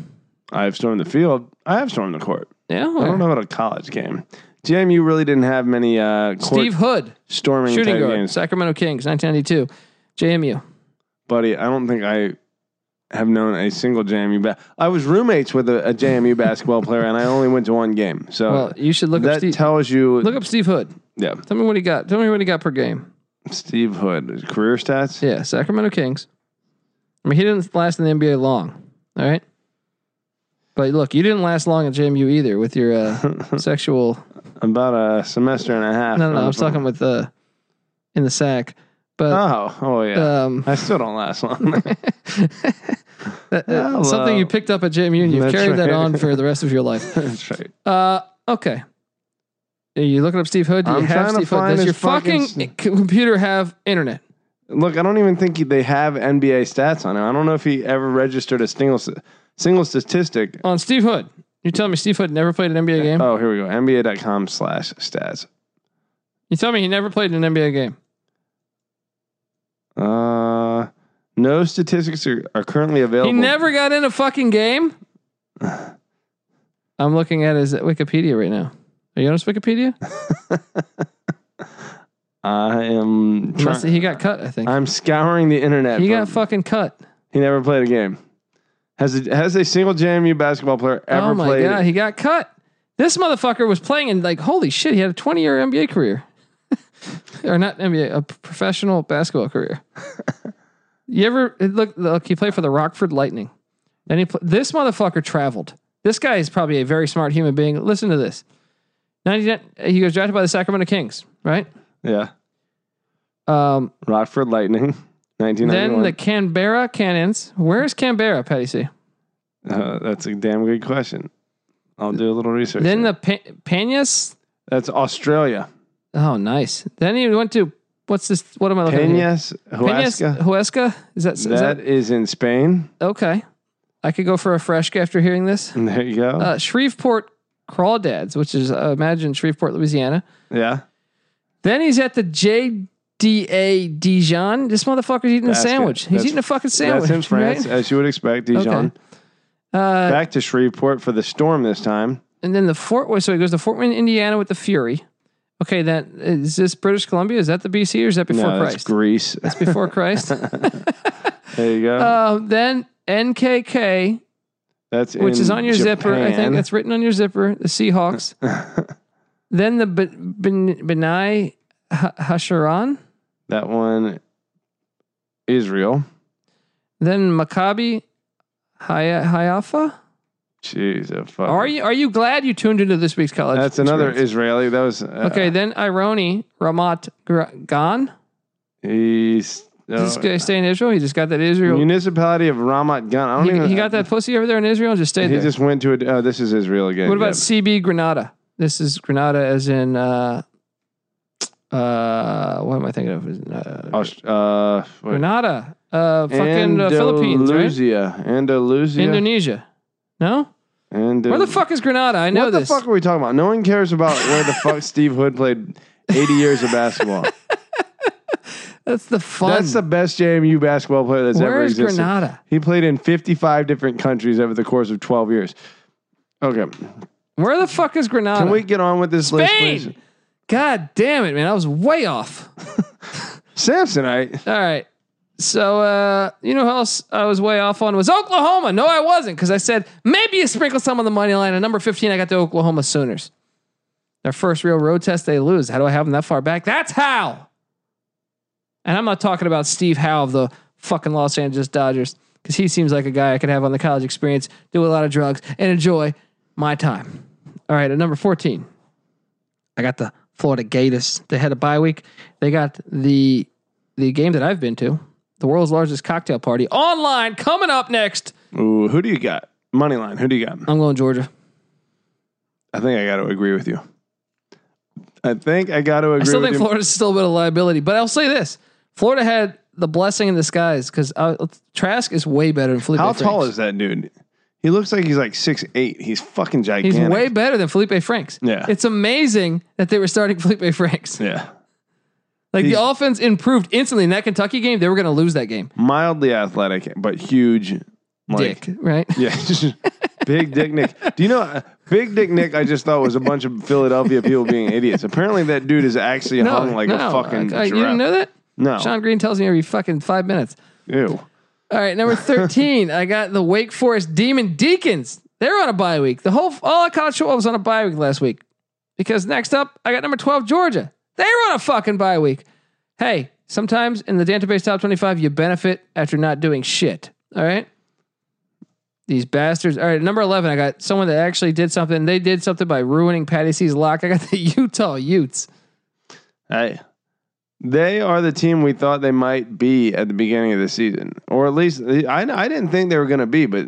Speaker 2: I've stormed the field. I have stormed the court.
Speaker 1: Yeah.
Speaker 2: I don't know about a college game. Jim, you really didn't have many uh, court
Speaker 1: Steve Hood,
Speaker 2: storming
Speaker 1: shooting
Speaker 2: type
Speaker 1: guard,
Speaker 2: games,
Speaker 1: Sacramento Kings, 1992. JMU.
Speaker 2: buddy. I don't think I have known a single JMU. Ba- I was roommates with a, a JMU basketball player, and I only went to one game. So
Speaker 1: Well, you should look up
Speaker 2: that
Speaker 1: Steve.
Speaker 2: tells you,
Speaker 1: look up Steve Hood.
Speaker 2: yeah,
Speaker 1: Tell me what he got. Tell me what he got per game.
Speaker 2: Steve Hood career stats.
Speaker 1: Yeah, Sacramento Kings. I mean, he didn't last in the NBA long. All right. But look, you didn't last long at JMU either with your uh, sexual.
Speaker 2: About a semester and a half.
Speaker 1: No, no, no, I was talking with uh, in the sack. But
Speaker 2: Oh, oh yeah.
Speaker 1: um,
Speaker 2: I still don't last long.
Speaker 1: that- that-
Speaker 2: hello.
Speaker 1: something you picked up at JMU and you've
Speaker 2: That's
Speaker 1: carried that
Speaker 2: right.
Speaker 1: on for the rest of your life.
Speaker 2: That's right.
Speaker 1: Uh, okay. Are you looking up Steve Hood? Do you
Speaker 2: I'm
Speaker 1: have
Speaker 2: trying to
Speaker 1: Steve Hood?
Speaker 2: find
Speaker 1: Does
Speaker 2: his
Speaker 1: your
Speaker 2: fucking
Speaker 1: fucking
Speaker 2: s-
Speaker 1: computer have internet?
Speaker 2: Look, I don't even think he, they have NBA stats on him. I don't know if he ever registered a single s- single statistic.
Speaker 1: On Steve Hood. You telling me Steve Hood never played an NBA game?
Speaker 2: Oh, here we go. NBA.com slash stats.
Speaker 1: You tell me he never played an NBA game.
Speaker 2: Uh, no statistics are, are currently
Speaker 1: He
Speaker 2: available.
Speaker 1: never got in a fucking game. I'm looking at his Wikipedia right now. Are you on his Wikipedia?
Speaker 2: I am.
Speaker 1: He, must-
Speaker 2: Trying,
Speaker 1: he got cut, I think.
Speaker 2: I'm scouring the internet.
Speaker 1: He
Speaker 2: for-
Speaker 1: got fucking cut.
Speaker 2: he never played a game. Has a, has a single JMU basketball player ever
Speaker 1: oh my
Speaker 2: played?
Speaker 1: god, he got cut. This motherfucker was playing and like, holy shit, he had a 20 year NBA career, or not NBA, a professional basketball career. you ever look? Look, he played for the Rockford Lightning. Then he pl- this motherfucker traveled. This guy is probably a very smart human being. Listen to this. 99, he goes drafted by the Sacramento Kings, right?
Speaker 2: Yeah.
Speaker 1: Um,
Speaker 2: Rockford Lightning,
Speaker 1: Then the
Speaker 2: 1991.
Speaker 1: Canberra Cannons. Where's Canberra, Patty C?
Speaker 2: uh, that's a damn good question. I'll do a little research.
Speaker 1: Then the pa- Penas.
Speaker 2: that's Australia.
Speaker 1: Oh, nice. Then he went to what's this? What am I looking at? here?
Speaker 2: Peñas, Huasca.
Speaker 1: Peñas Huesca. Is that, is
Speaker 2: That
Speaker 1: that
Speaker 2: is in Spain.
Speaker 1: okay? I could go for a fresh after hearing this.
Speaker 2: There you go.
Speaker 1: Uh, Shreveport Crawdads, which is uh, imagine Shreveport, Louisiana.
Speaker 2: yeah.
Speaker 1: Then he's at the JDA Dijon. This motherfucker's eating a
Speaker 2: Basket.
Speaker 1: sandwich. He's
Speaker 2: That's-
Speaker 1: eating a fucking sandwich.
Speaker 2: That's in France,
Speaker 1: right?
Speaker 2: as you would expect, Dijon.
Speaker 1: Okay. Uh,
Speaker 2: Back to Shreveport for the storm this time.
Speaker 1: and then the Fort. Wait, so he goes to Fort Wayne, Indiana, with the Fury. Okay, that is this British Columbia? Is that the BC or is that before
Speaker 2: no, that's
Speaker 1: Christ?
Speaker 2: Greece.
Speaker 1: That's before Christ.
Speaker 2: There you go.
Speaker 1: um, then NKK,
Speaker 2: that's
Speaker 1: which
Speaker 2: in
Speaker 1: is on your zipper. I
Speaker 2: Japan.
Speaker 1: think that's written on your zipper. The Seahawks. then the ben, ben, Benai Ha- Hasharon.
Speaker 2: that one. Israel.
Speaker 1: Then Maccabi Haya, Haifa.
Speaker 2: Jeez, oh, fuck.
Speaker 1: Are you are you glad you tuned into this week's college?
Speaker 2: That's another
Speaker 1: experience?
Speaker 2: Israeli. That was uh,
Speaker 1: Okay, then Ironi Ramat Gra- Gan.
Speaker 2: He's
Speaker 1: Does this
Speaker 2: uh,
Speaker 1: guy stay in Israel? He just got that Israel
Speaker 2: municipality of Ramat Gan. I don't
Speaker 1: He,
Speaker 2: even.
Speaker 1: he got that pussy over there in Israel and just
Speaker 2: He
Speaker 1: stayed there.
Speaker 2: just went to a. Oh, this is Israel again.
Speaker 1: what about
Speaker 2: Yeah.
Speaker 1: CB Granada? This is Granada as in, uh, uh, what am I thinking of? Uh,
Speaker 2: Aust- uh, what-
Speaker 1: Granada, uh, fucking uh, Philippines, right?
Speaker 2: Andalusia. Andalusia.
Speaker 1: Indonesia. No?
Speaker 2: Andal-
Speaker 1: Where the fuck is Granada? I know
Speaker 2: what
Speaker 1: this.
Speaker 2: the fuck are we talking about? No one cares about where the fuck Steve Hood played 80 years of basketball.
Speaker 1: That's the fun.
Speaker 2: That's the best JMU basketball player that's ever
Speaker 1: Where's
Speaker 2: existed.
Speaker 1: Granada?
Speaker 2: He played in 55 different countries over the course of 12 years. Okay.
Speaker 1: Where the fuck is Granada?
Speaker 2: Can we get on with this list,
Speaker 1: Spain.
Speaker 2: please?
Speaker 1: God damn it, man! I was way off.
Speaker 2: Samsonite.
Speaker 1: All right. So uh, you know who else I was way off on was Oklahoma. No, I wasn't because I said maybe you sprinkle some on the money line. At number fifteen, I got the Oklahoma Sooners. Their first real road test, they lose. How do I have them that far back? That's how. And I'm not talking about Steve Howe of the fucking Los Angeles Dodgers because he seems like a guy I could have on the college experience, do a lot of drugs, and enjoy my time. All right, at number fourteen, I got the Florida Gators. They had a bye week. They got the the game that I've been to, the world's largest cocktail party online coming up next.
Speaker 2: Ooh, who do you got? Money line. Who do you got?
Speaker 1: I'm going Georgia.
Speaker 2: I think I got to agree with you. I think I got to agree
Speaker 1: I still
Speaker 2: with
Speaker 1: think
Speaker 2: you.
Speaker 1: Florida's still a bit of a liability, but I'll say this: Florida had the blessing in disguise because uh, Trask is way better than Felipe.
Speaker 2: How
Speaker 1: Franks.
Speaker 2: tall is that dude? He looks like he's like six eight. He's fucking
Speaker 1: He's
Speaker 2: gigantic.
Speaker 1: way better than Felipe Franks.
Speaker 2: Yeah.
Speaker 1: it's amazing that they were starting Felipe Franks.
Speaker 2: yeah,
Speaker 1: Like
Speaker 2: He's-
Speaker 1: the offense improved instantly in that Kentucky game. They were going to lose that game.
Speaker 2: mildly athletic but huge. Like,
Speaker 1: Dick, right?
Speaker 2: Yeah, just Big Dick Nick. Do you know uh, Big Dick Nick? I just thought was a bunch of Philadelphia people being idiots. Apparently, that dude is actually hung like a fucking.
Speaker 1: uh, you didn't
Speaker 2: giraffe.
Speaker 1: know that?
Speaker 2: No,
Speaker 1: Sean Green tells me every fucking five minutes.
Speaker 2: ew.
Speaker 1: All right, number 13. I got the Wake Forest Demon Deacons. They're on a bye week. The whole all of college football was on a bye week last week. Because next up, I got number 12, Georgia. They were on a fucking bye week. Hey, sometimes in the database top 25, you benefit after not doing shit. All right. These bastards. All right, number 11, I got someone that actually did something. They did something by ruining Patty C's lock. I got the Utah Utes.
Speaker 2: Hey, they are the team we thought they might be at the beginning of the season, or at least I, I didn't think they were going to be, but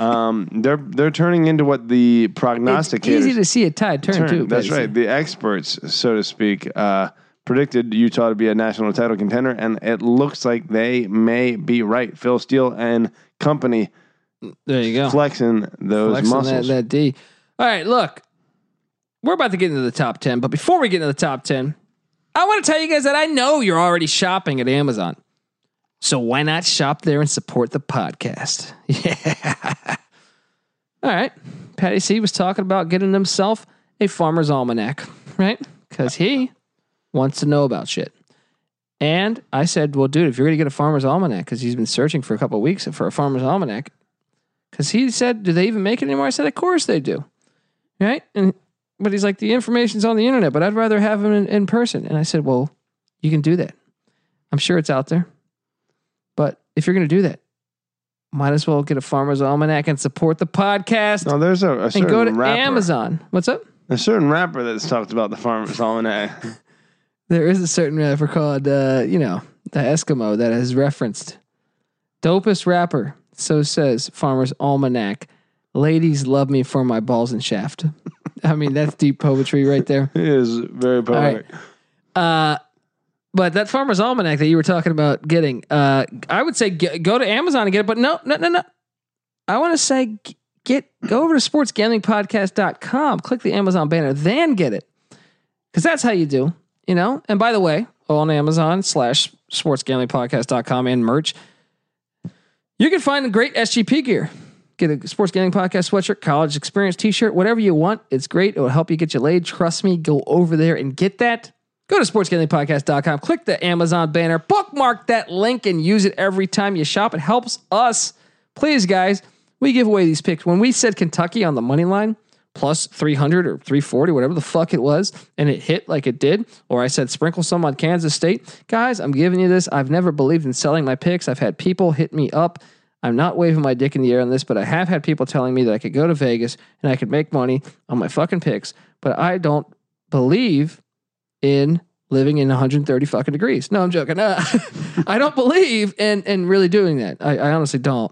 Speaker 2: um, they're they're turning into what the
Speaker 1: It's
Speaker 2: prognosticators
Speaker 1: easy to see a tide turn,
Speaker 2: turn.
Speaker 1: too.
Speaker 2: That's
Speaker 1: Patty C.
Speaker 2: right. The experts, so to speak, uh, predicted Utah to be a national title contender, and it looks like they may be right. Phil Steele and company
Speaker 1: There you go.
Speaker 2: flexing those
Speaker 1: flexing
Speaker 2: muscles.
Speaker 1: That, that D. All right, look, we're about to get into the top 10, but before we get into the top 10, I want to tell you guys that I know you're already shopping at Amazon. So why not shop there and support the podcast? Yeah. All right. Patty C was talking about getting himself a farmer's almanac, right? Because he wants to know about shit. And I said, well, dude, if you're going to get a farmer's almanac, because he's been searching for a couple of weeks for a farmer's almanac, because he said, "Do they even make it anymore?" I said, "Of course they do." Right? And but he's like, "The information's on the internet, but I'd rather have them in, in person." And I said, "Well, you can do that. I'm sure it's out there, but if you're going to do that, might as well get a farmer's almanac and support the podcast
Speaker 2: No, there's a, a certain
Speaker 1: and go to
Speaker 2: Oh, rapper,
Speaker 1: Amazon. What's up?
Speaker 2: A certain rapper that's talked about the farmer's almanac.
Speaker 1: There is a certain rapper called, uh, you know, the Eskimo that has referenced dopest rapper. So says Farmer's Almanac. Ladies love me for my balls and shaft. I mean, that's deep poetry right there.
Speaker 2: It is very poetic.
Speaker 1: Uh, but that Farmer's Almanac that you were talking about getting, uh, I would say g- go to Amazon and get it. But no, no, no, no. I want to say g- get go over to sportsgamblingpodcast.com, click the Amazon banner, then get it. Because that's how you do, you know? And by the way, on Amazon slash sportsgamblingpodcast.com and merch, you can find great SGP gear. Get a sports gaming podcast sweatshirt, college experience t shirt, whatever you want. It's great. It'll help you get you laid. Trust me, go over there and get that. Go to sportsgamblingpodcast.com, click the Amazon banner, bookmark that link, and use it every time you shop. It helps us. Please, guys, we give away these picks. When we said Kentucky on the money line, plus 300 or 340, whatever the fuck it was, and it hit like it did, or I said sprinkle some on Kansas State. Guys, I'm giving you this. I've never believed in selling my picks. I've had people hit me up. I'm not waving my dick in the air on this, but I have had people telling me that I could go to Vegas and I could make money on my fucking picks, but I don't believe in living in 130 fucking degrees. No, I'm joking. Uh, I don't believe in in really doing that. I, I honestly don't.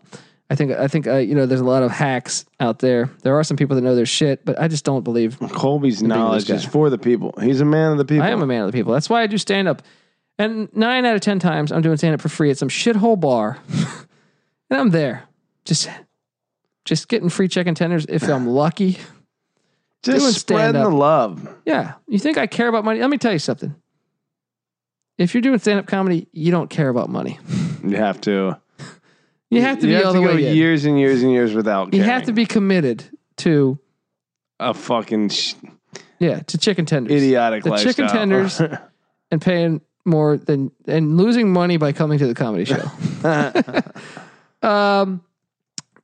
Speaker 1: I think I think uh, you know there's a lot of hacks out there. There are some people that know their shit, but I just don't believe.
Speaker 2: Colby's knowledge
Speaker 1: guy.
Speaker 2: is for the people. He's a man of the people.
Speaker 1: I am a man of the people. That's why I do stand up. And nine out of ten times, I'm doing stand up for free at some shithole bar, and I'm there, just just getting free chicken tenders if I'm lucky. doing
Speaker 2: Just
Speaker 1: stand
Speaker 2: spreading the
Speaker 1: up.
Speaker 2: love.
Speaker 1: Yeah, you think I care about money? Let me tell you something. if you're doing stand up comedy, you don't care about money.
Speaker 2: You have to.
Speaker 1: You have to
Speaker 2: you
Speaker 1: be
Speaker 2: have
Speaker 1: all
Speaker 2: to
Speaker 1: the
Speaker 2: go
Speaker 1: way in.
Speaker 2: years and years and years without.
Speaker 1: You
Speaker 2: caring.
Speaker 1: have to be committed to
Speaker 2: a fucking sh-
Speaker 1: yeah to chicken tenders
Speaker 2: idiotic
Speaker 1: The
Speaker 2: lifestyle.
Speaker 1: chicken tenders. and paying more than and losing money by coming to the comedy show. Um,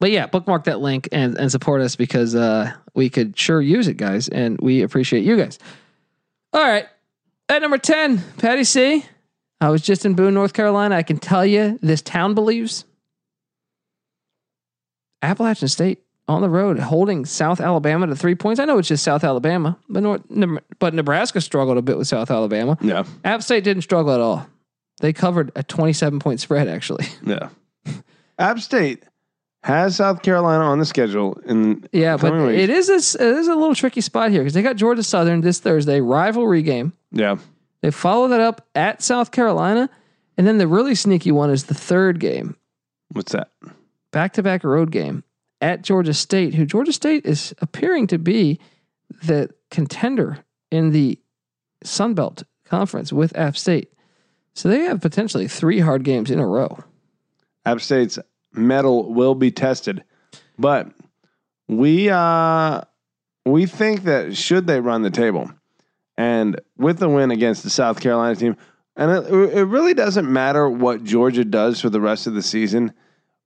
Speaker 1: but yeah, bookmark that link and, and support us because uh, we could sure use it, guys, and we appreciate you guys. All right, at number ten, Patty C. I was just in Boone, North Carolina. I can tell you, this town believes Appalachian State on the road, holding South Alabama to three points. I know it's just South Alabama, but North, but Nebraska struggled a bit with South Alabama.
Speaker 2: yeah,
Speaker 1: App State didn't struggle at all. They covered a 27 point spread, actually.
Speaker 2: yeah. App State has South Carolina on the schedule, and
Speaker 1: Yeah, but
Speaker 2: Coming weeks.
Speaker 1: it is, a, s- it is a little tricky spot here because they got Georgia Southern this Thursday, rivalry game.
Speaker 2: yeah,
Speaker 1: They follow that up at South Carolina. And then the really sneaky one is the third game,
Speaker 2: what's that?
Speaker 1: back to back road game at Georgia State, who Georgia State is appearing to be the contender in the Sun Belt Conference with App State. So they have potentially three hard games in a row.
Speaker 2: App State's metal will be tested, but we uh we think that should they run the table, and with the win against the South Carolina team, and it, it really doesn't matter what Georgia does for the rest of the season.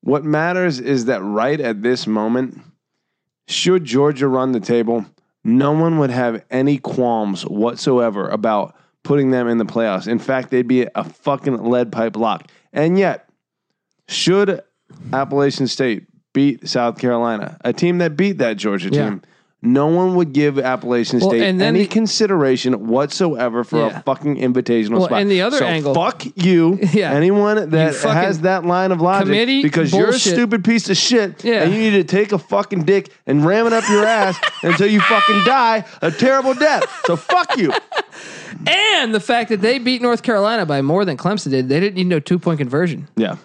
Speaker 2: What matters is that right at this moment, should Georgia run the table, no one would have any qualms whatsoever about putting them in the playoffs. In fact, they'd be a fucking lead pipe lock. And yet, should Appalachian State beat South Carolina, a team that beat that Georgia
Speaker 1: Yeah.
Speaker 2: team, no one would give Appalachian
Speaker 1: Well,
Speaker 2: State
Speaker 1: and then
Speaker 2: any
Speaker 1: the-
Speaker 2: consideration whatsoever for
Speaker 1: Yeah.
Speaker 2: a fucking invitational
Speaker 1: Well,
Speaker 2: spot.
Speaker 1: and the other
Speaker 2: So
Speaker 1: angle-
Speaker 2: fuck you,
Speaker 1: Yeah.
Speaker 2: anyone that
Speaker 1: You fucking
Speaker 2: has that line of
Speaker 1: committee
Speaker 2: logic, because you're a
Speaker 1: bullshit.
Speaker 2: stupid piece of shit,
Speaker 1: Yeah.
Speaker 2: and you need to take a fucking dick and ram it up your ass until you fucking die a terrible death. So fuck you.
Speaker 1: And the fact that they beat North Carolina by more than Clemson did, they didn't need no two point conversion.
Speaker 2: Yeah,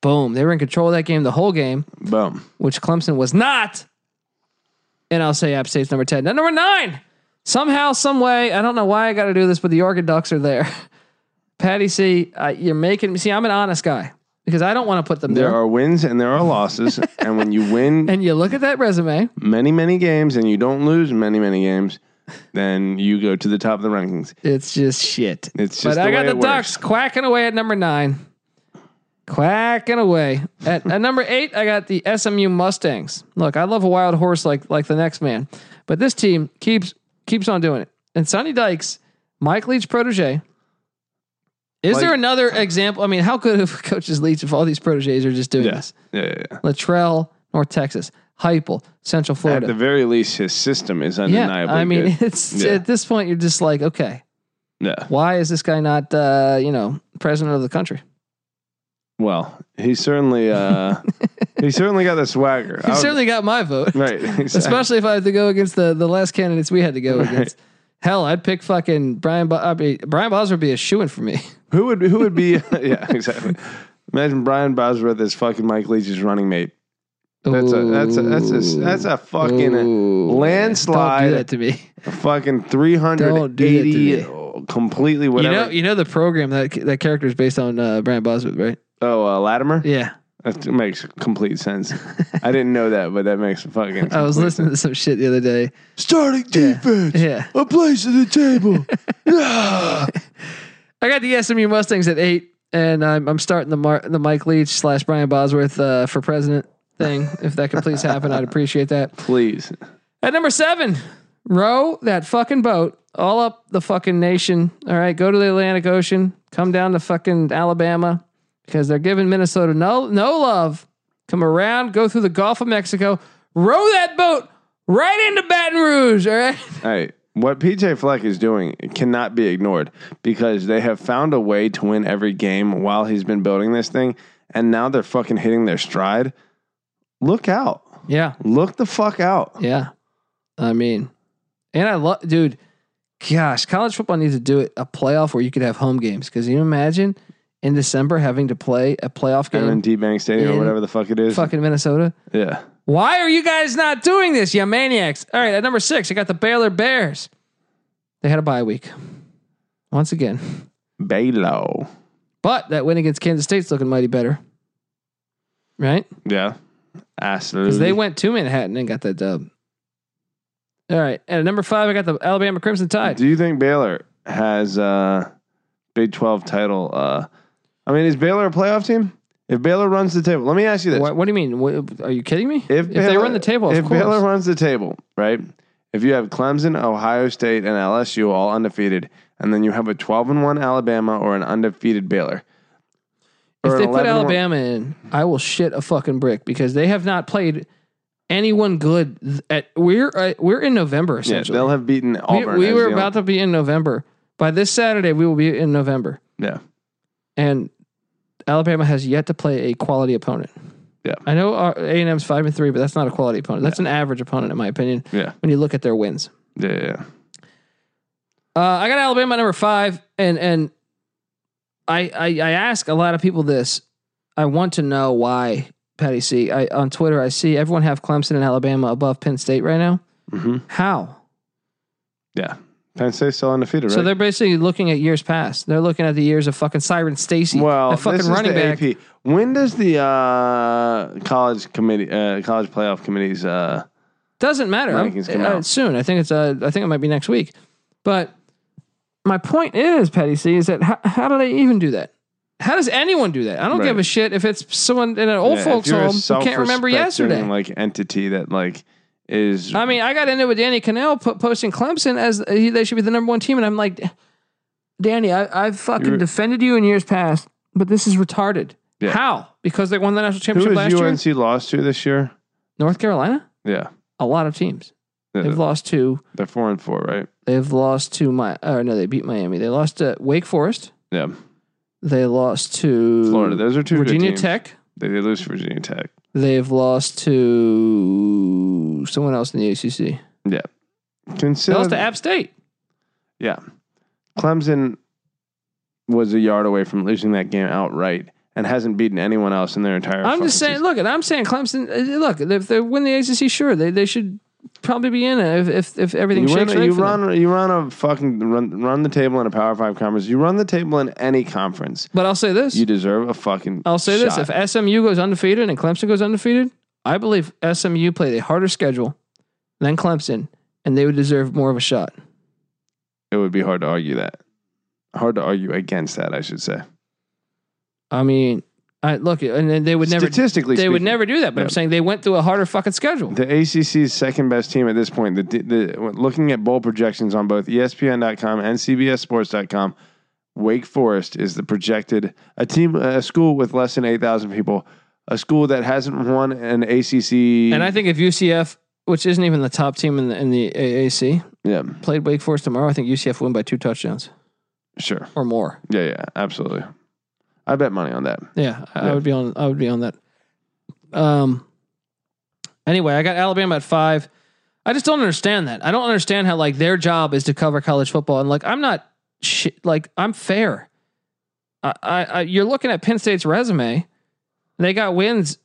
Speaker 1: Boom. They were in control of that game the whole game,
Speaker 2: boom.
Speaker 1: which Clemson was not. And I'll say App State's number 10. Now, number nine, somehow, some way, I don't know why I got to do this, but the Oregon Ducks are there. Patty C, uh, you're making me see, I'm an honest guy because I don't want to put them
Speaker 2: There
Speaker 1: there.
Speaker 2: are wins and there are losses, and when you win
Speaker 1: And you look at that resume,
Speaker 2: many many games and you don't lose many many games, then you go to the top of the rankings.
Speaker 1: it's just shit.
Speaker 2: It's
Speaker 1: But
Speaker 2: just
Speaker 1: I got
Speaker 2: the way
Speaker 1: the
Speaker 2: it works.
Speaker 1: Ducks quacking away at number nine. Quacking away. At, at number eight, I got the SMU Mustangs. Look, I love a wild horse like like the next man. But this team keeps keeps on doing it. And Sonny Dykes, Mike Leach protege. Is
Speaker 2: Like-
Speaker 1: there another example? I mean, how good of coaches Leach if all these proteges are just doing this?
Speaker 2: Yeah, yeah, yeah.
Speaker 1: Latrell, North Texas, Hypel, Central
Speaker 2: At
Speaker 1: Florida.
Speaker 2: the very least, his system is
Speaker 1: yeah,
Speaker 2: undeniably
Speaker 1: I mean,
Speaker 2: good.
Speaker 1: it's
Speaker 2: Yeah.
Speaker 1: at this point you're just like, okay,
Speaker 2: Yeah.
Speaker 1: why is this guy not uh, you know president of the country?
Speaker 2: Well, he certainly uh, he certainly got the swagger. I
Speaker 1: He
Speaker 2: would-
Speaker 1: certainly got my vote,
Speaker 2: right. Exactly.
Speaker 1: especially if I had to go against the the last candidates we had to go against. Hell, I'd pick fucking Brian. Bo- I'd be, Brian Bosworth would be a shoo in for me.
Speaker 2: Who would who would be? yeah, exactly. Imagine Brian Bosworth as fucking Mike Leach's running mate. That's a that's a that's a that's a fucking
Speaker 1: Ooh. Don't
Speaker 2: landslide.
Speaker 1: do that to me.
Speaker 2: fucking
Speaker 1: Don't do that to
Speaker 2: 380
Speaker 1: me.
Speaker 2: oh, completely whatever.
Speaker 1: You know, you know the program that that character is based on uh, Brian Bosworth, right?
Speaker 2: oh, uh, Latimer.
Speaker 1: Yeah,
Speaker 2: That makes complete sense. I didn't know that, but that makes fucking.
Speaker 1: I was listening to some shit the other day.
Speaker 2: Starting defense.
Speaker 1: Oh. Yeah,
Speaker 2: A place at the table. yeah.
Speaker 1: I got the SMU Mustangs at eight, and I'm I'm starting the Mar- the Mike Leach slash Brian Bosworth uh, for president thing. If that could please happen, I'd appreciate that.
Speaker 2: Please.
Speaker 1: At number seven, row that fucking boat all up the fucking nation. All right, go to the Atlantic Ocean, come down to fucking Alabama because they're giving Minnesota no no love. Come around, go through the Gulf of Mexico, row that boat right into Baton Rouge. All right,
Speaker 2: All right. What PJ Fleck is doing cannot be ignored because they have found a way to win every game while he's been building this thing, and now they're fucking hitting their stride. Look out!
Speaker 1: yeah,
Speaker 2: Look the fuck out!
Speaker 1: yeah. I mean, and I love, dude. Gosh, college football needs to do it a playoff where you could have home games. Because you imagine in December having to play a playoff game, in
Speaker 2: M&T Bank Stadium
Speaker 1: Yeah.
Speaker 2: or whatever the fuck it is.
Speaker 1: fucking Minnesota.
Speaker 2: Yeah.
Speaker 1: Why are you guys not doing this, you maniacs? All right, at number six, I got the Baylor Bears. They had a bye week. Once again,
Speaker 2: Balo.
Speaker 1: But that win against Kansas State's looking mighty better. Right?
Speaker 2: Yeah. Absolutely.
Speaker 1: Because they went to Manhattan and got that dub. All right. And at number five, I got the Alabama Crimson Tide.
Speaker 2: Do you think Baylor has uh, Big 12 title? Uh, I mean, is Baylor a playoff team? If Baylor runs the table, let me ask you this.
Speaker 1: What, what do you mean? What, are you kidding me?
Speaker 2: If, Baylor,
Speaker 1: they run the table, of
Speaker 2: if
Speaker 1: course.
Speaker 2: Baylor runs the table, right? If you have Clemson, Ohio State, and LSU all undefeated, and then you have a 12 and 1 Alabama or an undefeated Baylor.
Speaker 1: if
Speaker 2: or an
Speaker 1: they put
Speaker 2: 11 and one-
Speaker 1: Alabama in, I will shit a fucking brick because they have not played anyone good. th- At we're uh, we're in November
Speaker 2: Yeah,
Speaker 1: essentially.
Speaker 2: they'll have beaten
Speaker 1: We-
Speaker 2: Auburn.
Speaker 1: we
Speaker 2: as
Speaker 1: were
Speaker 2: the
Speaker 1: about to be in November. By this Saturday, we will be in November,
Speaker 2: only- Yeah.
Speaker 1: and Alabama has yet to play a quality opponent.
Speaker 2: Yeah.
Speaker 1: I know A and M's five and three, but that's not a quality opponent. That's an average opponent, in my opinion.
Speaker 2: Yeah.
Speaker 1: When you look at their wins,
Speaker 2: Yeah. Yeah. yeah.
Speaker 1: Uh, I got Alabama at number five, and and I, I I ask a lot of people this. I want to know why Patty C. I on Twitter I see everyone have Clemson and Alabama above Penn State right now.
Speaker 2: Mm-hmm.
Speaker 1: How?
Speaker 2: Yeah. Penn State's still undefeated,
Speaker 1: So
Speaker 2: right?
Speaker 1: they're basically looking at years past. They're looking at the years of fucking Siren Stacy,
Speaker 2: well,
Speaker 1: that fucking
Speaker 2: this is
Speaker 1: running
Speaker 2: the
Speaker 1: back.
Speaker 2: AP. When does the uh, college committee, uh, college playoff committees, uh,
Speaker 1: Doesn't matter.
Speaker 2: Rankings come
Speaker 1: uh,
Speaker 2: out.
Speaker 1: soon. I think it's uh, I think it might be next week. But my point is, Patty C, is that how, how do they even do that? How does anyone do that? I don't
Speaker 2: Right.
Speaker 1: give a shit if it's someone in an old
Speaker 2: yeah, if
Speaker 1: folks
Speaker 2: you're a
Speaker 1: home who can't remember
Speaker 2: self-respecting,
Speaker 1: yesterday.
Speaker 2: like entity that like is
Speaker 1: I mean, I got into it with Danny Cannell po- posting Clemson as he, they should be the number one team, and I'm like, Danny, I, I've fucking
Speaker 2: You're-
Speaker 1: defended you in years past, but this is retarded.
Speaker 2: Yeah.
Speaker 1: How? Because they won the national
Speaker 2: who
Speaker 1: championship
Speaker 2: is
Speaker 1: last year.
Speaker 2: UNC lost to this year?
Speaker 1: North Carolina,
Speaker 2: Yeah,
Speaker 1: a lot of teams.
Speaker 2: Yeah.
Speaker 1: They've lost to.
Speaker 2: they're four and four, right?
Speaker 1: They've lost to my. Oh no, they beat Miami. They lost to Wake Forest.
Speaker 2: Yeah,
Speaker 1: They lost to
Speaker 2: Florida. Those are two good
Speaker 1: Virginia
Speaker 2: teams.
Speaker 1: Tech.
Speaker 2: They did lose to Virginia Tech.
Speaker 1: They've lost to someone else in the ACC.
Speaker 2: Yeah,
Speaker 1: They
Speaker 2: consider
Speaker 1: lost to App State.
Speaker 2: yeah, Clemson was a yard away from losing that game outright and hasn't beaten anyone else in their entire.
Speaker 1: I'm
Speaker 2: fucking
Speaker 1: just saying.
Speaker 2: season.
Speaker 1: Look, I'm saying Clemson. uh, Look, if they win the ACC, sure, they they should probably be in it if if, if everything
Speaker 2: You,
Speaker 1: shakes
Speaker 2: win,
Speaker 1: right
Speaker 2: you
Speaker 1: for
Speaker 2: run
Speaker 1: them.
Speaker 2: you run a fucking run run the table in a Power Five conference. You run the table in any conference.
Speaker 1: But I'll say this.
Speaker 2: You deserve a fucking.
Speaker 1: I'll say
Speaker 2: shot.
Speaker 1: this: if SMU goes undefeated and Clemson goes undefeated, I believe SMU played a harder schedule than Clemson, and they would deserve more of a shot.
Speaker 2: it would be hard to argue that. Hard to argue against that, I should say.
Speaker 1: I mean, I look, and then they would never.
Speaker 2: Statistically,
Speaker 1: They would
Speaker 2: speaking,
Speaker 1: never do that, but I'm
Speaker 2: Yeah.
Speaker 1: saying they went through a harder fucking schedule.
Speaker 2: The ACC's second best team at this point. The, the looking at bowl projections on both E ESPN.com and CBSSports.com, Wake Forest is the projected a team a school with less than eight thousand people, a school that hasn't won an ACC.
Speaker 1: And I think if UCF, which isn't even the top team in the in the AAC,
Speaker 2: yeah,
Speaker 1: played Wake Forest tomorrow, I think UCF win by two touchdowns
Speaker 2: sure,
Speaker 1: or more.
Speaker 2: yeah, yeah, absolutely. I bet money on that.
Speaker 1: Yeah, I I
Speaker 2: Yeah.
Speaker 1: would be on. I would be on that. Um. Anyway, I got Alabama at five. I just don't understand that. I don't understand how like their job is to cover college football, and like I'm not shit. Like I'm fair. I, I, I you're looking at Penn State's resume. They got wins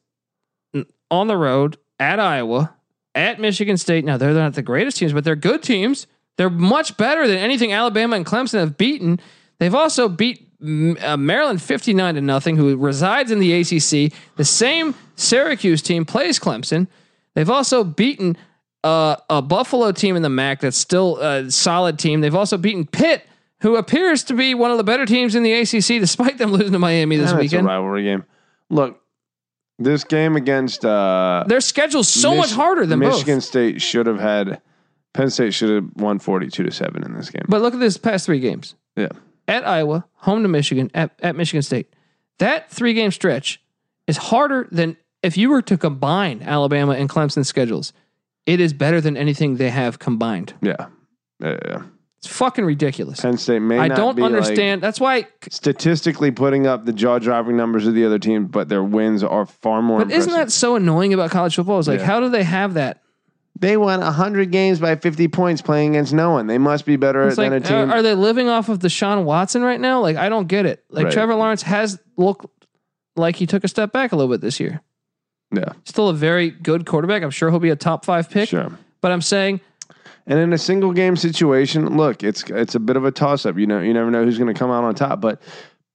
Speaker 1: n- on the road at Iowa, at Michigan State. Now they're not the greatest teams, but they're good teams. They're much better than anything Alabama and Clemson have beaten. They've also beat mm, uh, Maryland 59 to nothing, who resides in the ACC. The same Syracuse team plays Clemson. They've also beaten uh, a Buffalo team in the MAC that's still a solid team. They've also beaten Pitt, who appears to be one of the better teams in the ACC, despite them losing to Miami this
Speaker 2: And it's a
Speaker 1: weekend.
Speaker 2: rivalry game. Look, this game against uh,
Speaker 1: Their schedule's so much
Speaker 2: Mich-
Speaker 1: harder than
Speaker 2: Michigan
Speaker 1: both.
Speaker 2: State should have had. Penn State should have won forty-two to seven in this game.
Speaker 1: But look at this past three games.
Speaker 2: Yeah,
Speaker 1: at Iowa, home to Michigan, at, at Michigan State. That three game stretch is harder than if you were to combine Alabama and Clemson schedules. It is better than anything they have combined.
Speaker 2: yeah, yeah. yeah.
Speaker 1: It's fucking ridiculous.
Speaker 2: Penn State may.
Speaker 1: I
Speaker 2: not
Speaker 1: don't
Speaker 2: be, like,
Speaker 1: understand. That's why.
Speaker 2: statistically putting up the jaw-dropping numbers of the other team, but their wins are far more.
Speaker 1: But isn't that
Speaker 2: impressive.
Speaker 1: so annoying about college football? Is like,
Speaker 2: Yeah.
Speaker 1: how do they have that?
Speaker 2: they won hundred games by fifty points playing against no one? They must be better
Speaker 1: It's
Speaker 2: than
Speaker 1: like,
Speaker 2: a team.
Speaker 1: are, are they living off of Deshaun Watson right now? Like, I don't get it. Like,
Speaker 2: Right.
Speaker 1: Trevor Lawrence has looked like he took a step back a little bit this year.
Speaker 2: yeah,
Speaker 1: Still a very good quarterback. I'm sure he'll be a top five pick.
Speaker 2: sure.
Speaker 1: But I'm saying
Speaker 2: And in a single game situation, look, it's it's a bit of a toss up. You know, you never know who's going to come out on top. But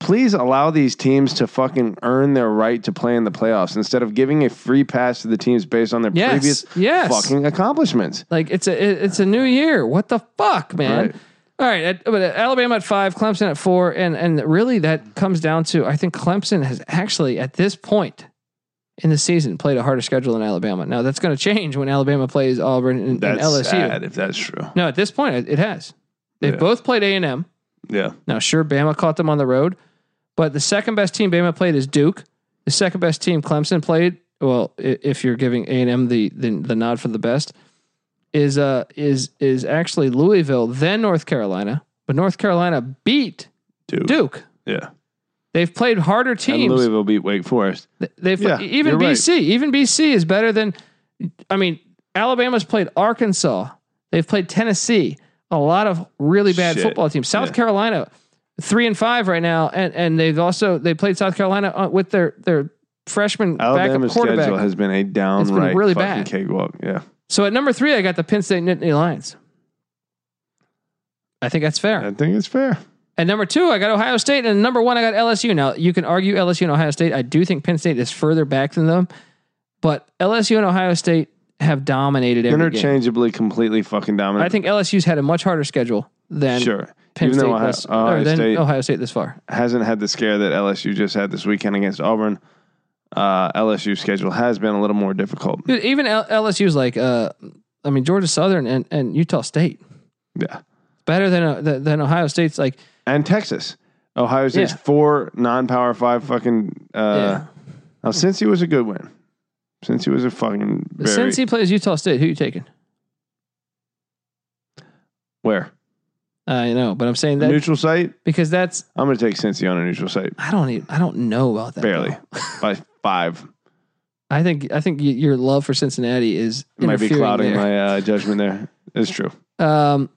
Speaker 2: please allow these teams to fucking earn their right to play in the playoffs instead of giving a free pass to the teams based on their
Speaker 1: Yes,
Speaker 2: previous
Speaker 1: yes.
Speaker 2: fucking accomplishments.
Speaker 1: Like it's a it- it's a new year. What the fuck, man?
Speaker 2: Right.
Speaker 1: All right, at, but at Alabama at five, Clemson at four, and and really that comes down to I think Clemson has actually at this point in the season played a harder schedule than Alabama. Now that's going to change when Alabama plays Auburn and, and LSU.
Speaker 2: if that's true.
Speaker 1: No, at this point it, it has. They've
Speaker 2: Yeah.
Speaker 1: both played A and M.
Speaker 2: Yeah.
Speaker 1: Now, sure, Bama caught them on the road, but the second best team Bama played is Duke. The second best team Clemson played, well, i- if you're giving A and M the, the the nod for the best, is uh is is actually Louisville, then North Carolina, but North Carolina beat
Speaker 2: Duke.
Speaker 1: Duke.
Speaker 2: Yeah.
Speaker 1: They've played harder
Speaker 2: And
Speaker 1: teams.
Speaker 2: Louisville beat Wake Forest.
Speaker 1: Th- They've
Speaker 2: Yeah,
Speaker 1: even
Speaker 2: you're right.
Speaker 1: BC, even BC is better than. I mean, Alabama's played Arkansas. They've played Tennessee. A lot of really bad
Speaker 2: Shit.
Speaker 1: football teams. South
Speaker 2: Yeah.
Speaker 1: Carolina, three and five right now, and and they've also they played South Carolina uh, with their their freshman backup
Speaker 2: Alabama's
Speaker 1: quarterback.
Speaker 2: schedule has been a downright
Speaker 1: really
Speaker 2: fucking
Speaker 1: bad.
Speaker 2: cakewalk. Yeah.
Speaker 1: so at number three, I got the Penn State Nittany Lions. I think that's fair.
Speaker 2: I think it's fair.
Speaker 1: At number two, I got Ohio State, and number one, I got LSU. Now you can argue LSU and Ohio State. I do think Penn State is further back than them, but LSU and Ohio State have dominated every game.
Speaker 2: Interchangeably, completely fucking dominant.
Speaker 1: I think LSU's had a much harder schedule than
Speaker 2: sure.
Speaker 1: Penn
Speaker 2: Even
Speaker 1: State,
Speaker 2: though Ohio, uh,
Speaker 1: was-
Speaker 2: Ohio
Speaker 1: or than
Speaker 2: State
Speaker 1: Ohio State this far.
Speaker 2: hasn't had the scare that LSU just had this weekend against Auburn, uh, LSU's schedule has been a little more difficult.
Speaker 1: Dude, even L- LSU's like, uh, I mean, Georgia Southern and, and Utah State
Speaker 2: Yeah.
Speaker 1: better than uh, than than Ohio State's like.
Speaker 2: And Texas. Ohio State's
Speaker 1: Yeah.
Speaker 2: four non power five fucking. Uh, Now, since he was a good win, since he was a fucking.
Speaker 1: yeah.
Speaker 2: Very,
Speaker 1: Since he plays Utah State, who you taking?
Speaker 2: Where?
Speaker 1: I know, but I'm saying
Speaker 2: A
Speaker 1: that
Speaker 2: neutral site?
Speaker 1: because that's
Speaker 2: I'm going to take Cincy on a neutral site.
Speaker 1: I don't even, I don't know about that.
Speaker 2: Barely.
Speaker 1: though.
Speaker 2: By five.
Speaker 1: I think I think y- your love for Cincinnati is
Speaker 2: Might be
Speaker 1: interfering
Speaker 2: clouding
Speaker 1: there.
Speaker 2: my uh, judgment there. It's true.
Speaker 1: Um,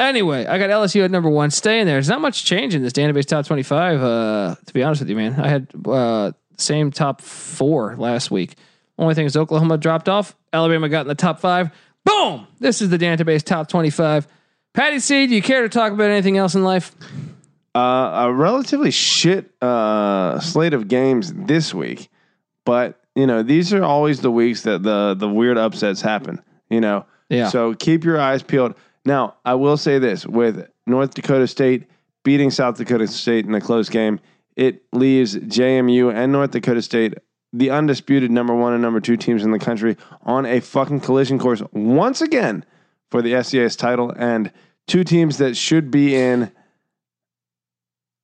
Speaker 1: anyway, I got LSU at number one. Staying there. There's not much change in this database top 25. Uh, to be honest with you, man, I had uh same top four last week. Only thing is Oklahoma dropped off. Alabama got in the top five. Boom! This is the database top 25. Patty C, do you care to talk about anything else in life?
Speaker 2: Uh, a relatively shit uh, slate of games this week, but you know these are always the weeks that the the weird upsets happen. You know,
Speaker 1: Yeah.
Speaker 2: So keep your eyes peeled. Now, I will say this: with North Dakota State beating South Dakota State in a close game, it leaves JMU and North Dakota State, the undisputed number one and number two teams in the country, on a fucking collision course once again for the SCS title and two teams that should be in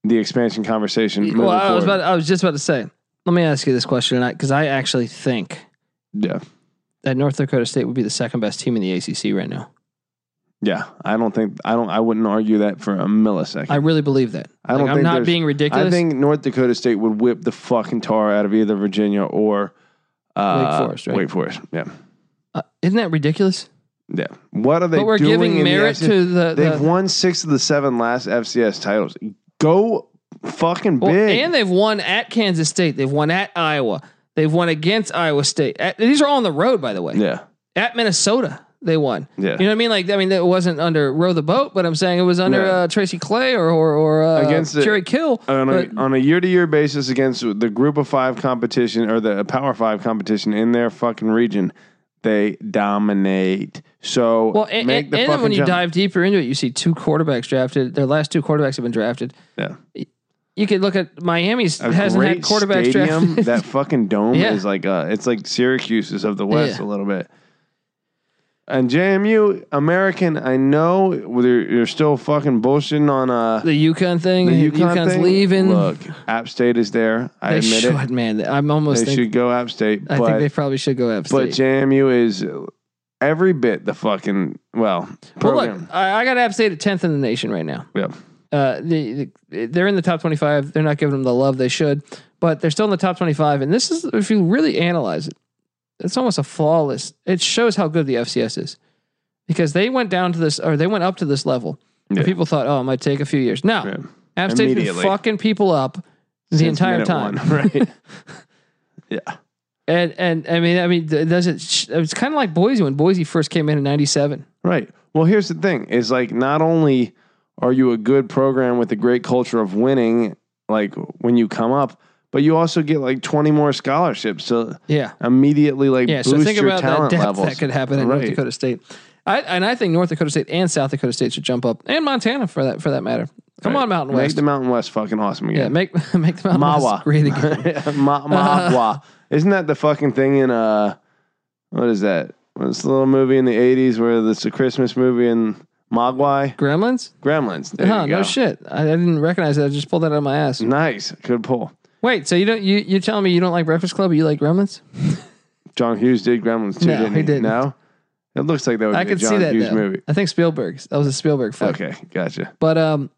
Speaker 2: the expansion conversation. moving
Speaker 1: Well, I was
Speaker 2: forward.
Speaker 1: about I was just about to say. Let me ask you this question tonight because I actually think
Speaker 2: yeah,
Speaker 1: that North Dakota State would be the second best team in the ACC right now.
Speaker 2: yeah. I don't think I don't. I wouldn't argue that for a millisecond.
Speaker 1: I really believe that.
Speaker 2: I don't
Speaker 1: Like, I'm
Speaker 2: think
Speaker 1: not
Speaker 2: there's-
Speaker 1: being ridiculous.
Speaker 2: I think North Dakota State would whip the fucking tar out of either Virginia or uh,
Speaker 1: Wake Forest, right?
Speaker 2: Wake Forest, yeah,
Speaker 1: Uh, isn't that ridiculous?
Speaker 2: yeah. What are they?
Speaker 1: But we're
Speaker 2: doing in
Speaker 1: giving
Speaker 2: the
Speaker 1: merit
Speaker 2: FCS?
Speaker 1: to the,
Speaker 2: They've
Speaker 1: the
Speaker 2: won six of the seven last FCS titles. Go fucking big.
Speaker 1: well, and they've won at Kansas State. They've won at Iowa. They've won against Iowa State. At- these are all on the road, by the way.
Speaker 2: yeah,
Speaker 1: At Minnesota, they won.
Speaker 2: Yeah.
Speaker 1: You know what I mean? Like, I mean, it wasn't under row the boat, but I'm saying it was under
Speaker 2: Yeah.
Speaker 1: uh, Tracy Clay or or, or uh,
Speaker 2: Against the-
Speaker 1: Jerry Kill.
Speaker 2: on a,
Speaker 1: But-
Speaker 2: on a year-to-year basis against the Group of Five competition or the Power Five competition in their fucking region, they dominate. So
Speaker 1: well, and,
Speaker 2: make
Speaker 1: and,
Speaker 2: the
Speaker 1: and then
Speaker 2: fucking
Speaker 1: when you
Speaker 2: jump.
Speaker 1: dive deeper into it, you see two quarterbacks drafted. Their last two quarterbacks have been drafted.
Speaker 2: yeah.
Speaker 1: You could look at Miami's
Speaker 2: a
Speaker 1: hasn't
Speaker 2: great
Speaker 1: had quarterbacks
Speaker 2: stadium.
Speaker 1: drafted.
Speaker 2: that fucking dome
Speaker 1: Yeah.
Speaker 2: is like uh, it's like Syracuse's of the West
Speaker 1: Yeah.
Speaker 2: a little bit. And JMU American, I know you're, you're still fucking bullshitting on uh,
Speaker 1: the Yukon thing.
Speaker 2: the UConn
Speaker 1: UConn's
Speaker 2: thing.
Speaker 1: leaving.
Speaker 2: Look, App State is there. I
Speaker 1: they
Speaker 2: admit
Speaker 1: should,
Speaker 2: it.
Speaker 1: man. I'm almost
Speaker 2: They
Speaker 1: thinking.
Speaker 2: should go App State,
Speaker 1: I
Speaker 2: but
Speaker 1: think they probably should go App
Speaker 2: but
Speaker 1: State.
Speaker 2: JMU is every bit the fucking well
Speaker 1: But look,
Speaker 2: program.
Speaker 1: I, I got App State at tenth in the nation right now.
Speaker 2: yeah,
Speaker 1: Uh, the, the they're in the top twenty five. They're not giving them the love they should, but they're still in the top twenty five. And this is if you really analyze it, it's almost a flawless. It shows how good the FCS is because they went down to this or they went up to this level. where
Speaker 2: Yeah.
Speaker 1: People thought, oh, it might take a few years. No,
Speaker 2: Yeah.
Speaker 1: App State's been
Speaker 2: Immediately.
Speaker 1: fucking people up the
Speaker 2: Since
Speaker 1: entire
Speaker 2: minute
Speaker 1: time.
Speaker 2: one, right? yeah,
Speaker 1: And and I mean, I mean, th- does it? sh- It's kind of like Boise when Boise first came in in '97.
Speaker 2: Right. Well, here's the thing: is like not only are you a good program with a great culture of winning, like when you come up, but you also get like 20 more scholarships to
Speaker 1: Yeah,
Speaker 2: immediately like
Speaker 1: yeah.
Speaker 2: boost
Speaker 1: So think
Speaker 2: your
Speaker 1: about that
Speaker 2: talent
Speaker 1: depth
Speaker 2: levels.
Speaker 1: that could happen in North
Speaker 2: Right.
Speaker 1: Dakota State. I, and I think North Dakota State and South Dakota State should jump up, and Montana for that for that matter. Come
Speaker 2: Right.
Speaker 1: on, Mountain
Speaker 2: Make
Speaker 1: West.
Speaker 2: the Mountain West fucking awesome
Speaker 1: yeah,
Speaker 2: again.
Speaker 1: make make the Mountain
Speaker 2: Mawa.
Speaker 1: West great again.
Speaker 2: Ma- Mawa. Isn't that the fucking thing in uh, what is that? It's a little movie in the 80s where it's a Christmas movie in Mogwai
Speaker 1: Gremlins?
Speaker 2: Gremlins. There
Speaker 1: Huh,
Speaker 2: you go.
Speaker 1: Uh-huh, no shit. I, I didn't recognize that. I just pulled that out of my ass.
Speaker 2: Nice, good pull.
Speaker 1: Wait, so you don't you you telling me you don't like Breakfast Club, but you like Gremlins?
Speaker 2: John Hughes did Gremlins too,
Speaker 1: No,
Speaker 2: didn't
Speaker 1: he
Speaker 2: he?
Speaker 1: didn't.
Speaker 2: No, it looks like that would
Speaker 1: I
Speaker 2: be a
Speaker 1: could
Speaker 2: John
Speaker 1: see that.
Speaker 2: Hughes
Speaker 1: though.
Speaker 2: movie.
Speaker 1: I think Spielberg. That was a Spielberg flick.
Speaker 2: Okay, gotcha.
Speaker 1: But um,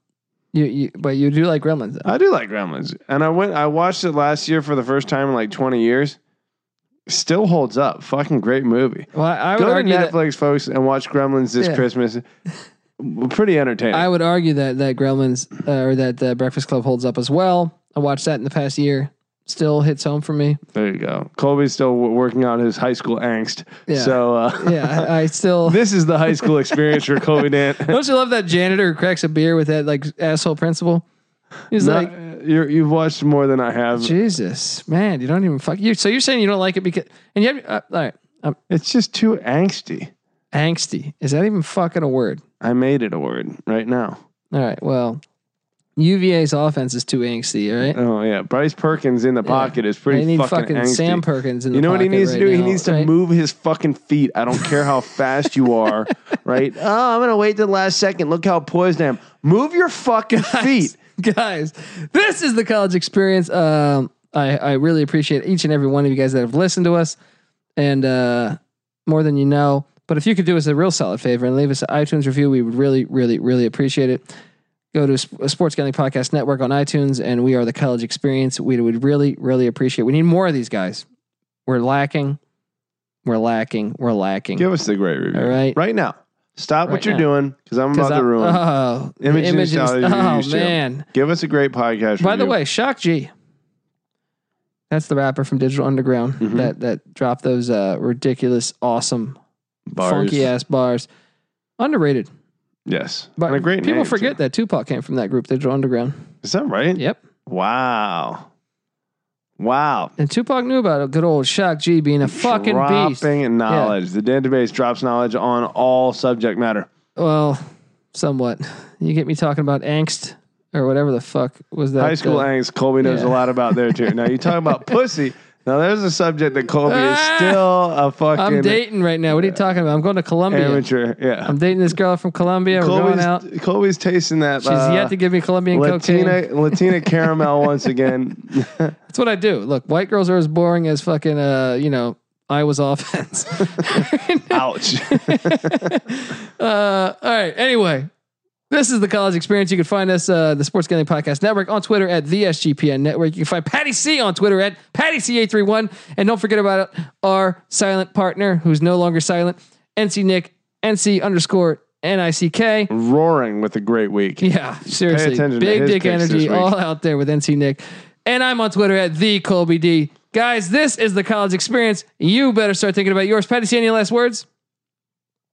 Speaker 1: you, you but you do like Gremlins. Though.
Speaker 2: I do like Gremlins, and I went. I watched it last year for the first time in like twenty years. Still holds up. Fucking great movie.
Speaker 1: Well, I, I would
Speaker 2: Go to
Speaker 1: argue that
Speaker 2: Netflix, folks, and watch Gremlins this
Speaker 1: Yeah.
Speaker 2: Christmas. Pretty entertaining.
Speaker 1: I would argue that that Gremlins uh, or that uh, Breakfast Club holds up as well. I watched that in the past year. Still hits home for me.
Speaker 2: there you go. Colby's still w- working on his high school angst.
Speaker 1: Yeah.
Speaker 2: So uh,
Speaker 1: Yeah, I, I still.
Speaker 2: this is the high school experience for Colby Dant.
Speaker 1: Don't you love that janitor who cracks a beer with that like asshole principal? He's
Speaker 2: No,
Speaker 1: like,
Speaker 2: you're, you've watched more than I have.
Speaker 1: Jesus, man, you don't even fuck you. So you're saying you don't like it because and you have uh, all right, I'm
Speaker 2: It's just too angsty.
Speaker 1: angsty. Is that even fucking a word?
Speaker 2: I made it a word right now.
Speaker 1: All right, well, UVA's offense is too angsty. All right,
Speaker 2: Oh yeah, Bryce Perkins in the pocket is pretty
Speaker 1: they need
Speaker 2: fucking,
Speaker 1: fucking,
Speaker 2: angsty.
Speaker 1: Sam Perkins in the
Speaker 2: you know what he
Speaker 1: pocket
Speaker 2: needs
Speaker 1: right
Speaker 2: to do?
Speaker 1: now,
Speaker 2: he needs to
Speaker 1: right?
Speaker 2: move his fucking feet. I don't care how fast you are, right? Oh, I'm gonna wait till the last second. Look how poised I am. Move your fucking feet.
Speaker 1: guys this is the college experience um i i really appreciate each and every one of you guys that have listened to us and uh more than you know but if you could do us a real solid favor and leave us an itunes review we would really really really appreciate it go to Sp- sports gambling podcast network on itunes and we are the college experience we would really really appreciate we need more of these guys we're lacking we're lacking we're lacking
Speaker 2: Give us the great review.
Speaker 1: All right.
Speaker 2: right now. Stop
Speaker 1: Right
Speaker 2: what you're
Speaker 1: now.
Speaker 2: doing because I'm
Speaker 1: 'Cause
Speaker 2: about
Speaker 1: I-
Speaker 2: to ruin. it.
Speaker 1: oh, the
Speaker 2: Image and
Speaker 1: image and-
Speaker 2: style you
Speaker 1: oh
Speaker 2: used to.
Speaker 1: man
Speaker 2: Give us a great podcast.
Speaker 1: By the
Speaker 2: review.
Speaker 1: way, Shock G. That's the rapper from Digital Underground
Speaker 2: Mhm.
Speaker 1: that that dropped those uh, ridiculous, awesome,
Speaker 2: Bars.
Speaker 1: funky ass bars. Underrated,
Speaker 2: Yes,
Speaker 1: but
Speaker 2: and a great.
Speaker 1: people
Speaker 2: name,
Speaker 1: forget
Speaker 2: too. Hmm.
Speaker 1: that Tupac came from that group, Digital Underground.
Speaker 2: Is that right?
Speaker 1: Yep,
Speaker 2: Wow. Wow.
Speaker 1: and Tupac knew about it. Good old Shock G being a fucking
Speaker 2: dropping
Speaker 1: beast.
Speaker 2: knowledge. The database drops knowledge on all subject matter.
Speaker 1: Well, somewhat. You get me talking about angst or whatever the fuck was that?
Speaker 2: High school
Speaker 1: uh,
Speaker 2: angst, Colby knows
Speaker 1: yeah.
Speaker 2: a lot about there too. Now you talk about pussy. Now there's a subject that Colby is
Speaker 1: Ah!
Speaker 2: still a fucking
Speaker 1: I'm dating right now. What are you talking about? I'm going to Colombia.
Speaker 2: amateur. Yeah.
Speaker 1: I'm dating this girl from Colombia. We're going out.
Speaker 2: Colby's, Colby's tasting that. uh,
Speaker 1: She's yet to give me Colombian cocaine.
Speaker 2: Latina Latina caramel once again.
Speaker 1: That's what I do. Look, white girls are as boring as fucking uh, you know, Iowa's offense.
Speaker 2: Ouch.
Speaker 1: uh, all right. Anyway, this is the college experience. You can find us, uh, the Sports Gambling Podcast Network on Twitter at the SGPN Network. You can find Patty C on Twitter at Patty C831. And don't forget about our silent partner who's no longer silent, NC Nick, NC underscore N-I-C-K.
Speaker 2: Roaring with a great week.
Speaker 1: Yeah, seriously.
Speaker 2: attention to
Speaker 1: Big
Speaker 2: his
Speaker 1: dick
Speaker 2: picks
Speaker 1: energy
Speaker 2: this week.
Speaker 1: all out there with NC Nick. And I'm on Twitter at the Colby D. Guys, this is the college experience. You better start thinking about yours. Patty, see any last words?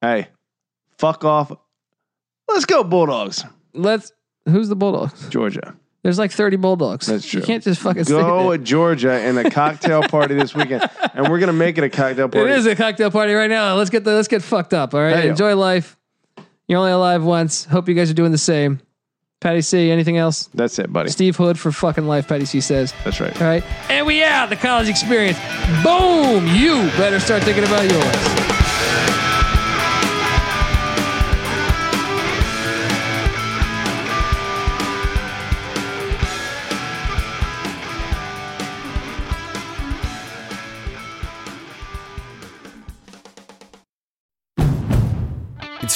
Speaker 2: Hey, fuck off. Let's go Bulldogs,
Speaker 1: Let's. Who's the Bulldogs?
Speaker 2: Georgia.
Speaker 1: There's like 30 Bulldogs.
Speaker 2: That's true.
Speaker 1: You can't just fucking
Speaker 2: Go
Speaker 1: say
Speaker 2: at Georgia and a cocktail party this weekend, and we're gonna make it a cocktail
Speaker 1: that. It
Speaker 2: party.
Speaker 1: is a cocktail party right now. Let's get the let's get fucked up. All right.
Speaker 2: Hey, yo.
Speaker 1: Enjoy life. You're only alive once. Hope you guys are doing the same. Patty C, anything else?
Speaker 2: That's it, buddy.
Speaker 1: Steve Hood for fucking life, Patty C says.
Speaker 2: That's right.
Speaker 1: All right. And we out, the college experience. Boom! You better start thinking about yours.
Speaker 3: It's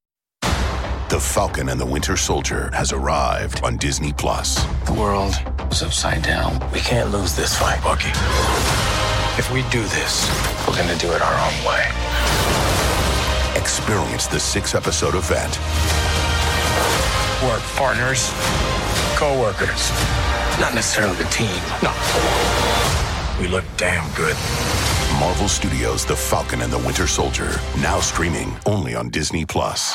Speaker 4: The Falcon and the Winter Soldier has arrived on Disney Plus.
Speaker 5: The world is upside down. We can't lose this fight, Bucky. If we do this, we're going to do it our own way.
Speaker 4: Experience the six episode event.
Speaker 5: We're partners, co workers, not necessarily the team. No. We look damn good.
Speaker 4: Marvel Studios' The Falcon and the Winter Soldier, now streaming only on Disney Plus.